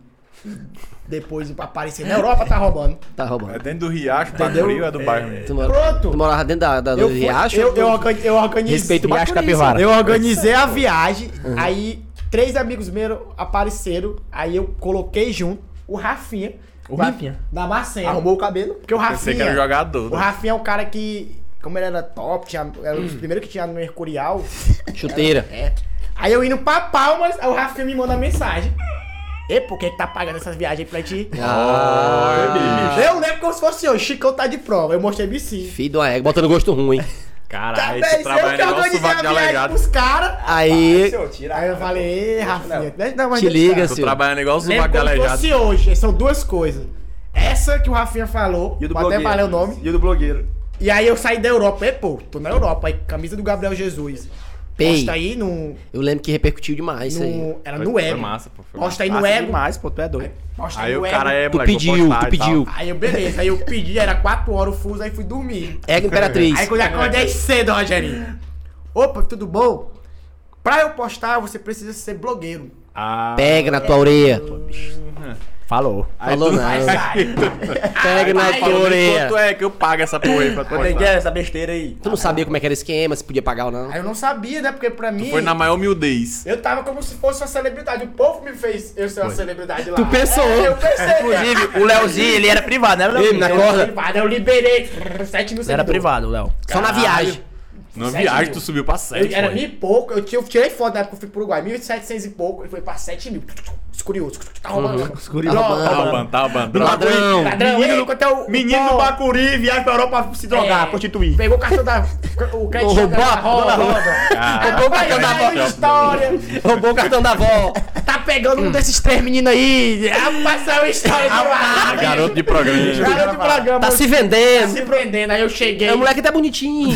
[SPEAKER 4] depois aparecer na Europa, tá roubando.
[SPEAKER 3] Tá
[SPEAKER 1] É
[SPEAKER 3] roubando.
[SPEAKER 1] dentro do Riacho, pra
[SPEAKER 4] Entendeu?
[SPEAKER 1] Frio é do bairro mesmo.
[SPEAKER 3] Tu, mora,
[SPEAKER 4] Pronto.
[SPEAKER 3] tu morava dentro da, da,
[SPEAKER 4] Eu,
[SPEAKER 3] do
[SPEAKER 4] fui-
[SPEAKER 3] Riacho?
[SPEAKER 4] eu, eu, organi- eu organizei.
[SPEAKER 3] Respeito o Riacho Capivara.
[SPEAKER 4] Eu organizei a viagem, aí três amigos meus apareceram, aí eu coloquei junto o Rafinha.
[SPEAKER 2] O
[SPEAKER 4] da-
[SPEAKER 2] Rafinha.
[SPEAKER 4] Da Marcena.
[SPEAKER 2] Arrumou o cabelo.
[SPEAKER 4] Porque o
[SPEAKER 1] Pensei
[SPEAKER 4] Rafinha.
[SPEAKER 1] que era jogador. né?
[SPEAKER 4] O Rafinha é um cara que, como ele era top, tinha, era o primeiro que tinha no Mercurial.
[SPEAKER 3] Chuteira.
[SPEAKER 4] É. Aí eu indo pra Palmas, aí o Rafinha me manda mensagem. E por que que tá pagando essas viagens pra ti?
[SPEAKER 3] Ah,
[SPEAKER 4] Eu lembro como se fosse eu, Chicão tá de prova. Eu mostrei BC.
[SPEAKER 3] filho do égua, botando gosto ruim.
[SPEAKER 1] Caralho,
[SPEAKER 4] Tá
[SPEAKER 1] tu
[SPEAKER 4] bem, eu
[SPEAKER 1] trabalha
[SPEAKER 4] que
[SPEAKER 1] igual
[SPEAKER 4] organizei
[SPEAKER 1] sovaco
[SPEAKER 4] a
[SPEAKER 1] de
[SPEAKER 4] viagem
[SPEAKER 1] alegado.
[SPEAKER 4] pros caras.
[SPEAKER 3] Aí,
[SPEAKER 4] Aí eu falei, ei, Rafinha, deixa- não, mas
[SPEAKER 3] te
[SPEAKER 4] deixa.
[SPEAKER 3] liga,
[SPEAKER 1] Tô
[SPEAKER 3] senhor.
[SPEAKER 1] trabalhando igual
[SPEAKER 4] Lembro
[SPEAKER 1] sovaco de
[SPEAKER 4] como se
[SPEAKER 1] aleijado.
[SPEAKER 4] fosse hoje. São duas coisas. Essa que o Rafinha falou, vou até
[SPEAKER 1] é
[SPEAKER 4] valer o nome.
[SPEAKER 2] E o do blogueiro.
[SPEAKER 4] E aí eu saí da Europa. E, pô, tô na Europa. Aí, camisa do Gabriel Jesus.
[SPEAKER 3] Pei.
[SPEAKER 4] Posta aí no.
[SPEAKER 3] Eu lembro que repercutiu demais isso aí.
[SPEAKER 4] no era
[SPEAKER 1] Foi-
[SPEAKER 4] no
[SPEAKER 1] foi
[SPEAKER 4] ego.
[SPEAKER 1] massa, pô, foi
[SPEAKER 4] Posta aí no
[SPEAKER 2] Massa
[SPEAKER 4] ego.
[SPEAKER 2] demais, pô, tu é doido.
[SPEAKER 4] Posta
[SPEAKER 1] Aí
[SPEAKER 4] aí no
[SPEAKER 1] o
[SPEAKER 4] ego.
[SPEAKER 1] cara é,
[SPEAKER 3] Tu
[SPEAKER 1] moleque, vou
[SPEAKER 3] pediu,
[SPEAKER 1] postar
[SPEAKER 3] tu
[SPEAKER 1] e tal.
[SPEAKER 3] pediu.
[SPEAKER 4] Aí eu, beleza. Aí eu pedi, era 4 horas o fuso, aí fui dormir.
[SPEAKER 3] Égua Imperatriz.
[SPEAKER 1] É.
[SPEAKER 4] Aí quando eu acordei cedo, Rogerinho. Opa, tudo bom? Pra eu postar, você precisa ser blogueiro.
[SPEAKER 2] Ah,
[SPEAKER 3] Pega na tua orelha.
[SPEAKER 2] falou.
[SPEAKER 3] Falou não.
[SPEAKER 1] (laughs)
[SPEAKER 3] Pega na tua orelha.
[SPEAKER 1] Quanto é que eu pago essa porra aí pra tu
[SPEAKER 5] Quanto é que
[SPEAKER 1] postar?
[SPEAKER 5] é essa besteira aí?
[SPEAKER 3] Tu não sabia como é que era o esquema, se podia pagar ou não.
[SPEAKER 4] Aí eu não sabia, né? Porque pra mim.
[SPEAKER 1] Foi na maior humildez.
[SPEAKER 4] Eu tava como se fosse uma celebridade. O povo me fez eu ser uma celebridade lá.
[SPEAKER 3] Tu pensou.
[SPEAKER 4] É, eu pensei.
[SPEAKER 2] Inclusive, o Leozinho, ele era privado, né,
[SPEAKER 3] Ei,
[SPEAKER 2] Leozinho?
[SPEAKER 3] na
[SPEAKER 2] Ele
[SPEAKER 3] corda.
[SPEAKER 4] Privado, eu liberei 7 mil
[SPEAKER 2] ele era
[SPEAKER 4] seguidores.
[SPEAKER 2] privado, o Léo.
[SPEAKER 3] Só na viagem.
[SPEAKER 1] Na
[SPEAKER 4] Sete
[SPEAKER 1] viagem
[SPEAKER 4] mil.
[SPEAKER 1] tu subiu pra 7.
[SPEAKER 4] Eu, era mil e pouco, eu, tinha, eu tirei foto na época que eu fui pro Uruguai, 1.700 e pouco, e foi pra 7 mil. Escurioso, tá
[SPEAKER 3] Uhum.
[SPEAKER 4] roubando.
[SPEAKER 2] Escurioso.
[SPEAKER 4] Tá
[SPEAKER 1] Tá
[SPEAKER 4] roubando.
[SPEAKER 1] roubando, tá roubando.
[SPEAKER 3] Ladrão.
[SPEAKER 4] Ladrão, ei, quanto é o.
[SPEAKER 2] Menino
[SPEAKER 4] o
[SPEAKER 2] do
[SPEAKER 4] pau?
[SPEAKER 2] Bacuri, viagem pra Europa pra se drogar,
[SPEAKER 4] É.
[SPEAKER 2] prostituir.
[SPEAKER 4] Pegou o cartão da. O crédito
[SPEAKER 3] Roubou
[SPEAKER 4] da
[SPEAKER 3] a
[SPEAKER 4] roda.
[SPEAKER 3] roda.
[SPEAKER 4] Roubou o cartão da
[SPEAKER 1] Caralho,
[SPEAKER 4] história.
[SPEAKER 3] Roubou o cartão da avó.
[SPEAKER 4] Tá pegando
[SPEAKER 3] Hum.
[SPEAKER 4] um desses três meninos aí. Rapaz, saiu a história do lado.
[SPEAKER 1] Garoto de programa.
[SPEAKER 4] Garoto do programa.
[SPEAKER 3] Tá se vendendo.
[SPEAKER 4] se prendendo. Aí eu cheguei.
[SPEAKER 3] É um moleque até bonitinho.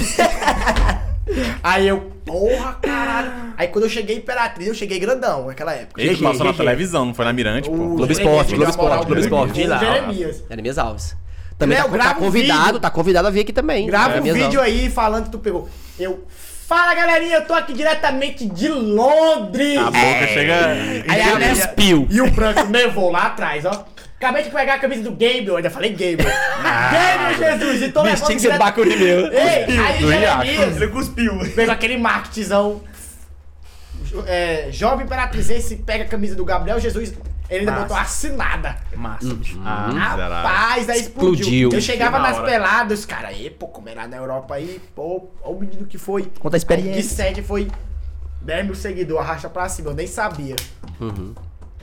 [SPEAKER 4] Aí eu. Porra, caralho. Aí quando eu cheguei em Imperatriz, eu cheguei grandão naquela época.
[SPEAKER 1] Ele que passou na
[SPEAKER 4] GG.
[SPEAKER 1] televisão, não foi na Mirante, pô.
[SPEAKER 4] O
[SPEAKER 3] Globo
[SPEAKER 4] Jeremias,
[SPEAKER 3] Esporte, Globo
[SPEAKER 4] na moral,
[SPEAKER 3] Esporte, Globo
[SPEAKER 4] Jeremias.
[SPEAKER 3] Esporte.
[SPEAKER 4] O
[SPEAKER 2] Lá.
[SPEAKER 4] Jeremias.
[SPEAKER 3] Jeremias Alves. Também
[SPEAKER 4] Léo,
[SPEAKER 3] tá, tá
[SPEAKER 4] grava um
[SPEAKER 3] convidado,
[SPEAKER 4] vídeo.
[SPEAKER 3] tá convidado a vir aqui também.
[SPEAKER 4] Grava um
[SPEAKER 3] Jeremias
[SPEAKER 4] vídeo
[SPEAKER 3] Alves.
[SPEAKER 4] aí falando que tu pegou. Eu. Fala galerinha, eu tô aqui diretamente de Londres.
[SPEAKER 3] Tá
[SPEAKER 1] A
[SPEAKER 3] É.
[SPEAKER 1] boca chega.
[SPEAKER 4] Aí a
[SPEAKER 3] Jeremias
[SPEAKER 4] Léo-
[SPEAKER 3] Pio.
[SPEAKER 4] E o branco nevou lá atrás, ó. Acabei de pegar a camisa do Gabriel, ainda falei Gabriel. Gabriel Jesus, e tô levando
[SPEAKER 3] Ah, Tinha que ser
[SPEAKER 4] direto-
[SPEAKER 3] Bacuri mesmo.
[SPEAKER 4] Ei, aí
[SPEAKER 1] do
[SPEAKER 4] Jeremias
[SPEAKER 2] cuspiu.
[SPEAKER 4] pegou aquele marketzão. jo- É, jovem imperatrizense pega a camisa do Gabriel Jesus, ele ainda botou assinada.
[SPEAKER 2] Massa, bicho.
[SPEAKER 1] Ah,
[SPEAKER 4] Rapaz, aí explodiu.
[SPEAKER 3] Hum. Explodiu.
[SPEAKER 4] Eu chegava
[SPEAKER 1] Na
[SPEAKER 4] nas
[SPEAKER 1] hora.
[SPEAKER 4] peladas, os cara, e pô, como era na Europa aí, pô, olha o menino que foi.
[SPEAKER 2] Conta a experiência.
[SPEAKER 4] Que sede foi 10 mil seguidores, arrasta pra cima, eu nem sabia.
[SPEAKER 3] Uhum.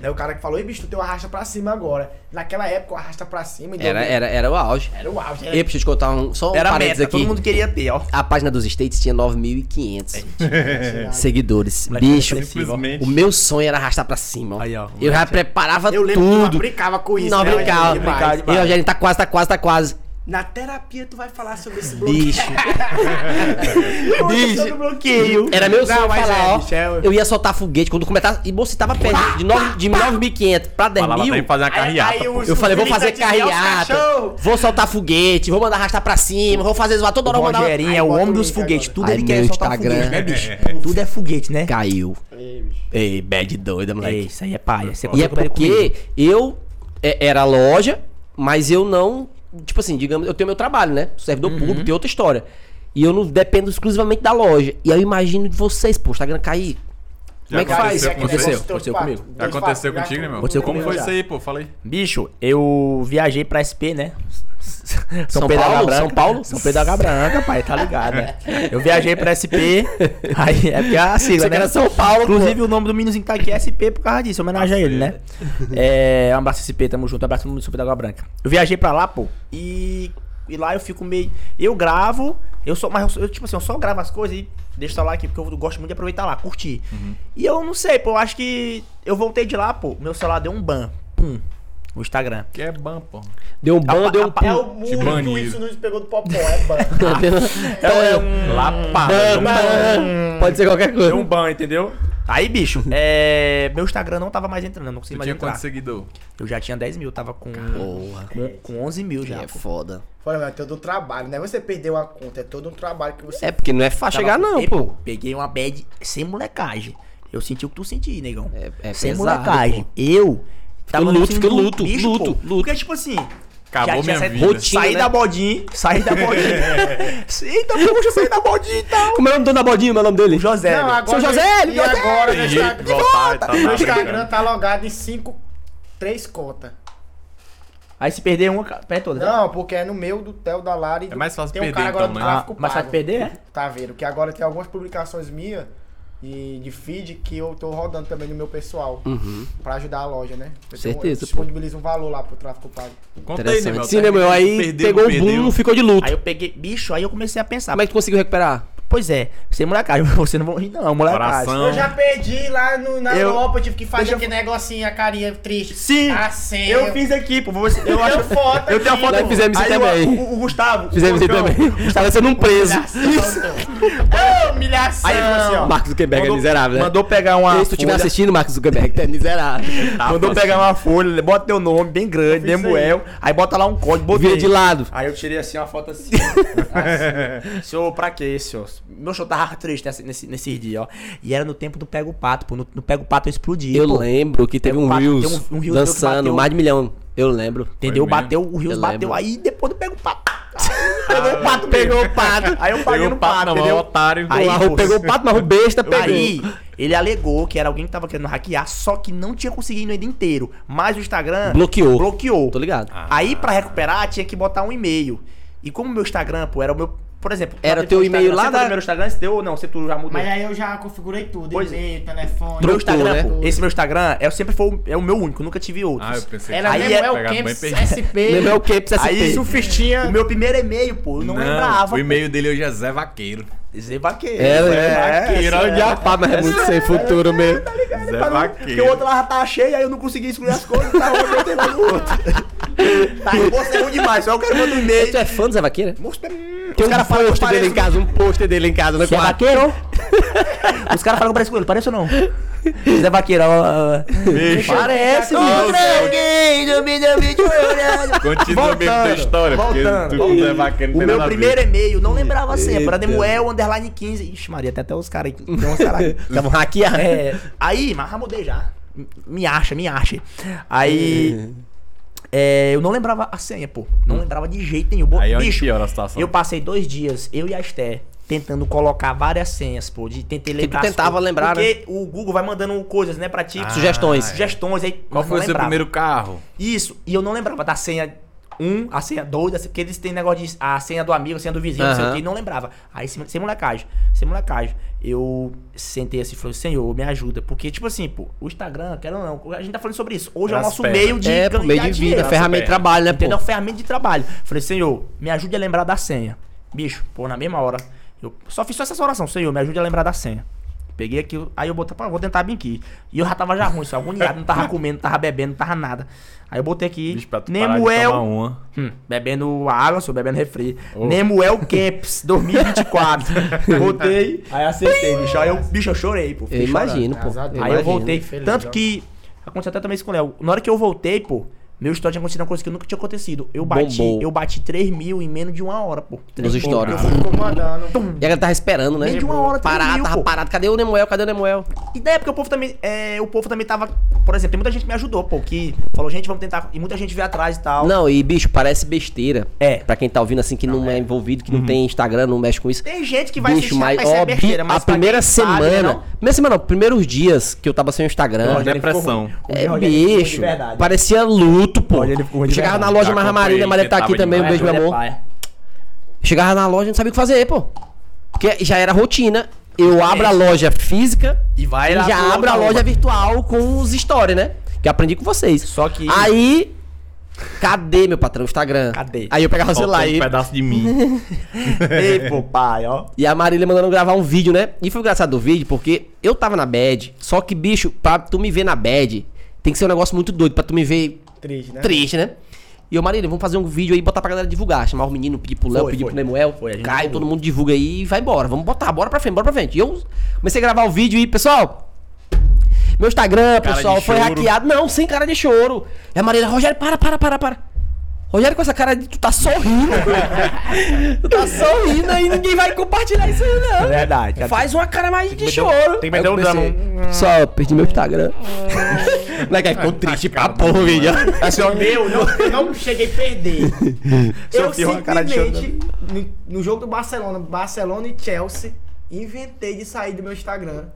[SPEAKER 4] Daí o cara que falou, ei bicho, tu tem um arrasta pra cima agora. Naquela época, o arrasta pra cima. então,
[SPEAKER 3] Era, era, era o auge.
[SPEAKER 4] era o auge. Era...
[SPEAKER 3] E deixa eu te contar um, só um
[SPEAKER 2] Era a
[SPEAKER 3] parênteses
[SPEAKER 2] meta, todo
[SPEAKER 3] aqui.
[SPEAKER 2] mundo queria ter, ó.
[SPEAKER 3] A página dos States tinha
[SPEAKER 4] (laughs)
[SPEAKER 3] 9.500
[SPEAKER 4] é.
[SPEAKER 3] seguidores.
[SPEAKER 2] Moleque
[SPEAKER 3] Bicho,
[SPEAKER 2] depressivo, ó.
[SPEAKER 3] o meu sonho era arrastar pra cima. ó.
[SPEAKER 2] Aí, ó,
[SPEAKER 3] eu já preparava
[SPEAKER 4] Eu lembro que eu
[SPEAKER 3] tudo.
[SPEAKER 4] brincava com isso.
[SPEAKER 3] Não,
[SPEAKER 4] né?
[SPEAKER 3] brincava.
[SPEAKER 4] Demais.
[SPEAKER 2] brincava
[SPEAKER 3] E o Rogério tá quase, tá quase, tá quase.
[SPEAKER 5] Na terapia tu vai falar sobre esse bloco. (laughs)
[SPEAKER 3] Bicho.
[SPEAKER 2] Bicho, bloqueio.
[SPEAKER 3] Era meu
[SPEAKER 4] Não,
[SPEAKER 3] sonho
[SPEAKER 4] mas
[SPEAKER 3] falar,
[SPEAKER 4] é,
[SPEAKER 3] ó.
[SPEAKER 4] bicho, é-
[SPEAKER 3] Eu ia soltar foguete quando começava. E você tava perto de nove- de 9.500 pra 10
[SPEAKER 1] Falava
[SPEAKER 3] é mil.
[SPEAKER 1] pra ir fazer uma carreata. pô.
[SPEAKER 4] os-
[SPEAKER 3] Eu falei, vou
[SPEAKER 4] os
[SPEAKER 3] fazer
[SPEAKER 4] militantes iam aos
[SPEAKER 3] carreata,
[SPEAKER 4] cachorro.
[SPEAKER 3] vou soltar foguete, vou mandar arrastar pra cima, vou fazer zoar toda hora, eu mandava...
[SPEAKER 2] Rogerinho é
[SPEAKER 4] Aí
[SPEAKER 2] o
[SPEAKER 4] bota
[SPEAKER 2] homem
[SPEAKER 4] o
[SPEAKER 2] dos
[SPEAKER 4] link
[SPEAKER 2] foguetes.
[SPEAKER 4] agora.
[SPEAKER 2] Tudo
[SPEAKER 3] Aí
[SPEAKER 2] ele
[SPEAKER 3] meu
[SPEAKER 2] quer soltar
[SPEAKER 3] Instagram-
[SPEAKER 2] foguete, né, bicho? Tudo é foguete, né?
[SPEAKER 3] Caiu.
[SPEAKER 4] Ei, bicho.
[SPEAKER 3] Ei, bad doida, moleque.
[SPEAKER 2] É, isso aí é paia. Você
[SPEAKER 3] E é
[SPEAKER 2] compra ele comigo.
[SPEAKER 3] porque eu é, era loja, mas eu não. Tipo assim, digamos, eu tenho meu trabalho, né? Servidor
[SPEAKER 4] Uhum.
[SPEAKER 3] público, tem outra história. E eu não dependo exclusivamente da loja. E aí eu imagino de vocês, pô, o Instagram cair. Como é que faz?
[SPEAKER 1] aconteceu com você?
[SPEAKER 3] Aconteceu, aconteceu comigo.
[SPEAKER 1] Já Aconteceu contigo, né, meu?
[SPEAKER 3] Aconteceu
[SPEAKER 1] Como
[SPEAKER 3] comigo
[SPEAKER 1] foi
[SPEAKER 3] já.
[SPEAKER 1] isso aí, pô? Fala aí.
[SPEAKER 2] Bicho, eu viajei pra SP, né?
[SPEAKER 3] São
[SPEAKER 2] Pedro da
[SPEAKER 3] Paulo?
[SPEAKER 2] Branca.
[SPEAKER 3] São Paulo?
[SPEAKER 2] São Pedro da Água Branca, pai, tá ligado, né? Eu viajei pra SP, (laughs) aí é porque é a sigla,
[SPEAKER 3] Você
[SPEAKER 2] né?
[SPEAKER 3] era São Paulo, pô.
[SPEAKER 2] Inclusive, o nome do meninozinho que tá aqui é SP por causa disso, homenagem a ele, né? É, um abraço SP, tamo junto, um abraço no São Pedro da Água Branca. Eu viajei pra lá, pô, e, e lá eu fico meio... Eu gravo, eu só, mas eu, sou- eu, tipo assim, eu só gravo as coisas e deixo tá lá aqui, porque eu gosto muito de aproveitar lá, curtir. E eu não sei, pô, eu acho que eu voltei de lá, pô, meu celular deu um ban, pum, o Instagram.
[SPEAKER 1] Que é ban, pô.
[SPEAKER 3] Deu um ban, deu um
[SPEAKER 4] É o
[SPEAKER 3] (laughs) pulo.
[SPEAKER 1] Te
[SPEAKER 4] muito
[SPEAKER 1] baniram.
[SPEAKER 4] isso nos pegou do popó, é (laughs) é ban.
[SPEAKER 2] É um...
[SPEAKER 1] Lapa.
[SPEAKER 3] Ban, ban. Pode ser qualquer
[SPEAKER 4] É
[SPEAKER 3] coisa.
[SPEAKER 2] Deu um ban, entendeu? Aí, bicho, é, meu Instagram não tava mais entrando,
[SPEAKER 1] Tu
[SPEAKER 2] não conseguia mais
[SPEAKER 1] tinha
[SPEAKER 2] entrar.
[SPEAKER 1] quantos seguidor?
[SPEAKER 2] Eu já tinha 10 mil, tava com,
[SPEAKER 3] Porra.
[SPEAKER 2] com, com 11 mil já.
[SPEAKER 3] É
[SPEAKER 2] pô.
[SPEAKER 3] foda.
[SPEAKER 4] Fora, meu, é todo um trabalho, né? Você perdeu a conta, é todo um trabalho que você.
[SPEAKER 3] É porque não é fácil
[SPEAKER 2] Tava
[SPEAKER 3] chegar,
[SPEAKER 2] com-
[SPEAKER 3] não,
[SPEAKER 2] Ei,
[SPEAKER 3] pô.
[SPEAKER 2] Peguei uma bad sem molecagem. Eu senti o que tu senti, negão.
[SPEAKER 3] É- é
[SPEAKER 2] sem
[SPEAKER 3] pesado,
[SPEAKER 2] molecagem.
[SPEAKER 3] pô.
[SPEAKER 2] Eu tava
[SPEAKER 3] luto,
[SPEAKER 2] assim,
[SPEAKER 3] fica
[SPEAKER 2] num
[SPEAKER 3] luto,
[SPEAKER 2] bicho,
[SPEAKER 3] luto,
[SPEAKER 2] pô.
[SPEAKER 3] luto.
[SPEAKER 2] Porque, tipo assim...
[SPEAKER 1] Acabou
[SPEAKER 2] já tinha
[SPEAKER 1] minha
[SPEAKER 2] saído-
[SPEAKER 1] vida.
[SPEAKER 3] Rotina,
[SPEAKER 2] saí
[SPEAKER 3] né?
[SPEAKER 2] da bodinha, saí da
[SPEAKER 3] (laughs)
[SPEAKER 2] bodinha. saí da puxa, saí da bodinha então. e tal.
[SPEAKER 3] Como é o nome do Dona Bodinha, meu nome dele?
[SPEAKER 2] José,
[SPEAKER 4] Não,
[SPEAKER 2] velho.
[SPEAKER 4] agora.
[SPEAKER 3] São José,
[SPEAKER 4] e
[SPEAKER 3] José!
[SPEAKER 4] agora, meu
[SPEAKER 1] Tem jeito de
[SPEAKER 4] Instagram,
[SPEAKER 1] voltar e tá
[SPEAKER 4] meu
[SPEAKER 1] lá,
[SPEAKER 4] Instagram
[SPEAKER 1] brincando.
[SPEAKER 4] tá logado em 5, 3 contas.
[SPEAKER 2] Aí se perder uma, ca- perde toda.
[SPEAKER 4] Não, porque é no meu, do Theo, da Lara e
[SPEAKER 1] É mais fácil
[SPEAKER 4] Tem um
[SPEAKER 1] perder,
[SPEAKER 4] cara agora
[SPEAKER 1] então,
[SPEAKER 4] do
[SPEAKER 1] né?
[SPEAKER 4] tráfico
[SPEAKER 2] mas
[SPEAKER 4] pago.
[SPEAKER 2] fácil perder, é?
[SPEAKER 4] Tá vendo, que agora tem algumas publicações minhas e de feed que eu tô rodando também no meu pessoal.
[SPEAKER 2] Uhum.
[SPEAKER 4] Pra ajudar a loja, né? Eu tenho- eu
[SPEAKER 3] Certeza, pô.
[SPEAKER 4] disponibilizo um valor lá pro tráfico pago.
[SPEAKER 1] Conta aí,
[SPEAKER 3] Interessante.
[SPEAKER 1] Nemel.
[SPEAKER 3] Sim, né, meu? Aí
[SPEAKER 1] Perdeu,
[SPEAKER 3] pegou o
[SPEAKER 1] perdeu.
[SPEAKER 3] boom, ficou de luto.
[SPEAKER 2] Aí eu peguei, bicho, aí eu comecei a pensar.
[SPEAKER 3] Como é que tu conseguiu recuperar?
[SPEAKER 2] Pois é, sem molecagem, (laughs) você não vai rir, não, é molecagem.
[SPEAKER 1] Coração.
[SPEAKER 4] Eu já perdi lá no, na
[SPEAKER 2] Eu-
[SPEAKER 4] Europa, eu tive que fazer
[SPEAKER 2] Deixa eu-
[SPEAKER 4] aquele negocinho, a carinha triste.
[SPEAKER 2] Sim,
[SPEAKER 4] Assim,
[SPEAKER 2] eu fiz aqui, pô. você- eu acho
[SPEAKER 4] foto
[SPEAKER 2] Eu tenho a
[SPEAKER 4] aqui.
[SPEAKER 2] foto
[SPEAKER 3] Nós fizemos isso
[SPEAKER 2] Aí o-
[SPEAKER 3] também.
[SPEAKER 2] O, o Gustavo.
[SPEAKER 3] Fizemos
[SPEAKER 2] o
[SPEAKER 3] isso
[SPEAKER 2] Falcão,
[SPEAKER 3] também. (laughs) Tava sendo um preso.
[SPEAKER 4] Ô, humilhação!
[SPEAKER 2] Aí ele falou assim, ó.
[SPEAKER 3] Marcos Zuckerberg é
[SPEAKER 2] mandou-
[SPEAKER 3] miserável, né?
[SPEAKER 2] Mandou um pegar uma.
[SPEAKER 3] Se tu estiver
[SPEAKER 2] folha-
[SPEAKER 3] assistindo, Marcos Zuckerberg, tu
[SPEAKER 2] (laughs)
[SPEAKER 3] é miserável.
[SPEAKER 2] Mandou pegar uma folha, bota teu nome bem grande,
[SPEAKER 4] Eu fiz
[SPEAKER 2] Nemuel. Aí bota lá um código, botei.
[SPEAKER 3] Vira de lado.
[SPEAKER 1] (laughs)
[SPEAKER 2] Aí eu tirei assim uma foto assim. assim. Senhor, pra quê, senhor? Meu show tava triste nesse, nesse, nesses dias, ó. E era no tempo do Pega o Pato, pô. No, no Pega o Pato eu explodi,
[SPEAKER 3] Eu
[SPEAKER 2] pô.
[SPEAKER 3] lembro que teve
[SPEAKER 2] Tem um
[SPEAKER 3] um
[SPEAKER 2] pato-
[SPEAKER 3] Reels
[SPEAKER 2] tem um- um Reels meu que
[SPEAKER 3] dançando,
[SPEAKER 2] bateu-
[SPEAKER 3] mais de milhão. Eu lembro.
[SPEAKER 2] Entendeu?
[SPEAKER 1] Foi mesmo?
[SPEAKER 2] Bateu, o Rios
[SPEAKER 3] Eu
[SPEAKER 2] bateu
[SPEAKER 3] lembro.
[SPEAKER 2] aí, depois do Pega o (laughs) Pato. pegou o pato, pegou o pato. Aí eu paguei
[SPEAKER 1] Pegou
[SPEAKER 2] no
[SPEAKER 1] o pato
[SPEAKER 2] pato,
[SPEAKER 1] na mão,
[SPEAKER 2] entendeu?
[SPEAKER 1] otário.
[SPEAKER 2] Aí,
[SPEAKER 1] Pô,
[SPEAKER 2] pô,
[SPEAKER 3] Pegou o pato, mas o besta pegou.
[SPEAKER 2] Aí, ele alegou que era alguém que tava querendo hackear, só que não tinha conseguido ainda inteiro. Mas o Instagram
[SPEAKER 3] Bloqueou.
[SPEAKER 2] bloqueou.
[SPEAKER 3] Tô ligado.
[SPEAKER 2] Aí, pra recuperar, tinha que botar um e-mail. E como o meu Instagram, pô, era o meu. Por exemplo,
[SPEAKER 3] Era
[SPEAKER 2] o
[SPEAKER 3] teu e-mail lá da-
[SPEAKER 2] da. primeiro Instagram, se teu ou não, se tu já mudou.
[SPEAKER 4] Mas aí eu já configurei tudo,
[SPEAKER 2] Pois é.
[SPEAKER 4] e-mail, telefone.
[SPEAKER 2] meu
[SPEAKER 3] Trocou,
[SPEAKER 2] Instagram,
[SPEAKER 3] né?
[SPEAKER 2] pô, esse meu Instagram é, sempre foi o, é o meu único, nunca tive outros.
[SPEAKER 1] Ah, eu pensei
[SPEAKER 4] Era
[SPEAKER 2] Aí
[SPEAKER 4] aí
[SPEAKER 2] é-
[SPEAKER 4] Lemuel
[SPEAKER 1] pegado bem
[SPEAKER 4] Camps,
[SPEAKER 1] perdido.
[SPEAKER 4] SP.
[SPEAKER 3] Lembra o que? Precisa
[SPEAKER 2] Aí,
[SPEAKER 3] ser.
[SPEAKER 2] surfistinha. O meu primeiro e-mail, pô, eu não, lembrava.
[SPEAKER 1] O
[SPEAKER 2] pô.
[SPEAKER 1] e-mail dele hoje é Zé Vaqueiro.
[SPEAKER 2] Zé Vaqueiro.
[SPEAKER 3] É,
[SPEAKER 2] Zé
[SPEAKER 3] é,
[SPEAKER 2] Vaqueiro,
[SPEAKER 3] Tirar o
[SPEAKER 2] é.
[SPEAKER 3] diapá, mas é muito sem futuro mesmo.
[SPEAKER 2] Tá
[SPEAKER 1] Zé
[SPEAKER 2] Pra não- Porque o outro lá já tava cheio, aí eu não conseguia excluir as coisas, tá eu botei mais no (laughs) outro. tá, você é ruim demais, só eu quero mandar um
[SPEAKER 3] Tu
[SPEAKER 2] e-mail.
[SPEAKER 3] é fã do Zé Vaqueira?
[SPEAKER 2] Mostra- hum,
[SPEAKER 3] Tem
[SPEAKER 2] Os
[SPEAKER 3] um
[SPEAKER 2] caras falam que eu
[SPEAKER 3] pôster dele em
[SPEAKER 2] pareço...
[SPEAKER 3] casa, um pôster dele em casa, né?
[SPEAKER 2] Zé Vaqueiro? Os caras falam que eu pareço com ele, parece ou não? Zé Vaqueiro, ó, ó...
[SPEAKER 1] Bicho.
[SPEAKER 2] Parece,
[SPEAKER 1] Ô,
[SPEAKER 2] bicho.
[SPEAKER 1] Zé.
[SPEAKER 2] Alguém do me- do me- do me-
[SPEAKER 1] Continua mesmo da história,
[SPEAKER 2] voltando.
[SPEAKER 1] porque tu com Zé Vaqueiro não
[SPEAKER 2] O
[SPEAKER 1] tem
[SPEAKER 2] meu
[SPEAKER 1] nada a ver.
[SPEAKER 2] primeiro é e-mail, não lembrava a senha, era
[SPEAKER 3] Eita.
[SPEAKER 2] Demuel, underline 15. Ixi, Maria, tem até os caras aqui. Tem uns caras
[SPEAKER 3] (laughs)
[SPEAKER 2] aqui.
[SPEAKER 3] Tava hackeando.
[SPEAKER 2] É, aí, mas já mudei já. M- Me acha, me acha. Aí. é, eu não lembrava a senha, pô. Não lembrava de jeito nenhum. Bo-
[SPEAKER 1] Aí é onde
[SPEAKER 2] Bicho,
[SPEAKER 1] piora a situação.
[SPEAKER 2] eu passei dois dias, eu e a Esté, tentando colocar várias senhas, pô. De tentei
[SPEAKER 3] tu
[SPEAKER 2] lembrar. as
[SPEAKER 3] tentava
[SPEAKER 2] coisas.
[SPEAKER 3] lembrar, né?
[SPEAKER 2] Porque o Google vai mandando coisas, né, pra ti.
[SPEAKER 3] Sugestões.
[SPEAKER 2] Sugestões. Aí,
[SPEAKER 1] Qual
[SPEAKER 2] mas
[SPEAKER 1] foi
[SPEAKER 2] não
[SPEAKER 1] o seu
[SPEAKER 2] lembrava.
[SPEAKER 1] primeiro carro?
[SPEAKER 2] Isso, e eu não lembrava da senha 1, a senha 2, a senha- porque eles têm negócio de a senha do amigo, a senha do vizinho, não sei o
[SPEAKER 3] Aham.
[SPEAKER 2] que, e não lembrava. Aí, sem, sem molecagem, sem molecagem, eu sentei assim e falei, senhor, me ajuda. Porque, tipo assim, pô, o Instagram, quero ou não, a gente tá falando sobre isso. Hoje é o
[SPEAKER 1] Nas
[SPEAKER 2] nosso
[SPEAKER 1] pernas.
[SPEAKER 2] meio de
[SPEAKER 3] É, pro meio de vida,
[SPEAKER 2] dinheiro.
[SPEAKER 3] ferramenta de trabalho, né,
[SPEAKER 2] Entendeu?
[SPEAKER 3] pô?
[SPEAKER 2] É uma ferramenta de trabalho. Falei, senhor, me ajude a lembrar da senha. Bicho, pô, na mesma hora. Eu só fiz só essa oração, senhor, me ajude a lembrar da senha. Peguei aqui, aí eu botei, pô, eu vou tentar bem aqui. E eu já tava já ruim, só agoniado, não tava comendo, não tava bebendo, não tava nada. Aí eu botei aqui,
[SPEAKER 1] Bicho, pra tu parar de tomar um."
[SPEAKER 2] Nemuel,
[SPEAKER 1] uma.
[SPEAKER 2] hum, bebendo água, sou bebendo refri. Nemuel
[SPEAKER 1] (laughs)
[SPEAKER 2] Caps, 2024. botei, aí acertei, bicho. Aí eu, bicho, eu chorei, pô.
[SPEAKER 3] Eu
[SPEAKER 2] fiquei chorando.
[SPEAKER 3] imagino, pô.
[SPEAKER 4] Graças a Deus.
[SPEAKER 2] Aí eu
[SPEAKER 3] imagino.
[SPEAKER 2] voltei.
[SPEAKER 4] Feliz,
[SPEAKER 2] Tanto
[SPEAKER 4] ó.
[SPEAKER 2] que. Aconteceu até também isso com o Léo. Na hora que eu voltei, pô, meu história tinha acontecido uma coisa que nunca tinha acontecido. Eu bati,
[SPEAKER 3] Bombou.
[SPEAKER 2] eu bati 3 mil em menos de uma hora, né? pô.
[SPEAKER 3] Nos stories.
[SPEAKER 4] Eu fui comandando.
[SPEAKER 3] E a galera tava esperando, né?
[SPEAKER 2] Nem de uma hora, três
[SPEAKER 3] Parado,
[SPEAKER 2] mil,
[SPEAKER 3] tava
[SPEAKER 2] pô.
[SPEAKER 3] parado. Cadê o Nemuel? Cadê o Nemuel?
[SPEAKER 2] E daí é porque o povo também. é, o povo também tava. Por exemplo, tem muita gente que me ajudou, pô, que falou, gente, vamos tentar. E muita gente veio atrás e tal.
[SPEAKER 3] Não, e bicho, parece besteira.
[SPEAKER 2] É. Uhum.
[SPEAKER 3] Pra quem tá ouvindo assim, que não, é. envolvido, que não tem Instagram, não mexe com isso.
[SPEAKER 2] Tem gente que vai
[SPEAKER 3] bicho,
[SPEAKER 2] assistir,
[SPEAKER 3] mas,
[SPEAKER 2] vai ser
[SPEAKER 3] ó,
[SPEAKER 2] besteira,
[SPEAKER 3] bi-
[SPEAKER 2] mas
[SPEAKER 3] a
[SPEAKER 2] pra quem
[SPEAKER 3] primeira
[SPEAKER 2] sabe, né,
[SPEAKER 3] semana.
[SPEAKER 2] não?
[SPEAKER 3] primeira semana, não, primeiros dias que eu tava sem o Instagram.
[SPEAKER 1] Olha, Depressão.
[SPEAKER 3] É, bicho, parecia luto, pô.
[SPEAKER 2] Olha, ele ficou ruim de
[SPEAKER 3] Chegava na
[SPEAKER 1] verdade.
[SPEAKER 3] loja,
[SPEAKER 1] Já
[SPEAKER 3] mas a
[SPEAKER 1] comprei,
[SPEAKER 3] Marina, mas deve tá
[SPEAKER 1] tentava
[SPEAKER 3] aqui também, um
[SPEAKER 1] demais,
[SPEAKER 3] beijo,
[SPEAKER 2] é
[SPEAKER 3] meu
[SPEAKER 2] né?
[SPEAKER 3] amor. Chegava na loja, não sabia o que fazer, pô. Porque já era rotina. Eu abro a loja física
[SPEAKER 2] E vai
[SPEAKER 3] e
[SPEAKER 2] lá pro
[SPEAKER 3] já abro a
[SPEAKER 2] outro
[SPEAKER 3] loja
[SPEAKER 2] arroba.
[SPEAKER 3] virtual com os stories, né? Que eu aprendi com vocês.
[SPEAKER 2] Só que-
[SPEAKER 3] Aí. Cadê meu patrão? Instagram?
[SPEAKER 2] Cadê?
[SPEAKER 3] Aí eu pegava o
[SPEAKER 1] Faltou
[SPEAKER 3] celular
[SPEAKER 1] um
[SPEAKER 3] e.
[SPEAKER 1] pedaço de mim.
[SPEAKER 2] (laughs) Ei, pô, pai, ó.
[SPEAKER 3] E a Marília mandando gravar um vídeo, né? E foi engraçado o vídeo porque eu tava na bad. Só que, bicho, pra tu me ver na bad, tem que ser um negócio muito doido pra tu me ver
[SPEAKER 4] Triste, né?
[SPEAKER 3] triste, né? E eu, Marília, vamos fazer um vídeo aí e botar pra galera divulgar. Chamar o menino, pedir pro Léo,
[SPEAKER 2] Foi,
[SPEAKER 3] pedir
[SPEAKER 2] foi.
[SPEAKER 3] pro Nemuel.
[SPEAKER 2] Foi, a gente
[SPEAKER 3] Caio,
[SPEAKER 2] divulgou.
[SPEAKER 3] todo mundo divulga aí e vai embora. Vamos botar, bora pra frente, bora pra frente. E eu comecei a gravar o vídeo e, pessoal. Meu Instagram,
[SPEAKER 1] Cara
[SPEAKER 3] pessoal,
[SPEAKER 1] de
[SPEAKER 3] foi
[SPEAKER 1] choro.
[SPEAKER 3] hackeado. Não, sem cara de choro. É a Marília, Rogério, para, para, para, para. Rogério, com essa cara de tu tá sorrindo. tu tá sorrindo aí, ninguém vai compartilhar isso aí, não.
[SPEAKER 1] É,
[SPEAKER 2] (laughs) Verdade.
[SPEAKER 3] Faz uma cara mais de
[SPEAKER 7] meter um-
[SPEAKER 3] choro.
[SPEAKER 7] tem que meter
[SPEAKER 3] Aí eu
[SPEAKER 7] um drama,
[SPEAKER 3] comecei, Só, perdi meu Instagram. Moleque, aí é, ficou triste pra porra, vídeo.
[SPEAKER 1] é
[SPEAKER 7] Assim, ó,
[SPEAKER 1] né?
[SPEAKER 4] Eu não, eu não cheguei a perder. eu
[SPEAKER 7] Sofreu uma cara de choro,
[SPEAKER 4] simplesmente, no, no jogo do Barcelona, Barcelona e Chelsea, inventei de sair do meu Instagram.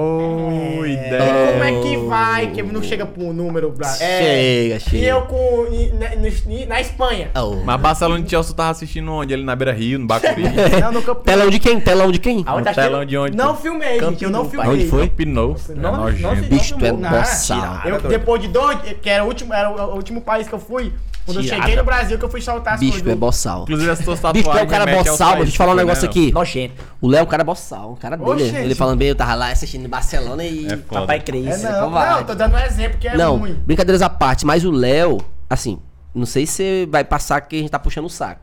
[SPEAKER 1] Oh,
[SPEAKER 4] E como
[SPEAKER 1] ideia.
[SPEAKER 4] é que vai? Que não chega pro número, bra...
[SPEAKER 3] Chega, chega.
[SPEAKER 4] E eu com. e- na, no- na Espanha.
[SPEAKER 3] Oh.
[SPEAKER 1] Mas Barcelona e Chelsea tu tava assistindo onde? Ali na Beira Rio, no
[SPEAKER 3] (laughs)
[SPEAKER 1] Bacuri.
[SPEAKER 4] Não, no campo.
[SPEAKER 3] Telão de quem? Telão de quem?
[SPEAKER 1] no telão Tá de onde?
[SPEAKER 4] Não filmei, gente. Eu
[SPEAKER 3] Campinou,
[SPEAKER 4] não
[SPEAKER 3] pai.
[SPEAKER 4] filmei.
[SPEAKER 3] Onde foi?
[SPEAKER 1] Pinou.
[SPEAKER 4] Não, não
[SPEAKER 1] nojento.
[SPEAKER 4] sei.
[SPEAKER 3] Bicho, tu é
[SPEAKER 4] Não,
[SPEAKER 3] boçal.
[SPEAKER 4] Eu, depois de dois, que era o último, era o o último país que eu fui, quando eu
[SPEAKER 1] Tirada.
[SPEAKER 4] cheguei no Brasil, que eu fui soltar as
[SPEAKER 3] Bicho, tu é
[SPEAKER 4] coisas. do-
[SPEAKER 3] boçal.
[SPEAKER 1] Inclusive as tuas tatuagens
[SPEAKER 3] Bicho, tu é um cara
[SPEAKER 1] remetem ao
[SPEAKER 3] boçal, mas deixa eu te falar um
[SPEAKER 1] país,
[SPEAKER 3] negócio
[SPEAKER 1] né,
[SPEAKER 3] aqui.
[SPEAKER 2] Nojento.
[SPEAKER 3] O Léo é um cara boçal, um cara
[SPEAKER 4] Ô,
[SPEAKER 3] dele.
[SPEAKER 4] gente.
[SPEAKER 3] Ele falando bem, eu tava lá assistindo Barcelona e...
[SPEAKER 1] não? É foda.
[SPEAKER 2] Papai cresce.
[SPEAKER 4] É, não,
[SPEAKER 3] covarde.
[SPEAKER 4] não, tô dando um exemplo que é
[SPEAKER 3] não,
[SPEAKER 4] ruim.
[SPEAKER 3] brincadeiras à parte, mas o Léo, assim, não sei se vai passar que a gente tá puxando o saco.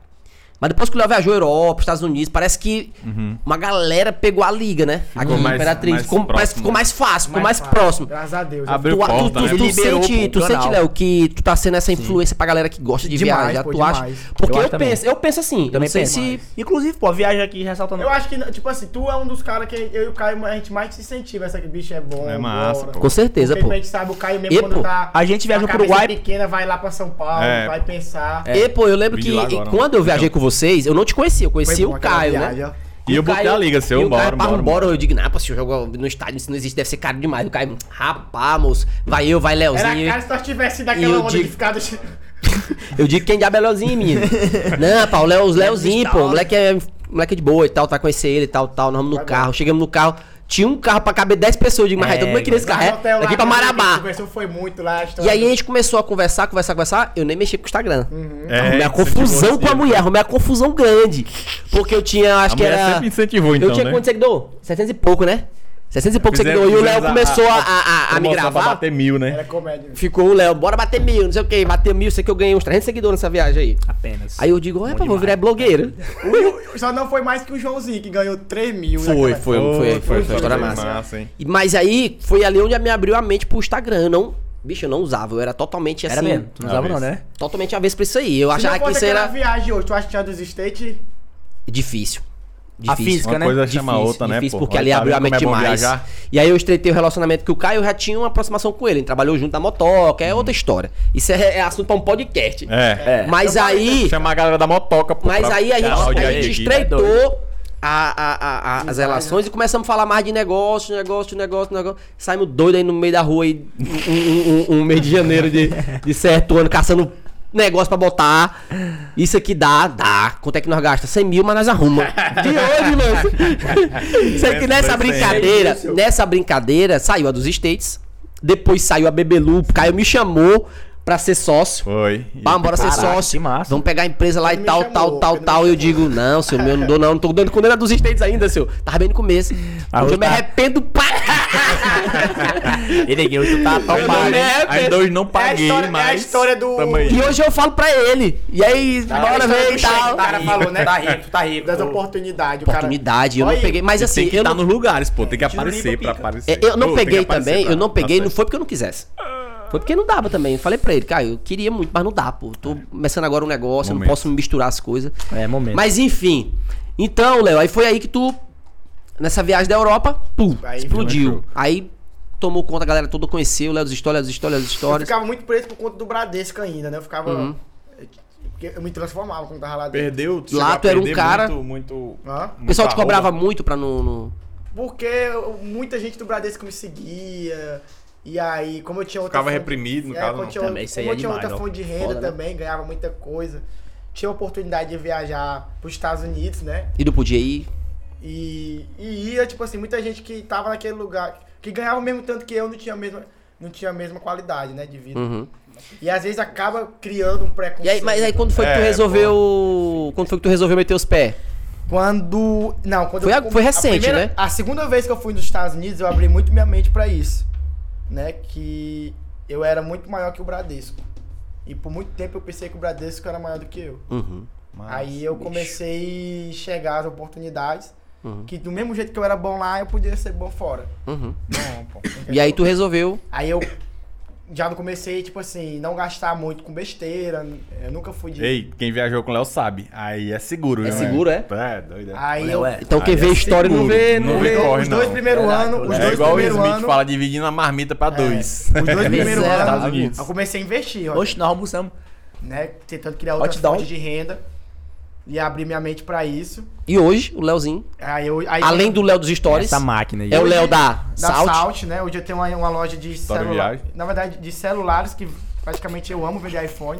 [SPEAKER 3] Mas depois que o Léo viajou à Europa, Estados Unidos, parece que uma galera pegou a liga, né? Aqui
[SPEAKER 8] Ficou
[SPEAKER 3] em
[SPEAKER 8] mais-
[SPEAKER 3] Imperatriz.
[SPEAKER 8] mais
[SPEAKER 3] ficou, parece que
[SPEAKER 8] próximo,
[SPEAKER 3] ficou
[SPEAKER 8] né?
[SPEAKER 3] mais fácil, ficou mais,
[SPEAKER 4] fácil.
[SPEAKER 3] próximo.
[SPEAKER 4] Graças a Deus. assim.
[SPEAKER 8] Abriu
[SPEAKER 3] Tu, tu,
[SPEAKER 8] porta, né?
[SPEAKER 3] tu, tu
[SPEAKER 5] Liberou pro
[SPEAKER 3] sente, tu sente,
[SPEAKER 5] canal.
[SPEAKER 3] Léo, que tu tá sendo essa influência pra galera que gosta de
[SPEAKER 4] Demais,
[SPEAKER 3] viajar,
[SPEAKER 4] pô,
[SPEAKER 3] tu
[SPEAKER 4] demais.
[SPEAKER 3] acha? Porque
[SPEAKER 2] Eu
[SPEAKER 3] eu,
[SPEAKER 2] acho também.
[SPEAKER 3] penso, eu penso assim, eu não
[SPEAKER 2] Também
[SPEAKER 3] sei
[SPEAKER 2] penso.
[SPEAKER 3] se...
[SPEAKER 5] Inclusive, pô, a viagem aqui ressaltando.
[SPEAKER 4] Eu acho que, tipo assim, tu é um dos caras que eu e o Caio, a gente mais se incentiva. Essa que bicho é bom.
[SPEAKER 8] É massa,
[SPEAKER 4] bora.
[SPEAKER 8] pô.
[SPEAKER 3] Com certeza,
[SPEAKER 4] Porque
[SPEAKER 3] pô.
[SPEAKER 4] a gente sabe, o Caio mesmo
[SPEAKER 3] E,
[SPEAKER 4] quando
[SPEAKER 3] pô,
[SPEAKER 4] tá.
[SPEAKER 5] a gente viaja
[SPEAKER 4] com
[SPEAKER 5] pro
[SPEAKER 4] cabeça
[SPEAKER 5] Uruguai-
[SPEAKER 4] pequena, vai lá pra São Paulo,
[SPEAKER 8] É.
[SPEAKER 4] vai pensar.
[SPEAKER 3] E, pô, eu lembro
[SPEAKER 8] Vim
[SPEAKER 3] que
[SPEAKER 8] de lá agora, né?
[SPEAKER 3] quando eu viajei com vocês, eu não te conhecia, eu
[SPEAKER 4] Foi
[SPEAKER 3] conhecia
[SPEAKER 4] bom
[SPEAKER 3] o
[SPEAKER 4] aquela
[SPEAKER 3] Caio, né?
[SPEAKER 4] viagem, ó.
[SPEAKER 8] E eu
[SPEAKER 3] o Caio-
[SPEAKER 8] botei a liga, assim,
[SPEAKER 3] e
[SPEAKER 8] eu
[SPEAKER 3] o Caio,
[SPEAKER 8] bora,
[SPEAKER 3] pá,
[SPEAKER 8] bora.
[SPEAKER 3] bora. Eu digo, não, pô, se eu jogo no estádio, se não existe, deve ser caro demais. O Caio, rapá, moço, vai eu, vai
[SPEAKER 4] Era
[SPEAKER 3] Leozinho.
[SPEAKER 4] cara se nós tivesse
[SPEAKER 3] E
[SPEAKER 4] daquela
[SPEAKER 3] eu
[SPEAKER 4] onda
[SPEAKER 3] digo-
[SPEAKER 4] de ficar. do-
[SPEAKER 3] Eu digo quem diabo é Leozinho,
[SPEAKER 4] (laughs)
[SPEAKER 3] menino. não, pá, o Leo, os Leozinho, pô, o moleque é, moleque é de boa e tal, tá conhecer ele e tal, tal. Nós vamos no carro, chegamos no carro, tinha um carro pra caber 10 pessoas. Eu digo, mas
[SPEAKER 2] É,
[SPEAKER 3] é, todo mundo aqui nesse carro,
[SPEAKER 4] Lá no
[SPEAKER 3] é?
[SPEAKER 4] hotel lá,
[SPEAKER 3] Daqui pra
[SPEAKER 4] que a gente
[SPEAKER 3] Marabá.
[SPEAKER 4] Conversou, foi muito lá. a
[SPEAKER 3] E
[SPEAKER 4] história
[SPEAKER 3] aí a gente começou a conversar, conversar, conversar. Eu nem mexi com o Instagram.
[SPEAKER 4] Uhum.
[SPEAKER 8] É,
[SPEAKER 3] arrumei a
[SPEAKER 8] incentivou
[SPEAKER 3] confusão com a
[SPEAKER 8] assim.
[SPEAKER 3] mulher, arrumei a confusão grande. Porque eu tinha, acho
[SPEAKER 8] A
[SPEAKER 3] que
[SPEAKER 8] mulher
[SPEAKER 3] era.
[SPEAKER 8] sempre incentivou, então,
[SPEAKER 3] eu tinha
[SPEAKER 8] né?
[SPEAKER 3] quantos seguidor? 700 e pouco, né? 700 e pouco
[SPEAKER 8] Fizemos-
[SPEAKER 3] seguidor. E o Léo
[SPEAKER 8] fizemos
[SPEAKER 3] começou a, a, a, a me
[SPEAKER 8] promoção pra
[SPEAKER 3] gravar.
[SPEAKER 8] bater mil, né?
[SPEAKER 4] Era comédia.
[SPEAKER 3] Ficou o Léo, bora bater mil, não sei o que, bateu mil, sei que eu ganhei uns 300 seguidores nessa viagem aí.
[SPEAKER 2] Apenas.
[SPEAKER 3] Aí eu digo, olha, pô, vou
[SPEAKER 8] (laughs)
[SPEAKER 3] virar blogueiro.
[SPEAKER 4] Só não foi mais que o Joãozinho, que ganhou 3 mil. né,
[SPEAKER 3] Foi,
[SPEAKER 4] naquela-
[SPEAKER 3] foi, foi, foi, foi, uma história massa.
[SPEAKER 8] hein?
[SPEAKER 3] E- Mas aí foi ali onde me abriu a mente pro Instagram. Eu não, bicho, eu não usava, eu era totalmente assim.
[SPEAKER 2] Era mesmo? Tu não usava não,
[SPEAKER 8] Talvez.
[SPEAKER 2] né?
[SPEAKER 3] Totalmente avesso pra isso aí. Eu
[SPEAKER 4] Se não
[SPEAKER 3] achava que
[SPEAKER 4] fosse
[SPEAKER 3] isso
[SPEAKER 4] aquela
[SPEAKER 3] era
[SPEAKER 4] viagem hoje, tu acha que tinha dos States?
[SPEAKER 3] difícil.
[SPEAKER 2] A
[SPEAKER 3] Difícil.
[SPEAKER 2] física,
[SPEAKER 8] Uma
[SPEAKER 2] né?
[SPEAKER 8] coisa chama a outra, né,
[SPEAKER 3] difícil,
[SPEAKER 8] pô?
[SPEAKER 3] porque
[SPEAKER 8] Olha,
[SPEAKER 3] ali
[SPEAKER 8] tá
[SPEAKER 3] abriu a
[SPEAKER 8] vendo como
[SPEAKER 3] mente
[SPEAKER 8] é bom
[SPEAKER 3] demais.
[SPEAKER 8] viajar?
[SPEAKER 3] E aí eu estreitei o relacionamento que o Caio já tinha uma aproximação com ele. Ele trabalhou junto da motoca, é outra história. Isso é, é assunto pra um podcast.
[SPEAKER 8] Hum. É.
[SPEAKER 2] É.
[SPEAKER 3] Mas
[SPEAKER 4] Eu
[SPEAKER 3] aí.
[SPEAKER 8] Chamar a galera da motoca, pô.
[SPEAKER 3] Mas
[SPEAKER 8] pra-
[SPEAKER 3] aí a gente,
[SPEAKER 8] pra
[SPEAKER 3] a
[SPEAKER 8] audiar
[SPEAKER 3] gente
[SPEAKER 8] aqui.
[SPEAKER 1] né?
[SPEAKER 3] estreitou a- a- a- a- as relações e começamos a falar mais de negócio, negócio, negócio, negócio. Saímos doido aí no meio da rua aí, um, um- um- um mês de janeiro de, de certo ano, caçando negócio pra botar. Isso aqui dá, dá. Quanto é que nós gasta? 100 mil, mas nós arrumamos. De hoje, mano. Isso aqui nessa brincadeira, nessa brincadeira, saiu a dos States, depois saiu a Bebelu, o Caio me chamou pra ser sócio.
[SPEAKER 8] Foi. E-
[SPEAKER 3] Vamos, bora ser
[SPEAKER 2] Caraca, que
[SPEAKER 3] sócio.
[SPEAKER 2] massa.
[SPEAKER 3] Vamos pegar a empresa lá e
[SPEAKER 4] Ele me
[SPEAKER 3] tal,
[SPEAKER 4] chamou,
[SPEAKER 3] tal, tal,
[SPEAKER 4] ele me
[SPEAKER 3] tal. Eu
[SPEAKER 4] chamou.
[SPEAKER 3] digo, não, seu meu, não dou não. Não tô dando quando era dos States ainda, seu. Tava bem no começo.
[SPEAKER 8] Ah,
[SPEAKER 3] Hoje eu me
[SPEAKER 2] tá.
[SPEAKER 3] arrependo pá.
[SPEAKER 2] Ele que tu tá
[SPEAKER 8] Aí
[SPEAKER 2] topado.
[SPEAKER 8] dois-
[SPEAKER 3] né,
[SPEAKER 8] Aí dois não paguei,
[SPEAKER 4] história- é a
[SPEAKER 8] mas...
[SPEAKER 4] história do-
[SPEAKER 8] Tamo aí.
[SPEAKER 3] E hoje eu falo pra ele. E aí,
[SPEAKER 4] Tá,
[SPEAKER 3] bora ver e tal.
[SPEAKER 5] O cara falou, né? Tá rico, tá rico.
[SPEAKER 4] Das oportunidades, o cara.
[SPEAKER 3] Oportunidade, eu
[SPEAKER 4] Olha
[SPEAKER 3] não
[SPEAKER 4] aí,
[SPEAKER 3] peguei. Mas
[SPEAKER 8] Você
[SPEAKER 3] assim,
[SPEAKER 8] tem que
[SPEAKER 3] eu
[SPEAKER 8] estar
[SPEAKER 3] não,
[SPEAKER 8] nos lugares, pô.
[SPEAKER 1] É,
[SPEAKER 8] Tem que aparecer pra aparecer.
[SPEAKER 3] é, eu não
[SPEAKER 8] Pô, tem que
[SPEAKER 3] peguei
[SPEAKER 8] aparecer
[SPEAKER 3] também,
[SPEAKER 8] pra-
[SPEAKER 3] eu não peguei, não
[SPEAKER 8] bastante.
[SPEAKER 3] foi porque eu não quisesse. Foi porque não dava também. Eu falei pra ele, cara, eu queria muito, mas não dá, pô. Tô começando agora um negócio, eu não
[SPEAKER 8] Momento.
[SPEAKER 3] posso me misturar as coisas.
[SPEAKER 2] É, momento.
[SPEAKER 3] Mas enfim. Então, Léo, aí foi aí que tu, nessa viagem da Europa, pum,
[SPEAKER 4] Aí
[SPEAKER 3] explodiu. Aí tomou conta, a galera toda conheceu, Léo das histórias, Léo das histórias, Léo das
[SPEAKER 4] Eu
[SPEAKER 3] histórias.
[SPEAKER 4] ficava muito preso por conta do Bradesco ainda, né? Eu ficava.
[SPEAKER 3] Uhum.
[SPEAKER 4] Porque eu me transformava quando tava lá dentro.
[SPEAKER 1] Perdeu,
[SPEAKER 3] Lá
[SPEAKER 1] chegou a
[SPEAKER 3] tu era um
[SPEAKER 1] perder
[SPEAKER 3] cara-
[SPEAKER 1] Muito, muito,
[SPEAKER 4] Hã?
[SPEAKER 3] O pessoal te
[SPEAKER 1] muita
[SPEAKER 3] cobrava
[SPEAKER 1] roupa.
[SPEAKER 3] muito pra não. não-
[SPEAKER 4] Porque eu- muita gente do Bradesco me seguia. E aí, como eu tinha outra.
[SPEAKER 1] Ficava
[SPEAKER 4] fonte-
[SPEAKER 1] reprimido, no
[SPEAKER 4] é,
[SPEAKER 1] caso,
[SPEAKER 4] quando
[SPEAKER 1] não.
[SPEAKER 4] tinha-
[SPEAKER 2] Também, isso aí
[SPEAKER 4] como
[SPEAKER 2] é
[SPEAKER 4] eu tinha
[SPEAKER 2] demais,
[SPEAKER 4] outra
[SPEAKER 2] ó.
[SPEAKER 4] fonte de renda
[SPEAKER 3] Foda, né?
[SPEAKER 4] também, ganhava muita coisa. Tinha a oportunidade de viajar pros Estados Unidos, né?
[SPEAKER 3] E não podia ir.
[SPEAKER 4] E, e ia, tipo assim, muita gente que tava naquele lugar, que ganhava o mesmo tanto que eu, não tinha a mesma, não tinha a mesma qualidade, né, de vida.
[SPEAKER 3] Uhum.
[SPEAKER 4] E às vezes acaba criando um preconceito.
[SPEAKER 3] E aí, mas aí quando foi que tu
[SPEAKER 8] É,
[SPEAKER 3] resolveu. Quando foi que tu resolveu meter os pés?
[SPEAKER 4] Quando. Não, quando
[SPEAKER 3] Foi a-
[SPEAKER 4] come-
[SPEAKER 3] foi recente,
[SPEAKER 4] primeira-
[SPEAKER 3] né?
[SPEAKER 4] A segunda vez que eu fui nos Estados Unidos, eu abri muito minha mente pra isso. Né? Que eu era muito maior que o Bradesco. E por muito tempo eu pensei que o Bradesco era maior do que eu.
[SPEAKER 3] Uhum.
[SPEAKER 4] aí eu comecei a chegar às oportunidades.
[SPEAKER 3] Uhum.
[SPEAKER 4] Que do mesmo jeito que eu era bom lá, eu podia ser bom fora.
[SPEAKER 3] Uhum.
[SPEAKER 4] Bom, pô,
[SPEAKER 3] E aí tu resolveu.
[SPEAKER 4] Aí eu já não comecei, tipo assim, não gastar muito com besteira. Eu nunca fui de.
[SPEAKER 8] Ei, quem viajou com o Léo sabe. Aí é seguro,
[SPEAKER 3] É
[SPEAKER 8] viu,
[SPEAKER 3] seguro, é?
[SPEAKER 8] É, doido. é.
[SPEAKER 4] Aí eu.
[SPEAKER 2] Ué,
[SPEAKER 3] Então
[SPEAKER 8] Ah,
[SPEAKER 3] quem
[SPEAKER 8] é
[SPEAKER 3] vê história não
[SPEAKER 8] seguro.
[SPEAKER 3] vê.
[SPEAKER 8] Não
[SPEAKER 4] Os
[SPEAKER 8] vê
[SPEAKER 4] dois-
[SPEAKER 8] corre,
[SPEAKER 4] os dois
[SPEAKER 8] é, não.
[SPEAKER 4] primeiros
[SPEAKER 2] Verdade,
[SPEAKER 4] anos. Os
[SPEAKER 8] É
[SPEAKER 4] dois
[SPEAKER 8] igual o
[SPEAKER 4] primeiros
[SPEAKER 8] Smith
[SPEAKER 4] anos.
[SPEAKER 8] fala, dividindo a marmita pra dois. (laughs)
[SPEAKER 4] Os dois primeiros
[SPEAKER 3] Zero,
[SPEAKER 8] tá
[SPEAKER 4] anos
[SPEAKER 8] bonito.
[SPEAKER 4] eu comecei a investir, ó,
[SPEAKER 2] Hoje nós almoçamos.
[SPEAKER 4] né? Tentando criar outra
[SPEAKER 2] Hot dog.
[SPEAKER 3] um?
[SPEAKER 4] fonte de renda e abrir minha mente pra isso.
[SPEAKER 3] E hoje, o Léozinho,
[SPEAKER 4] Aí eu, aí é
[SPEAKER 3] além do Léo dos Stories,
[SPEAKER 2] Essa máquina aí.
[SPEAKER 3] é o Léo da,
[SPEAKER 4] da
[SPEAKER 3] Salt.
[SPEAKER 4] Salt. né? Hoje eu tenho uma, uma loja de
[SPEAKER 8] Só de
[SPEAKER 4] celulares.
[SPEAKER 8] viagem.
[SPEAKER 4] Na verdade, de celulares que praticamente eu amo vender iPhone.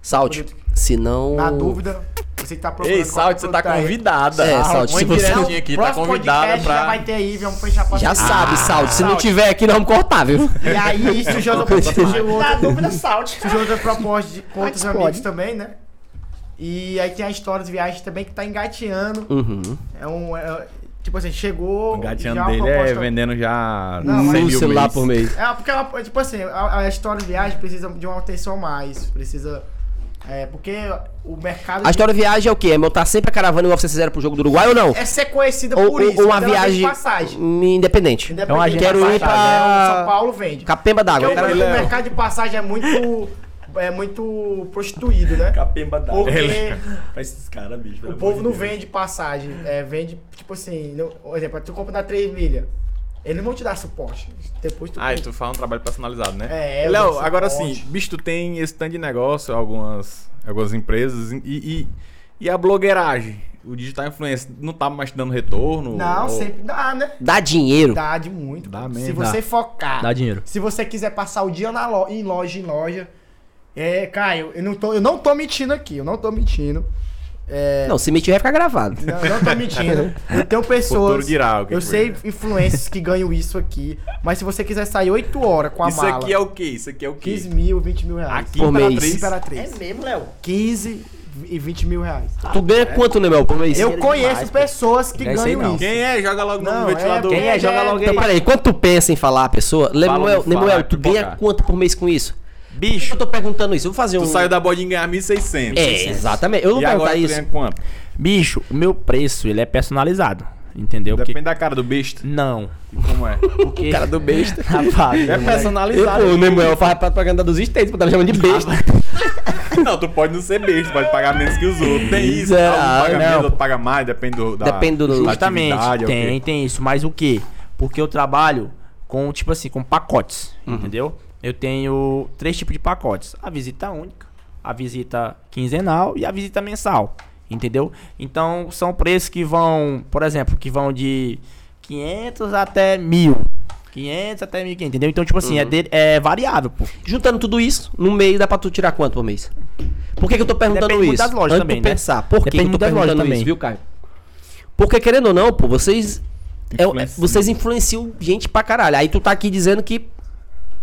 [SPEAKER 3] Salt. Se não.
[SPEAKER 4] Na dúvida, você que tá procurando.
[SPEAKER 8] Ei, Salt,
[SPEAKER 4] qualquer
[SPEAKER 8] você tá
[SPEAKER 4] produto aí.
[SPEAKER 8] convidada.
[SPEAKER 3] É,
[SPEAKER 8] Ah,
[SPEAKER 3] Salt,
[SPEAKER 8] Muito
[SPEAKER 3] se você-
[SPEAKER 8] direitinho aqui, tá
[SPEAKER 4] Próximo
[SPEAKER 8] convidada
[SPEAKER 4] podcast já
[SPEAKER 8] pra...
[SPEAKER 4] vai ter aí, vamos fechar pra
[SPEAKER 3] Já
[SPEAKER 4] Ah,
[SPEAKER 3] sabe, Salt. Se não
[SPEAKER 4] Salt.
[SPEAKER 3] tiver aqui, nós vamos cortar, viu?
[SPEAKER 4] E aí,
[SPEAKER 3] (laughs)
[SPEAKER 4] surgiu outra surgiu outra-
[SPEAKER 5] Na dúvida, salte.
[SPEAKER 4] surgiu outra proposta de contas
[SPEAKER 5] explode.
[SPEAKER 4] amigos também, né? E aí tem a história de viagem também que tá engateando.
[SPEAKER 3] Uhum.
[SPEAKER 4] É um. é- tipo assim, chegou.
[SPEAKER 8] O gatinho
[SPEAKER 4] já uma
[SPEAKER 8] dele é
[SPEAKER 4] proposta-
[SPEAKER 8] vendendo já
[SPEAKER 4] Não, mas-
[SPEAKER 8] 100
[SPEAKER 3] Um
[SPEAKER 8] mil
[SPEAKER 3] celular
[SPEAKER 8] mês.
[SPEAKER 3] por mês.
[SPEAKER 4] É, porque ela, tipo assim, a, a história de viagem precisa de uma atenção a mais. Precisa É, porque o mercado.
[SPEAKER 3] A história de viagem é o quê? É montar sempre a caravana igual vocês fizeram pro jogo do Uruguai ou não?
[SPEAKER 4] é ser conhecida
[SPEAKER 3] ou,
[SPEAKER 4] por
[SPEAKER 3] ou-
[SPEAKER 4] isso.
[SPEAKER 3] ou uma
[SPEAKER 4] porque ela vende
[SPEAKER 3] viagem
[SPEAKER 4] passagem.
[SPEAKER 3] independente.
[SPEAKER 4] Independente
[SPEAKER 3] agenda
[SPEAKER 4] de
[SPEAKER 3] Quero ir
[SPEAKER 4] passagem,
[SPEAKER 3] pra-
[SPEAKER 4] né? O São Paulo vende.
[SPEAKER 3] Capemba
[SPEAKER 4] Porque
[SPEAKER 3] d'água.
[SPEAKER 4] o,
[SPEAKER 3] O cara-
[SPEAKER 4] o mercado de passagem é muito. É muito prostituído, né?
[SPEAKER 2] Capemba da.
[SPEAKER 4] Porque
[SPEAKER 2] Pra esses caras, bicho.
[SPEAKER 4] o
[SPEAKER 2] pelo
[SPEAKER 4] povo
[SPEAKER 2] amor
[SPEAKER 4] não
[SPEAKER 2] de Deus.
[SPEAKER 4] vende passagem. É, vende, tipo assim, não, por exemplo, tu compra na 3 milha. Eles não vão te dar suporte. Depois tu.
[SPEAKER 8] Ah,
[SPEAKER 4] compra.
[SPEAKER 8] tu faz um trabalho personalizado, né?
[SPEAKER 4] É, eu dou
[SPEAKER 8] Léo,
[SPEAKER 4] suporte.
[SPEAKER 8] agora sim, bicho, tu tem esse tanto de negócio, algumas, algumas empresas, e, e, e a blogueiragem, o digital influencer, não tá mais te dando retorno?
[SPEAKER 4] Não,
[SPEAKER 8] Ou-
[SPEAKER 4] sempre dá, né?
[SPEAKER 3] Dá dinheiro.
[SPEAKER 4] Dá de muito.
[SPEAKER 8] Dá
[SPEAKER 4] Se
[SPEAKER 8] mesmo,
[SPEAKER 4] você focar.
[SPEAKER 9] Dá dinheiro.
[SPEAKER 4] Se você quiser passar o dia na lo- em loja, em loja. É, Caio, eu não, tô, eu não tô mentindo aqui, eu não tô mentindo. É,
[SPEAKER 3] Não, se mentir vai ficar gravado.
[SPEAKER 4] não, eu não
[SPEAKER 8] (laughs)
[SPEAKER 4] tô mentindo. Eu tenho
[SPEAKER 8] Futuro
[SPEAKER 4] pessoas.
[SPEAKER 8] dirá o que
[SPEAKER 4] Eu
[SPEAKER 8] foi.
[SPEAKER 4] sei influencers que ganham isso aqui. Mas se você quiser sair 8 horas com a
[SPEAKER 8] Isso
[SPEAKER 4] mala,
[SPEAKER 8] aqui é o quê? Isso aqui é o quê?
[SPEAKER 4] 15 mil, 20 mil reais.
[SPEAKER 8] Aqui
[SPEAKER 3] Por mês.
[SPEAKER 8] Imperatriz.
[SPEAKER 4] Imperatriz.
[SPEAKER 5] É mesmo, Léo?
[SPEAKER 4] 15 e 20 mil reais.
[SPEAKER 3] Tu ganha quanto, né, meu, por mês?
[SPEAKER 4] É.
[SPEAKER 3] Então,
[SPEAKER 4] Eu conheço pessoas que
[SPEAKER 9] Não é isso aí,
[SPEAKER 4] ganham
[SPEAKER 9] não.
[SPEAKER 4] isso.
[SPEAKER 8] Quem é? Joga logo
[SPEAKER 4] Não,
[SPEAKER 8] no ventilador.
[SPEAKER 4] é-
[SPEAKER 2] Quem é? Joga logo
[SPEAKER 3] Então,
[SPEAKER 2] aí.
[SPEAKER 3] peraí, quando tu pensa em falar a pessoa,
[SPEAKER 8] me
[SPEAKER 3] Lemuel,
[SPEAKER 8] fala,
[SPEAKER 3] Lemuel, tu
[SPEAKER 8] pipoca.
[SPEAKER 3] ganha quanto por mês com isso? Por que
[SPEAKER 2] Bicho,
[SPEAKER 3] Eu tô perguntando isso, eu vou fazer um...
[SPEAKER 8] Tu saiu da bodinha e ganhar 1.600.
[SPEAKER 3] É, exatamente, eu não
[SPEAKER 8] E
[SPEAKER 3] vou perguntar
[SPEAKER 8] agora tu
[SPEAKER 3] isso.
[SPEAKER 8] ganha quanto?
[SPEAKER 2] bicho, o meu preço, ele é personalizado. Entendeu?
[SPEAKER 8] Depende
[SPEAKER 2] Porque...
[SPEAKER 8] da cara do besta.
[SPEAKER 2] Não.
[SPEAKER 8] Como
[SPEAKER 3] (laughs)
[SPEAKER 8] é?
[SPEAKER 2] Porque... cara do (laughs) besta.
[SPEAKER 8] É personalizado.
[SPEAKER 3] o Lemuel faz propaganda dos States, porque tá chamando de besta.
[SPEAKER 8] Não, tu pode não ser besta, pode pagar menos que os outros. Tem isso,
[SPEAKER 3] Zero,
[SPEAKER 8] um paga
[SPEAKER 3] não.
[SPEAKER 8] menos, outro paga mais, depende do, da
[SPEAKER 3] Depende do-
[SPEAKER 8] da atividade,
[SPEAKER 2] Justamente,
[SPEAKER 8] é o quê.
[SPEAKER 2] tem, tem isso. Mas o quê? Porque eu trabalho com, tipo assim, com pacotes, entendeu? Eu tenho três tipos de pacotes. A visita única, a visita quinzenal e a visita mensal, entendeu? Então, são preços que vão, por exemplo, que vão de 500 até 1000. 500 até 1.500, entendeu? Então, tipo assim, é, de- é variável, pô.
[SPEAKER 3] Juntando tudo isso, no meio dá pra tu tirar quanto por mês? Por que, que eu tô perguntando
[SPEAKER 2] Depende muito
[SPEAKER 3] isso?
[SPEAKER 2] das lojas
[SPEAKER 3] Antes
[SPEAKER 2] também,
[SPEAKER 3] de tu
[SPEAKER 2] né?
[SPEAKER 3] pensar, por que que
[SPEAKER 2] Depende
[SPEAKER 3] eu
[SPEAKER 2] muito
[SPEAKER 3] tô
[SPEAKER 2] das lojas
[SPEAKER 3] perguntando isso,
[SPEAKER 2] também.
[SPEAKER 3] viu, Caio? Porque querendo ou não, pô, vocês... é-
[SPEAKER 8] Influencia.
[SPEAKER 3] é- vocês influenciam gente pra caralho. Aí tu tá aqui dizendo que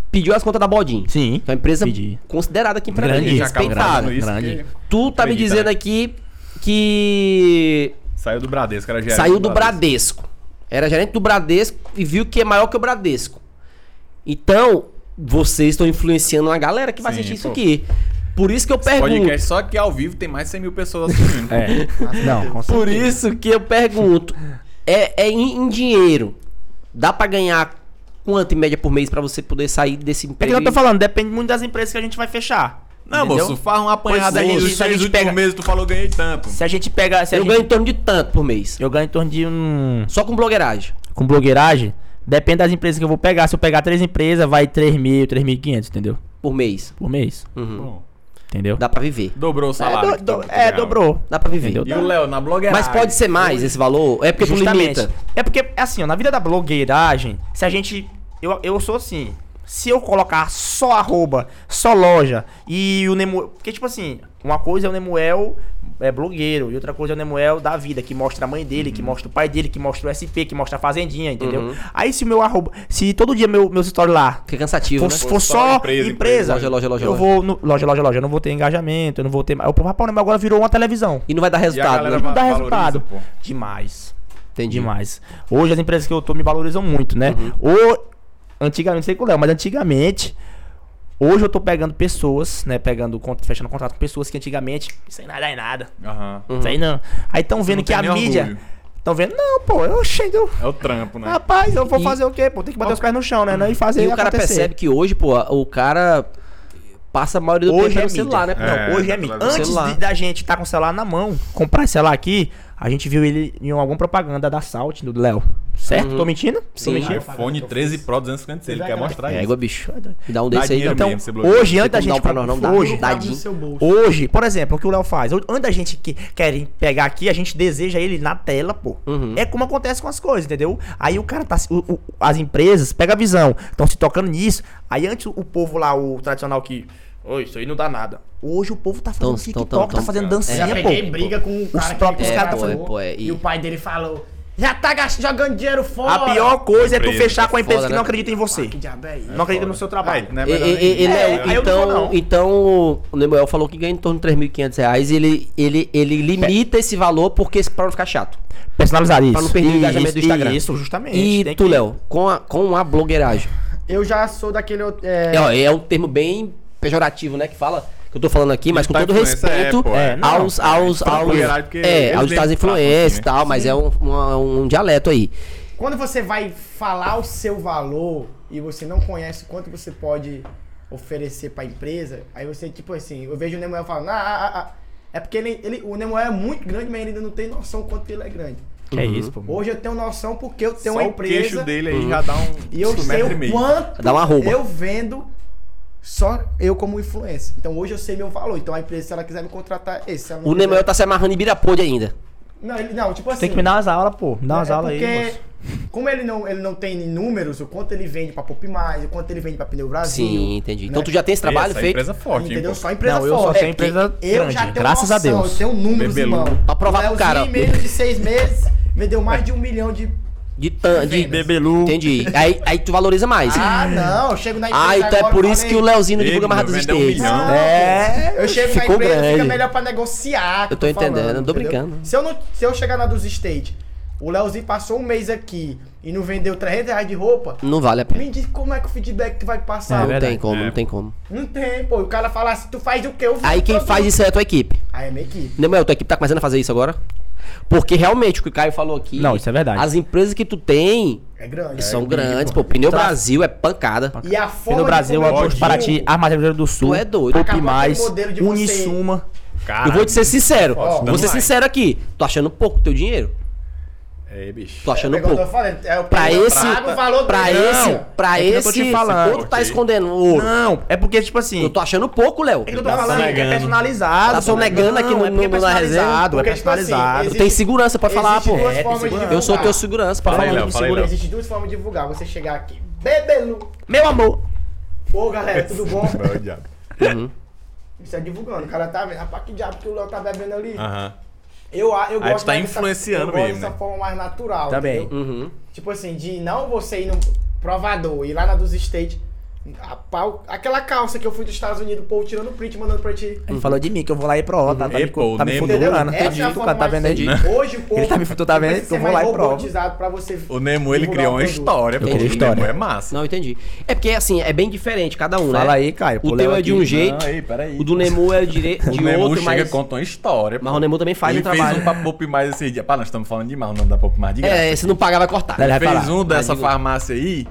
[SPEAKER 3] pediu as contas da Bodin.
[SPEAKER 2] Sim.
[SPEAKER 3] Que é uma empresa
[SPEAKER 2] Pedi.
[SPEAKER 3] considerada aqui em
[SPEAKER 2] Grande,
[SPEAKER 3] Brasília,
[SPEAKER 2] já
[SPEAKER 8] acabou
[SPEAKER 3] respeitada.
[SPEAKER 8] fazendo isso
[SPEAKER 2] grande.
[SPEAKER 8] que
[SPEAKER 3] Tu tá me
[SPEAKER 8] Acredita,
[SPEAKER 3] dizendo
[SPEAKER 8] né?
[SPEAKER 3] aqui que
[SPEAKER 8] Saiu do Bradesco, era gerente
[SPEAKER 3] saiu do Bradesco. Era gerente do Bradesco e viu que é maior que o Bradesco. Então, vocês estão influenciando a galera que vai
[SPEAKER 8] Sim,
[SPEAKER 3] assistir isso
[SPEAKER 8] pô.
[SPEAKER 3] aqui. Por isso que eu
[SPEAKER 1] é
[SPEAKER 3] pergunto.
[SPEAKER 1] assim
[SPEAKER 8] Podcast só que ao vivo tem mais de 100 mil pessoas assistindo.
[SPEAKER 2] (laughs) É. Não, com
[SPEAKER 3] Por
[SPEAKER 2] certeza.
[SPEAKER 3] isso que eu pergunto. É, é em, em dinheiro. Dá pra ganhar quanto em média por mês pra você poder sair desse
[SPEAKER 2] É que
[SPEAKER 3] emprego?
[SPEAKER 2] eu tô falando, depende muito das empresas que a gente vai fechar.
[SPEAKER 8] Não,
[SPEAKER 2] entendeu?
[SPEAKER 8] moço, faz uma apanhada
[SPEAKER 2] Pois é,
[SPEAKER 8] aí
[SPEAKER 2] isso
[SPEAKER 8] dos
[SPEAKER 2] a
[SPEAKER 8] seis
[SPEAKER 2] gente
[SPEAKER 8] últimos
[SPEAKER 2] pega-
[SPEAKER 8] meses, tu falou ganhei tanto.
[SPEAKER 2] Se a gente pega. Se a
[SPEAKER 3] eu
[SPEAKER 2] gente-
[SPEAKER 3] ganho em torno de tanto por mês.
[SPEAKER 2] Eu ganho em torno de um.
[SPEAKER 3] Só com blogueiragem.
[SPEAKER 2] Com blogueiragem, depende das empresas que eu vou pegar. Se eu pegar três empresas, vai 3 mil, 3.500, entendeu?
[SPEAKER 3] Por mês.
[SPEAKER 2] Por mês.
[SPEAKER 8] Bom,
[SPEAKER 2] Entendeu?
[SPEAKER 3] Uhum. Dá pra viver.
[SPEAKER 8] dobrou o
[SPEAKER 2] é,
[SPEAKER 8] salário.
[SPEAKER 2] do-
[SPEAKER 8] que
[SPEAKER 2] do-
[SPEAKER 8] tu- tu
[SPEAKER 2] é,
[SPEAKER 8] ganhava.
[SPEAKER 2] dobrou.
[SPEAKER 3] Dá pra viver.
[SPEAKER 2] Entendeu?
[SPEAKER 8] E o Léo, na blogueira.
[SPEAKER 3] Mas pode ser mais esse valor? É porque tu
[SPEAKER 2] Justamente.
[SPEAKER 3] limita.
[SPEAKER 2] É porque, assim, ó, na vida da blogueiragem, se a gente. Eu, eu sou assim. Se eu colocar só arroba, só loja e o Nemuel. Porque, tipo assim, uma coisa é o Nemuel é blogueiro e outra coisa é o Nemuel da vida, que mostra a mãe dele,
[SPEAKER 3] Uhum.
[SPEAKER 2] que mostra o pai dele, que mostra o SP, que mostra a fazendinha, entendeu? Aí se o meu arroba. Se todo dia meu, meus stories lá
[SPEAKER 3] Fica cansativo,
[SPEAKER 2] for,
[SPEAKER 3] né?
[SPEAKER 2] for
[SPEAKER 8] empresa,
[SPEAKER 2] só empresa,
[SPEAKER 8] empresa.
[SPEAKER 3] Loja, loja, loja,
[SPEAKER 2] eu
[SPEAKER 3] loja.
[SPEAKER 2] vou no- loja, loja, loja, eu não vou ter engajamento, eu não vou ter, Aí o povo, rapaz, mas agora virou uma televisão.
[SPEAKER 3] E não vai dar
[SPEAKER 8] E a
[SPEAKER 3] resultado,
[SPEAKER 8] galera
[SPEAKER 3] né?
[SPEAKER 2] Não dá
[SPEAKER 8] valoriza,
[SPEAKER 2] resultado.
[SPEAKER 8] pô.
[SPEAKER 2] Demais.
[SPEAKER 8] Uhum.
[SPEAKER 3] Entendi.
[SPEAKER 2] Demais. Hoje as empresas que eu tô me valorizam muito, né?
[SPEAKER 8] Uhum.
[SPEAKER 2] Ou antigamente, não sei qual é, mas antigamente hoje eu tô pegando pessoas, né, pegando con- fechando contrato com pessoas que antigamente isso aí nada é nada.
[SPEAKER 8] Aham.
[SPEAKER 2] Isso aí não. Aí tão vendo
[SPEAKER 8] Uhum. não
[SPEAKER 2] que
[SPEAKER 8] tem
[SPEAKER 2] a
[SPEAKER 8] nem
[SPEAKER 2] mídia Ah,
[SPEAKER 8] orgulho.
[SPEAKER 2] tão vendo, não, pô, eu chego,
[SPEAKER 8] É o trampo, né?
[SPEAKER 2] rapaz, eu vou
[SPEAKER 3] E-
[SPEAKER 2] fazer o quê? Pô, tem que bater os pés no chão, né? né, E fazer
[SPEAKER 3] E o cara
[SPEAKER 2] acontecer.
[SPEAKER 3] percebe que hoje, pô, o cara passa a maioria do
[SPEAKER 2] Hoje
[SPEAKER 3] tempo
[SPEAKER 2] é
[SPEAKER 3] no celular, né?
[SPEAKER 2] mídia.
[SPEAKER 3] Não,
[SPEAKER 8] É,
[SPEAKER 2] Hoje é
[SPEAKER 8] tá
[SPEAKER 2] mídia.
[SPEAKER 8] pela
[SPEAKER 2] Antes
[SPEAKER 3] celular.
[SPEAKER 2] de- da gente estar com o celular na mão, comprar esse celular aqui, a gente viu ele em alguma propaganda da Salt, do Léo. Certo?
[SPEAKER 8] Uhum.
[SPEAKER 2] Tô mentindo?
[SPEAKER 3] Sim.
[SPEAKER 2] Tô
[SPEAKER 1] é
[SPEAKER 2] mentindo?
[SPEAKER 8] um iPhone 13 Pro 256, ele quer mostrar
[SPEAKER 3] É
[SPEAKER 8] isso.
[SPEAKER 3] igual bicho. Me dá um desse aí,
[SPEAKER 8] dinheiro
[SPEAKER 3] então.
[SPEAKER 8] mesmo, você bloqueia.
[SPEAKER 2] Hoje, antes da
[SPEAKER 3] como
[SPEAKER 2] gente.
[SPEAKER 3] dá um pra nós, não dá.
[SPEAKER 2] hoje,
[SPEAKER 3] Dá.
[SPEAKER 4] Cabe no seu bolso.
[SPEAKER 2] hoje, por exemplo, o que o Léo faz? Antes da gente que quer pegar aqui, a gente deseja ele na tela, pô.
[SPEAKER 3] Uhum.
[SPEAKER 2] É como acontece com as coisas, entendeu? Aí o cara tá. se- o- o- as empresas, pega a visão, estão se tocando nisso. Aí antes o povo lá, o tradicional que. Oi, isso aí não dá nada. Hoje o povo tá fazendo
[SPEAKER 3] Tão-
[SPEAKER 2] TikTok,
[SPEAKER 3] tão- tão- É.
[SPEAKER 2] tá fazendo dancinha,
[SPEAKER 4] Já
[SPEAKER 2] pô.
[SPEAKER 4] peguei é, briga com o cara que
[SPEAKER 2] próprios
[SPEAKER 4] me
[SPEAKER 2] caras-
[SPEAKER 4] contratou,
[SPEAKER 3] pô, é, pô, é,
[SPEAKER 4] e...
[SPEAKER 3] e-
[SPEAKER 4] o pai dele falou: Já tá gast- jogando dinheiro fora!
[SPEAKER 2] A pior coisa é tu
[SPEAKER 8] Empresa,
[SPEAKER 2] fechar com a empresa
[SPEAKER 3] foda,
[SPEAKER 2] que não
[SPEAKER 3] né?
[SPEAKER 2] acredita em você.
[SPEAKER 4] Que diabo é isso?
[SPEAKER 2] Não acredita no seu trabalho.
[SPEAKER 8] Ah, não é
[SPEAKER 3] E,
[SPEAKER 8] melhor
[SPEAKER 3] e-
[SPEAKER 8] nem-
[SPEAKER 3] e- Léo,
[SPEAKER 2] É, aí eu não
[SPEAKER 3] então,
[SPEAKER 2] vou, não.
[SPEAKER 3] então o Nemuel falou que ganha em torno de 3.500 reais e ele, ele, ele limita esse valor porque esse- pra não ficar chato.
[SPEAKER 2] Personalizar isso.
[SPEAKER 3] Pra não perder o engajamento do Instagram.
[SPEAKER 2] É, Isso, justamente.
[SPEAKER 3] E
[SPEAKER 2] Tem
[SPEAKER 3] tu,
[SPEAKER 2] que-
[SPEAKER 3] Léo, com a, com a blogueiragem.
[SPEAKER 4] Eu já sou daquele. outro- É,
[SPEAKER 3] É, ó, é um termo bem pejorativo, né? Que fala que eu tô falando aqui, mas com
[SPEAKER 8] Digital
[SPEAKER 3] todo
[SPEAKER 8] influencer,
[SPEAKER 3] respeito
[SPEAKER 8] é, pô, é. Não,
[SPEAKER 3] aos,
[SPEAKER 8] é,
[SPEAKER 3] aos,
[SPEAKER 8] é,
[SPEAKER 3] aos,
[SPEAKER 8] blogueiragem, porque
[SPEAKER 3] é,
[SPEAKER 8] eles
[SPEAKER 3] aos digitais
[SPEAKER 8] mesmos falam
[SPEAKER 3] influencers e
[SPEAKER 8] assim, né?
[SPEAKER 3] tal, mas é um, uma- um dialeto aí.
[SPEAKER 4] Quando você vai falar o seu valor e você não conhece quanto você pode oferecer pra empresa, aí você, tipo assim, eu vejo o Nemoel falando, ah, ah, ah, ah. É porque ele, ele- o Nemoel é muito grande, mas ele ainda não tem noção quanto ele é grande.
[SPEAKER 2] Que é isso, pô.
[SPEAKER 4] Hoje eu tenho noção porque eu tenho
[SPEAKER 8] Só
[SPEAKER 4] uma
[SPEAKER 8] o queixo
[SPEAKER 4] empresa
[SPEAKER 8] dele aí já dá um,
[SPEAKER 4] e eu
[SPEAKER 8] um
[SPEAKER 4] sei
[SPEAKER 8] metro e
[SPEAKER 4] o
[SPEAKER 8] meio.
[SPEAKER 4] quanto
[SPEAKER 3] Dá uma arroba.
[SPEAKER 4] eu vendo só eu como influencer. Então hoje eu sei meu valor. Então a empresa, se ela quiser me contratar, esse. se ela não
[SPEAKER 3] O
[SPEAKER 4] quiser-
[SPEAKER 3] Nemoel tá se amarrando em Birapode ainda.
[SPEAKER 4] Não, ele, não, tipo assim.
[SPEAKER 2] Tem que me dar umas aulas, pô. Me dá umas
[SPEAKER 4] é
[SPEAKER 2] aulas
[SPEAKER 4] porque,
[SPEAKER 2] aí, moço.
[SPEAKER 4] Como ele não, ele não tem números, o quanto ele vende pra Pop Mais, o quanto ele vende pra Pneu Brasil.
[SPEAKER 3] Sim, entendi.
[SPEAKER 4] né?
[SPEAKER 3] Então tu já tem esse trabalho
[SPEAKER 8] Essa
[SPEAKER 3] feito
[SPEAKER 8] é empresa forte, hein,
[SPEAKER 4] Entendeu?
[SPEAKER 8] pô.
[SPEAKER 4] Só a empresa
[SPEAKER 2] Não, eu só
[SPEAKER 4] forte.
[SPEAKER 2] tenho empresa
[SPEAKER 4] Eu
[SPEAKER 2] grande,
[SPEAKER 4] já tenho
[SPEAKER 2] graças a
[SPEAKER 4] noção,
[SPEAKER 2] Deus.
[SPEAKER 4] Eu tenho números,
[SPEAKER 8] Bebelu.
[SPEAKER 4] irmão.
[SPEAKER 3] Pra provar pro
[SPEAKER 4] Leozinho,
[SPEAKER 3] cara.
[SPEAKER 4] em menos de seis meses, vendeu mais de um
[SPEAKER 3] (laughs)
[SPEAKER 4] milhão de...
[SPEAKER 3] de tan, de
[SPEAKER 4] Vendas.
[SPEAKER 2] Bebelu.
[SPEAKER 3] Entendi. Aí, aí tu valoriza mais.
[SPEAKER 4] Ah, não. Eu chego na empresa
[SPEAKER 3] Ah, então é
[SPEAKER 4] agora,
[SPEAKER 3] por
[SPEAKER 4] eu
[SPEAKER 3] isso
[SPEAKER 4] falei,
[SPEAKER 3] que o Leozinho não
[SPEAKER 8] Ele
[SPEAKER 3] divulga mais dos
[SPEAKER 8] vendeu um
[SPEAKER 3] estates.
[SPEAKER 8] milhão.
[SPEAKER 4] Não,
[SPEAKER 2] É,
[SPEAKER 4] Eu chego na
[SPEAKER 3] ficou
[SPEAKER 4] empresa, fica
[SPEAKER 3] grande.
[SPEAKER 4] melhor pra negociar. que
[SPEAKER 3] Eu tô entendendo, eu tô
[SPEAKER 4] entendeu?
[SPEAKER 3] brincando.
[SPEAKER 4] Se eu, não, se eu chegar na dos State, o Leozinho passou um mês aqui e não vendeu 300 reais de roupa,
[SPEAKER 3] Não vale a pena.
[SPEAKER 4] me diz como é que o feedback que vai passar.
[SPEAKER 2] É
[SPEAKER 3] Não
[SPEAKER 2] verdade.
[SPEAKER 3] tem como,
[SPEAKER 8] É.
[SPEAKER 3] não tem como.
[SPEAKER 4] Não tem, pô. O cara fala assim, tu faz o quê? Eu vendo
[SPEAKER 3] Aí quem
[SPEAKER 4] produto.
[SPEAKER 3] faz isso é a tua equipe.
[SPEAKER 4] Aí é minha equipe.
[SPEAKER 3] Nemoel, tua equipe tá começando a fazer isso agora? Porque realmente o que o Caio falou aqui.
[SPEAKER 2] Não, isso é verdade.
[SPEAKER 3] As empresas que tu tem
[SPEAKER 4] É grande.
[SPEAKER 3] são grandes, pô.
[SPEAKER 2] Tá.
[SPEAKER 3] Pneu Brasil é pancada.
[SPEAKER 4] E a forma
[SPEAKER 2] no
[SPEAKER 4] de
[SPEAKER 2] Brasil,
[SPEAKER 4] como eu
[SPEAKER 2] Aposto
[SPEAKER 4] digo,
[SPEAKER 2] Paraty, Armazém do Rio Grande do Sul.
[SPEAKER 3] Tu é doido.
[SPEAKER 2] Pop
[SPEAKER 4] Acabou
[SPEAKER 2] mais,
[SPEAKER 4] aquele modelo de você-
[SPEAKER 2] Unisuma.
[SPEAKER 3] eu vou te ser sincero.
[SPEAKER 4] Ó,
[SPEAKER 3] vou ser
[SPEAKER 8] vai.
[SPEAKER 3] sincero aqui. Tô achando pouco teu dinheiro.
[SPEAKER 8] É, bicho.
[SPEAKER 3] Tô achando
[SPEAKER 4] é o que eu tô
[SPEAKER 3] pouco.
[SPEAKER 4] falando, é o que
[SPEAKER 3] Pra
[SPEAKER 4] eu
[SPEAKER 3] esse.
[SPEAKER 4] pago o valor
[SPEAKER 3] Pra
[SPEAKER 4] dele.
[SPEAKER 3] esse.
[SPEAKER 4] Não,
[SPEAKER 3] Pra
[SPEAKER 2] é que eu
[SPEAKER 3] esse.
[SPEAKER 2] tô te falando.
[SPEAKER 3] Ou tu tá
[SPEAKER 8] Ok.
[SPEAKER 3] escondendo o ouro.
[SPEAKER 2] Não, é porque, tipo assim...
[SPEAKER 3] Eu tô achando pouco, Léo.
[SPEAKER 4] É que eu tô
[SPEAKER 2] tá
[SPEAKER 4] falando, é
[SPEAKER 8] sonegando.
[SPEAKER 4] personalizado.
[SPEAKER 3] Tá sonegando aqui
[SPEAKER 2] Não,
[SPEAKER 3] no-
[SPEAKER 2] é porque
[SPEAKER 3] no-
[SPEAKER 2] é
[SPEAKER 3] na resenha.
[SPEAKER 2] personalizado, é
[SPEAKER 4] Porque, tipo assim,
[SPEAKER 2] personalizado.
[SPEAKER 3] Tu tem segurança pra falar,
[SPEAKER 4] Existe
[SPEAKER 3] pô.
[SPEAKER 4] duas formas de
[SPEAKER 3] Eu sou
[SPEAKER 4] divulgar.
[SPEAKER 3] teu segurança pra
[SPEAKER 8] Fala aí,
[SPEAKER 3] falar.
[SPEAKER 8] Léo, fala aí, Léo.
[SPEAKER 4] Existe duas formas de divulgar. Você chegar aqui, bebelu.
[SPEAKER 2] Meu amor.
[SPEAKER 4] Ô, galera,
[SPEAKER 8] (laughs)
[SPEAKER 4] tudo bom?
[SPEAKER 8] Vai, o diabo.
[SPEAKER 4] Isso é divulgando. O cara tá vendo. Rapaz, que diabo que o Léo tá bebendo ali.
[SPEAKER 8] Aham.
[SPEAKER 4] Eu, eu
[SPEAKER 8] Ah. Aí
[SPEAKER 4] gosto
[SPEAKER 8] tu tá
[SPEAKER 4] mais dessa-
[SPEAKER 8] influenciando
[SPEAKER 4] eu gosto
[SPEAKER 8] mesmo,
[SPEAKER 4] dessa
[SPEAKER 8] né?
[SPEAKER 4] forma mais natural.
[SPEAKER 2] Também.
[SPEAKER 4] entendeu?
[SPEAKER 3] Uhum.
[SPEAKER 4] Tipo assim, de não você ir no provador, ir lá na dos State. a pau- aquela calça que eu fui dos Estados Unidos, o povo tirando print, mandando pra ti.
[SPEAKER 2] Ele falou de mim, que eu vou lá e prova. Tá, tá,
[SPEAKER 8] Ei,
[SPEAKER 2] me-
[SPEAKER 8] pô,
[SPEAKER 2] tá me
[SPEAKER 8] nem-
[SPEAKER 2] futurando.
[SPEAKER 4] Hum. Essa é a
[SPEAKER 2] Hum. Entendi, o
[SPEAKER 4] forma
[SPEAKER 2] cara tá
[SPEAKER 4] mais
[SPEAKER 2] vendo aí.
[SPEAKER 4] simples. Hoje o povo.
[SPEAKER 2] tá me- tu tá vendo?
[SPEAKER 4] precisa
[SPEAKER 2] Eu
[SPEAKER 4] ser
[SPEAKER 2] vou lá
[SPEAKER 4] mais
[SPEAKER 2] e provo.
[SPEAKER 4] robotizado pra você.
[SPEAKER 8] O Nemo, ele
[SPEAKER 4] divulgar
[SPEAKER 8] criou
[SPEAKER 4] o
[SPEAKER 8] uma
[SPEAKER 4] um produto.
[SPEAKER 8] história, pô.
[SPEAKER 2] Eu queria
[SPEAKER 8] O Nemo
[SPEAKER 2] história.
[SPEAKER 8] é massa.
[SPEAKER 3] Não, entendi. É porque, assim, é bem diferente cada um, né?
[SPEAKER 2] Fala aí, Caio.
[SPEAKER 3] O
[SPEAKER 2] Pô,
[SPEAKER 3] teu
[SPEAKER 2] Léo
[SPEAKER 3] é de
[SPEAKER 2] aqui.
[SPEAKER 3] um jeito,
[SPEAKER 8] Não, aí, peraí.
[SPEAKER 3] o do Nemo
[SPEAKER 2] (laughs)
[SPEAKER 3] é dire...
[SPEAKER 8] O
[SPEAKER 3] de
[SPEAKER 8] Nemo
[SPEAKER 3] outro,
[SPEAKER 8] chega e
[SPEAKER 3] mas...
[SPEAKER 8] conta uma história. pô.
[SPEAKER 3] mas o Nemo também faz
[SPEAKER 8] ele
[SPEAKER 3] um trabalho.
[SPEAKER 8] fez um pra Pop Mais esse dia. Pá, nós estamos falando demais o nome da Pop Mais de graça.
[SPEAKER 3] É, se não pagar, vai cortar.
[SPEAKER 2] Ele vai
[SPEAKER 8] fez
[SPEAKER 2] falar.
[SPEAKER 8] um dessa
[SPEAKER 3] Vai, diga.
[SPEAKER 8] farmácia aí.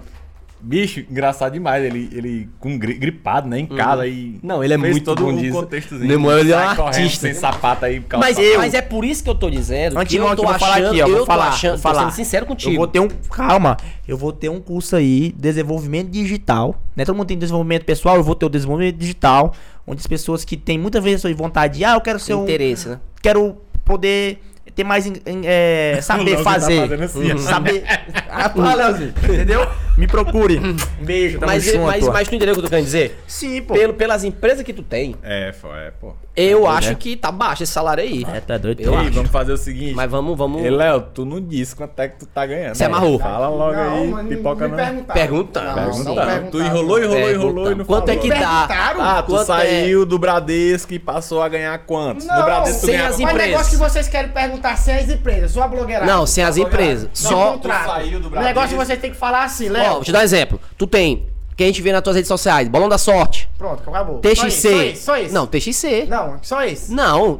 [SPEAKER 8] Bicho, engraçado demais. Ele, ele com gri- gripado, né? Em casa aí.
[SPEAKER 3] Hum. Não, ele é
[SPEAKER 8] fez
[SPEAKER 3] muito
[SPEAKER 8] todo
[SPEAKER 3] bom
[SPEAKER 8] um
[SPEAKER 3] disso.
[SPEAKER 8] contextozinho.
[SPEAKER 3] Nemo, ele é
[SPEAKER 8] Sai
[SPEAKER 3] um
[SPEAKER 8] correndo
[SPEAKER 3] artista.
[SPEAKER 8] Sem sapato aí, calça.
[SPEAKER 3] Mas,
[SPEAKER 2] Eu-
[SPEAKER 3] mas é por isso que eu tô dizendo
[SPEAKER 2] Antes
[SPEAKER 3] que
[SPEAKER 2] não,
[SPEAKER 3] eu
[SPEAKER 2] aqui,
[SPEAKER 3] tô
[SPEAKER 2] eu vou
[SPEAKER 3] achando...
[SPEAKER 2] falar aqui, ó.
[SPEAKER 3] eu
[SPEAKER 2] Vou
[SPEAKER 3] tô
[SPEAKER 2] falar,
[SPEAKER 3] achando...
[SPEAKER 2] vou falar.
[SPEAKER 3] Tô sendo sincero contigo.
[SPEAKER 2] Eu vou ter um. Calma. Eu vou ter um curso aí, desenvolvimento digital. Né? Todo mundo tem desenvolvimento pessoal, eu vou ter o desenvolvimento digital. Onde as pessoas que têm muitas vezes a vontade de, ah, eu quero ser um.
[SPEAKER 3] Interesse, né?
[SPEAKER 2] Quero poder ter mais. em- em- é,
[SPEAKER 8] Léo, você
[SPEAKER 2] saber
[SPEAKER 8] tá
[SPEAKER 2] fazer. Uhum.
[SPEAKER 8] fazendo assim, ó.
[SPEAKER 2] saber. Ah, pá, Leozinho, Entendeu? Me procure. Um beijo, tamo
[SPEAKER 3] Mas,
[SPEAKER 2] junto.
[SPEAKER 3] mas, mas tu entendeu o que eu tô querendo dizer?
[SPEAKER 2] Sim, pô.
[SPEAKER 3] Pelo, pelas empresas que tu tem,
[SPEAKER 8] É, fo- é, pô.
[SPEAKER 3] eu
[SPEAKER 2] É.
[SPEAKER 3] acho que tá baixo esse salário aí.
[SPEAKER 2] É, tá doido.
[SPEAKER 3] Eu
[SPEAKER 8] Ei,
[SPEAKER 3] acho.
[SPEAKER 8] vamos fazer o seguinte.
[SPEAKER 3] Mas vamos, vamos...
[SPEAKER 8] Ei, Léo, tu não disse quanto é que tu tá ganhando.
[SPEAKER 3] Se amarrou.
[SPEAKER 8] Fala logo aí,
[SPEAKER 4] mas não
[SPEAKER 8] pipoca
[SPEAKER 4] me
[SPEAKER 8] não.
[SPEAKER 4] perguntaram.
[SPEAKER 3] Pergunta.
[SPEAKER 4] Não,
[SPEAKER 3] Pergunta.
[SPEAKER 4] não
[SPEAKER 8] Tá,
[SPEAKER 4] perguntaram.
[SPEAKER 8] tu enrolou, enrolou, enrolou e não
[SPEAKER 3] Quanto é
[SPEAKER 8] falou.
[SPEAKER 3] que dá?
[SPEAKER 4] Perguntaram?
[SPEAKER 8] Ah, tu
[SPEAKER 3] Quanto é?
[SPEAKER 8] saiu do Bradesco e passou a ganhar quanto?
[SPEAKER 4] Não,
[SPEAKER 8] no Bradesco tu
[SPEAKER 3] sem
[SPEAKER 8] ganhava
[SPEAKER 3] as
[SPEAKER 4] Mas
[SPEAKER 3] empresas.
[SPEAKER 4] negócio que vocês querem perguntar sem as empresas, só a blogueira.
[SPEAKER 3] Não, sem as empresas. Só-
[SPEAKER 8] saiu do Bradesco.
[SPEAKER 4] negócio que vocês têm que falar assim,
[SPEAKER 3] Ó,
[SPEAKER 4] Léo.
[SPEAKER 3] vou te dar um exemplo. Tu tem, que a gente vê nas tuas redes sociais, Bolão da Sorte,
[SPEAKER 4] Pronto, acabou.
[SPEAKER 3] TXC.
[SPEAKER 4] Só isso, Só isso, só isso.
[SPEAKER 3] Não, TXC. Não,
[SPEAKER 4] Não, só isso.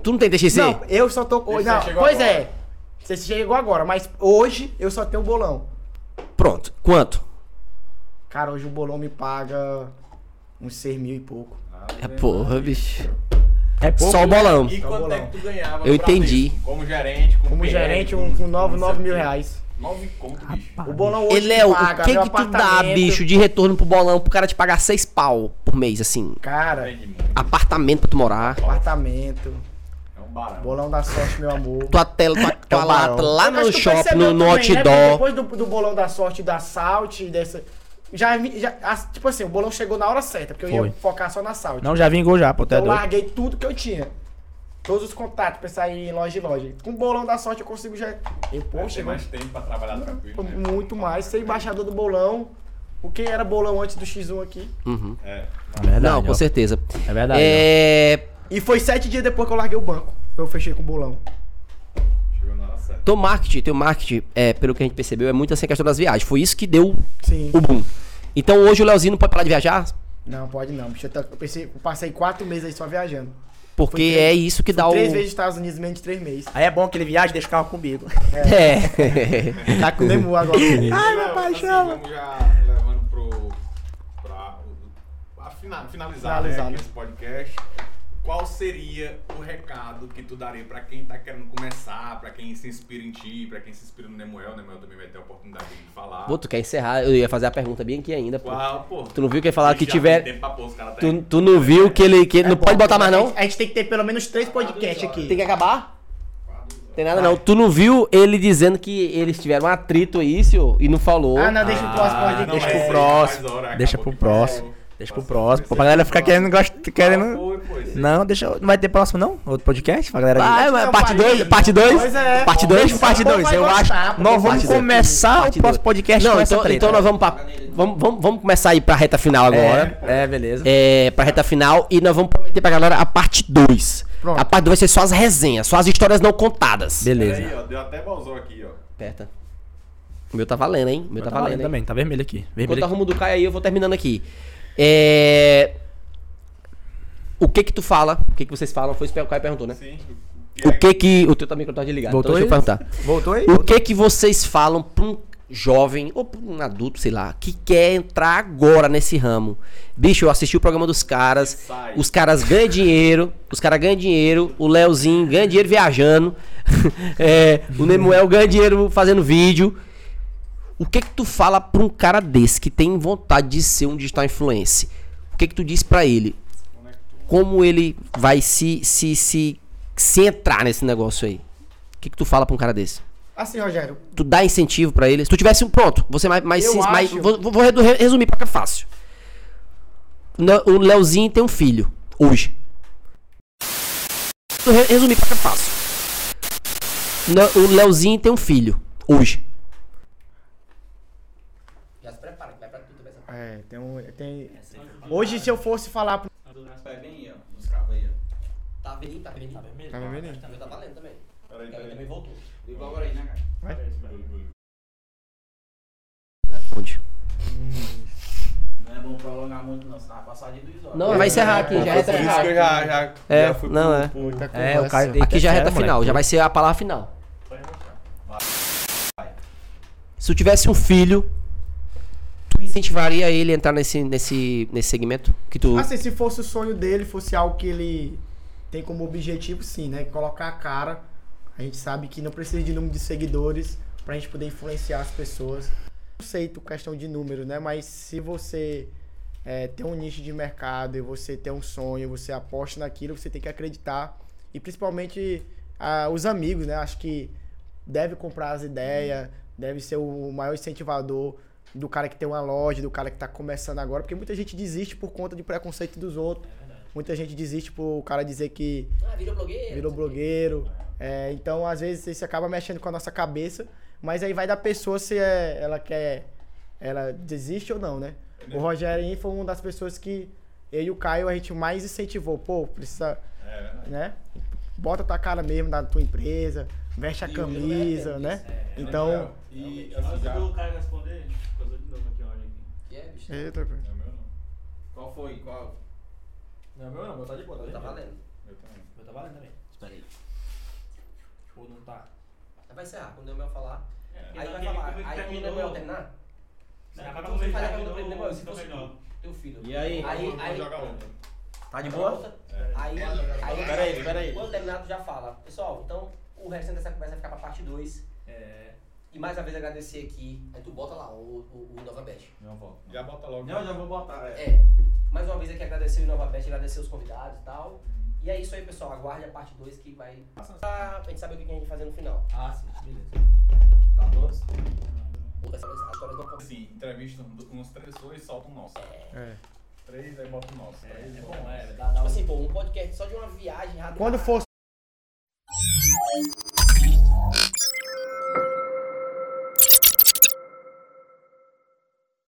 [SPEAKER 3] tu não tem TXC?
[SPEAKER 4] Não, eu só tô.
[SPEAKER 8] Esse
[SPEAKER 4] não,
[SPEAKER 8] aí chegou
[SPEAKER 4] pois
[SPEAKER 8] agora.
[SPEAKER 4] é. Você chegou agora, mas hoje eu só tenho o bolão.
[SPEAKER 3] Pronto. Quanto?
[SPEAKER 4] Cara, hoje o bolão me paga uns 6 mil e pouco.
[SPEAKER 3] É porra, bicho.
[SPEAKER 2] É pouco.
[SPEAKER 3] Só o bolão.
[SPEAKER 8] E quanto é que tu ganhava?
[SPEAKER 3] Eu
[SPEAKER 8] no Bradesco?
[SPEAKER 3] entendi.
[SPEAKER 8] Como gerente, como
[SPEAKER 4] Como
[SPEAKER 8] PR,
[SPEAKER 4] gerente, um, com 9,
[SPEAKER 8] não sei
[SPEAKER 4] 9
[SPEAKER 8] o
[SPEAKER 4] mil
[SPEAKER 8] quê.
[SPEAKER 4] reais.
[SPEAKER 8] Nove conto, bicho.
[SPEAKER 4] O bolão hoje
[SPEAKER 3] Ah, Ele Léo,
[SPEAKER 4] me
[SPEAKER 3] o
[SPEAKER 4] paga,
[SPEAKER 3] que
[SPEAKER 4] meu
[SPEAKER 3] que tu dá,
[SPEAKER 4] apartamento.
[SPEAKER 3] bicho, de retorno pro bolão pro cara te pagar seis pau por mês, assim?
[SPEAKER 4] Cara,
[SPEAKER 3] Ah. Apartamento pra tu morar,
[SPEAKER 4] apartamento,
[SPEAKER 8] É um barato.
[SPEAKER 4] bolão da sorte, meu amor.
[SPEAKER 3] tua tela,
[SPEAKER 4] (laughs)
[SPEAKER 3] tua, tua lata lá
[SPEAKER 4] É Mas
[SPEAKER 3] no
[SPEAKER 4] tu
[SPEAKER 3] shopping, no,
[SPEAKER 4] percebeu
[SPEAKER 3] no
[SPEAKER 4] também, né? Porque
[SPEAKER 3] outdoor.
[SPEAKER 4] Depois do, do bolão da sorte, do assalto, e dessa. Já, vi- já, as- tipo assim, o bolão chegou na hora certa, porque eu
[SPEAKER 2] Foi.
[SPEAKER 4] ia focar só na assalto.
[SPEAKER 2] Não, já vingou já,
[SPEAKER 3] Tá
[SPEAKER 2] pô. Tu é
[SPEAKER 4] Então eu
[SPEAKER 2] doido.
[SPEAKER 4] larguei tudo que eu tinha. Todos os contatos pra sair em loja em loja. Com o bolão da sorte eu consigo já. Eu, pô,
[SPEAKER 8] Tem
[SPEAKER 4] chegou
[SPEAKER 8] mais tempo pra trabalhar tranquilo, né?
[SPEAKER 4] muito mais. Ser embaixador do bolão. O que era bolão antes do X1 aqui.
[SPEAKER 8] É.
[SPEAKER 2] É verdade.
[SPEAKER 3] Uhum. Não, com
[SPEAKER 2] ó.
[SPEAKER 3] certeza.
[SPEAKER 2] É verdade.
[SPEAKER 3] É...
[SPEAKER 4] E foi sete dias depois que eu larguei o banco. Eu fechei com o bolão.
[SPEAKER 8] Chegou na hora certa.
[SPEAKER 3] Teu Então, marketing, teu marketing, é, pelo que a gente percebeu, é muito assim a questão das viagens. Foi isso que deu
[SPEAKER 4] Sim.
[SPEAKER 3] o boom. Então hoje o Leozinho não pode parar de viajar?
[SPEAKER 4] Não, pode não. bicho. Eu, tô- eu pensei- eu passei quatro meses aí só viajando.
[SPEAKER 3] Porque
[SPEAKER 4] Foi três-
[SPEAKER 3] é isso que dá o.
[SPEAKER 4] Três vezes nos Estados Unidos, menos de três meses.
[SPEAKER 5] Aí é bom que ele viaja e deixa o carro comigo.
[SPEAKER 3] (laughs) É. (laughs)
[SPEAKER 4] Tá com demor agora.
[SPEAKER 8] Ai, meu pai, chama. assim, Vamos já levando pro. pra. o- a fina- finalizar né,
[SPEAKER 4] Finalizar,
[SPEAKER 8] aqui
[SPEAKER 4] né?
[SPEAKER 8] esse podcast. Qual seria o recado que tu daria pra quem tá querendo começar, pra quem se inspira em ti, pra quem se inspira no Nemoel? O Nemoel também vai ter a oportunidade de falar.
[SPEAKER 3] Pô, tu quer encerrar? Eu ia fazer a pergunta bem aqui ainda, pô.
[SPEAKER 8] Qual, pô?
[SPEAKER 3] Tu não viu que ele falava que
[SPEAKER 8] Já
[SPEAKER 3] tiver-
[SPEAKER 8] tem tempo pra pôr, os caras tá
[SPEAKER 3] Tu,
[SPEAKER 8] aí.
[SPEAKER 3] tu não viu que ele. É Que ele- não pode botar mais, não?
[SPEAKER 4] A gente tem que ter pelo menos três podcasts aqui.
[SPEAKER 3] Tem que acabar? Tem nada não. Tu não viu ele dizendo que eles tiveram um atrito aí, senhor, e não falou.
[SPEAKER 4] Ah, não, deixa o
[SPEAKER 8] Ah,
[SPEAKER 4] próximo podcast.
[SPEAKER 8] não,
[SPEAKER 2] Deixa
[SPEAKER 8] mas
[SPEAKER 2] pro
[SPEAKER 8] aí
[SPEAKER 2] próximo,
[SPEAKER 8] faz hora,
[SPEAKER 2] deixa
[SPEAKER 8] acabou
[SPEAKER 2] pro
[SPEAKER 8] que passou,
[SPEAKER 2] próximo, Deixa pro
[SPEAKER 8] passou.
[SPEAKER 2] próximo. Pra galera ficar querendo. gosta-
[SPEAKER 1] Tá,
[SPEAKER 2] querendo...
[SPEAKER 8] Foi, foi, sim.
[SPEAKER 2] Não, deixa. Não vai ter próximo, não? Outro podcast? Pra galera.
[SPEAKER 3] Ah, é, mas parte 2, parte 2.
[SPEAKER 4] Pois é.
[SPEAKER 3] Parte 2,
[SPEAKER 2] parte 2, eu acho.
[SPEAKER 4] gostar, porque
[SPEAKER 2] Nós vamos
[SPEAKER 3] parte dois.
[SPEAKER 2] começar
[SPEAKER 3] Parte
[SPEAKER 2] o próximo
[SPEAKER 3] dois.
[SPEAKER 2] podcast
[SPEAKER 3] Não,
[SPEAKER 2] com
[SPEAKER 3] então,
[SPEAKER 2] essa treta.
[SPEAKER 3] então nós vamos pra. Vamos, vamos, vamos começar aí pra reta final agora.
[SPEAKER 2] É, é, beleza.
[SPEAKER 3] É, pra reta final. E nós vamos prometer pra galera a parte 2.
[SPEAKER 4] Pronto.
[SPEAKER 3] A parte 2 vai ser só as resenhas, só as histórias não contadas.
[SPEAKER 2] Beleza.
[SPEAKER 8] Aí, ó, deu até balzão aqui, ó.
[SPEAKER 3] Aperta. O meu tá valendo, hein? O meu tá,
[SPEAKER 2] Tá
[SPEAKER 3] valendo.
[SPEAKER 2] valendo
[SPEAKER 3] hein?
[SPEAKER 2] também, tá vermelho aqui.
[SPEAKER 3] Enquanto
[SPEAKER 2] Vermelho aqui.
[SPEAKER 3] arrumo do Caio aí, eu vou terminando aqui. É... O que que tu fala? O que que vocês falam? Foi isso que o Caio perguntou, né?
[SPEAKER 8] Sim. É
[SPEAKER 3] O que que... O teu também que eu tava de ligado.
[SPEAKER 2] Voltou
[SPEAKER 3] então deixa eu
[SPEAKER 2] aí?
[SPEAKER 3] perguntar.
[SPEAKER 2] Voltou aí?
[SPEAKER 3] O que que vocês falam pra um jovem ou pra um adulto, sei lá, que quer entrar agora nesse ramo? Bicho, eu assisti o programa dos caras,
[SPEAKER 8] Sai.
[SPEAKER 3] os caras ganham dinheiro, os caras ganham dinheiro, o Leozinho ganha dinheiro viajando, (laughs) é, o Nemuel ganha dinheiro fazendo vídeo. O que que tu fala pra um cara desse que tem vontade de ser um digital influencer? O que que tu diz pra ele? Como ele vai se se se, se entrar nesse negócio aí? O que que tu fala pra um cara desse?
[SPEAKER 4] Assim, Rogério,
[SPEAKER 3] tu dá incentivo pra ele. Se tu tivesse um pronto, você mais mais,
[SPEAKER 4] Eu
[SPEAKER 3] sim- mais-
[SPEAKER 4] acho-
[SPEAKER 3] vou, vou redu- re- resumir pra ficar fácil. Ne- O Leozinho tem um filho hoje. Vou re- Resumir pra ficar fácil. Ne- O Leozinho tem um filho hoje. Já se prepara, vai pra tudo bem.
[SPEAKER 4] é, tem um. Tem... Hoje, se eu fosse falar pro.
[SPEAKER 3] Tá vermelho, tá vermelho. Tá vermelho.
[SPEAKER 4] Tá vermelho?
[SPEAKER 3] Tá valendo também.
[SPEAKER 8] Peraí, peraí.
[SPEAKER 3] também voltou.
[SPEAKER 5] né, Não é bom prolongar muito, não, senão vai passar de duas horas.
[SPEAKER 3] Não, vai encerrar aqui, já é
[SPEAKER 8] Por isso que eu já, já,
[SPEAKER 3] É,
[SPEAKER 8] já fui
[SPEAKER 3] não, é.
[SPEAKER 8] pro, pro...
[SPEAKER 2] É, o
[SPEAKER 4] assim.
[SPEAKER 2] Caio.
[SPEAKER 3] Aqui já é reta
[SPEAKER 2] moleque.
[SPEAKER 3] final, já vai ser a palavra final. Se eu tivesse um filho, tu incentivaria ele a entrar nesse, nesse, nesse segmento? Que tu.
[SPEAKER 5] Ah,
[SPEAKER 4] Assim, se fosse o sonho dele, fosse algo que ele tem como objetivo, sim, né? Colocar a cara. A gente sabe que não precisa de número de seguidores pra gente poder influenciar as pessoas. Conceito, questão de número, né? Mas se você é, tem um nicho de mercado e você tem um sonho, você aposta naquilo, você tem que acreditar. E principalmente ah, os amigos, né? Acho que deve comprar as ideias, deve ser o maior incentivador do cara que tem uma loja, do cara que tá começando agora, porque muita gente desiste por conta de preconceito dos outros. Muita gente desiste por o cara dizer que
[SPEAKER 3] Ah, virou blogueiro.
[SPEAKER 4] virou blogueiro. É, então, às vezes, isso acaba mexendo com a nossa cabeça, mas aí vai da pessoa se é- ela quer. Ela desiste ou não, né? O Rogério aí foi uma das pessoas que eu e o Caio a gente mais incentivou. Pô, precisa.
[SPEAKER 8] É,
[SPEAKER 4] né? Bota tua cara mesmo na tua empresa, veste a
[SPEAKER 3] é,
[SPEAKER 4] camisa, né?
[SPEAKER 5] é,
[SPEAKER 4] Então.
[SPEAKER 8] E,
[SPEAKER 9] Antes
[SPEAKER 8] assim, já-
[SPEAKER 9] do cara responder, coisa de novo aqui, olha aqui.
[SPEAKER 4] Eita, pô.
[SPEAKER 8] É o meu não. Qual foi? Qual?
[SPEAKER 9] Não é meu não, meu tá de boa, tá de
[SPEAKER 3] Tá
[SPEAKER 9] boa.
[SPEAKER 3] valendo.
[SPEAKER 8] Eu também.
[SPEAKER 9] Meu tá valendo também.
[SPEAKER 3] Espera aí.
[SPEAKER 9] Ou não tá.
[SPEAKER 3] Vai encerrar, quando o Nemuel falar. Aí
[SPEAKER 9] Então,
[SPEAKER 3] vai
[SPEAKER 9] aquele
[SPEAKER 3] falar.
[SPEAKER 9] que
[SPEAKER 3] Aí quando o
[SPEAKER 9] terminou-
[SPEAKER 3] Nemuel terminar.
[SPEAKER 9] Não,
[SPEAKER 3] Aí
[SPEAKER 9] acaba
[SPEAKER 3] você
[SPEAKER 9] com
[SPEAKER 3] faz a pergunta
[SPEAKER 9] ele
[SPEAKER 3] pra ele,
[SPEAKER 9] terminou,
[SPEAKER 3] Nemuel, se
[SPEAKER 9] então
[SPEAKER 3] fosse
[SPEAKER 9] melhor.
[SPEAKER 3] tu, teu filho.
[SPEAKER 5] E aí?
[SPEAKER 3] Aí,
[SPEAKER 8] Vou
[SPEAKER 3] aí.
[SPEAKER 8] jogar outro. É.
[SPEAKER 5] Tá de boa?
[SPEAKER 3] Volta. Aí, aí,
[SPEAKER 5] Pera aí, pera aí.
[SPEAKER 3] Quando terminar, tu já fala. Pessoal, então o restante dessa conversa vai ficar pra parte 2.
[SPEAKER 9] É.
[SPEAKER 3] E mais uma vez agradecer aqui. Aí tu bota lá o, o, o Nova Best.
[SPEAKER 5] Não, volta.
[SPEAKER 8] Já bota logo.
[SPEAKER 9] Não, já vou botar. É.
[SPEAKER 3] É, mais uma vez aqui agradecer o Nova Best, agradecer os convidados e tal. E é isso aí, pessoal. Aguarde a parte 2 que vai. Pra gente saber o que a gente vai fazer no final.
[SPEAKER 9] Ah, sim, beleza. Tá todos?
[SPEAKER 3] Outras as histórias não contam.
[SPEAKER 8] Assim, entrevista um- uns três dois e solta um nosso.
[SPEAKER 4] É.
[SPEAKER 8] Três, aí bota o nosso.
[SPEAKER 9] É,
[SPEAKER 8] Três,
[SPEAKER 9] é
[SPEAKER 8] bota um o
[SPEAKER 9] bom,
[SPEAKER 8] nosso.
[SPEAKER 9] é. Dá, dá
[SPEAKER 3] Tipo
[SPEAKER 9] um-
[SPEAKER 3] assim, pô, um podcast só de uma viagem
[SPEAKER 4] Quando for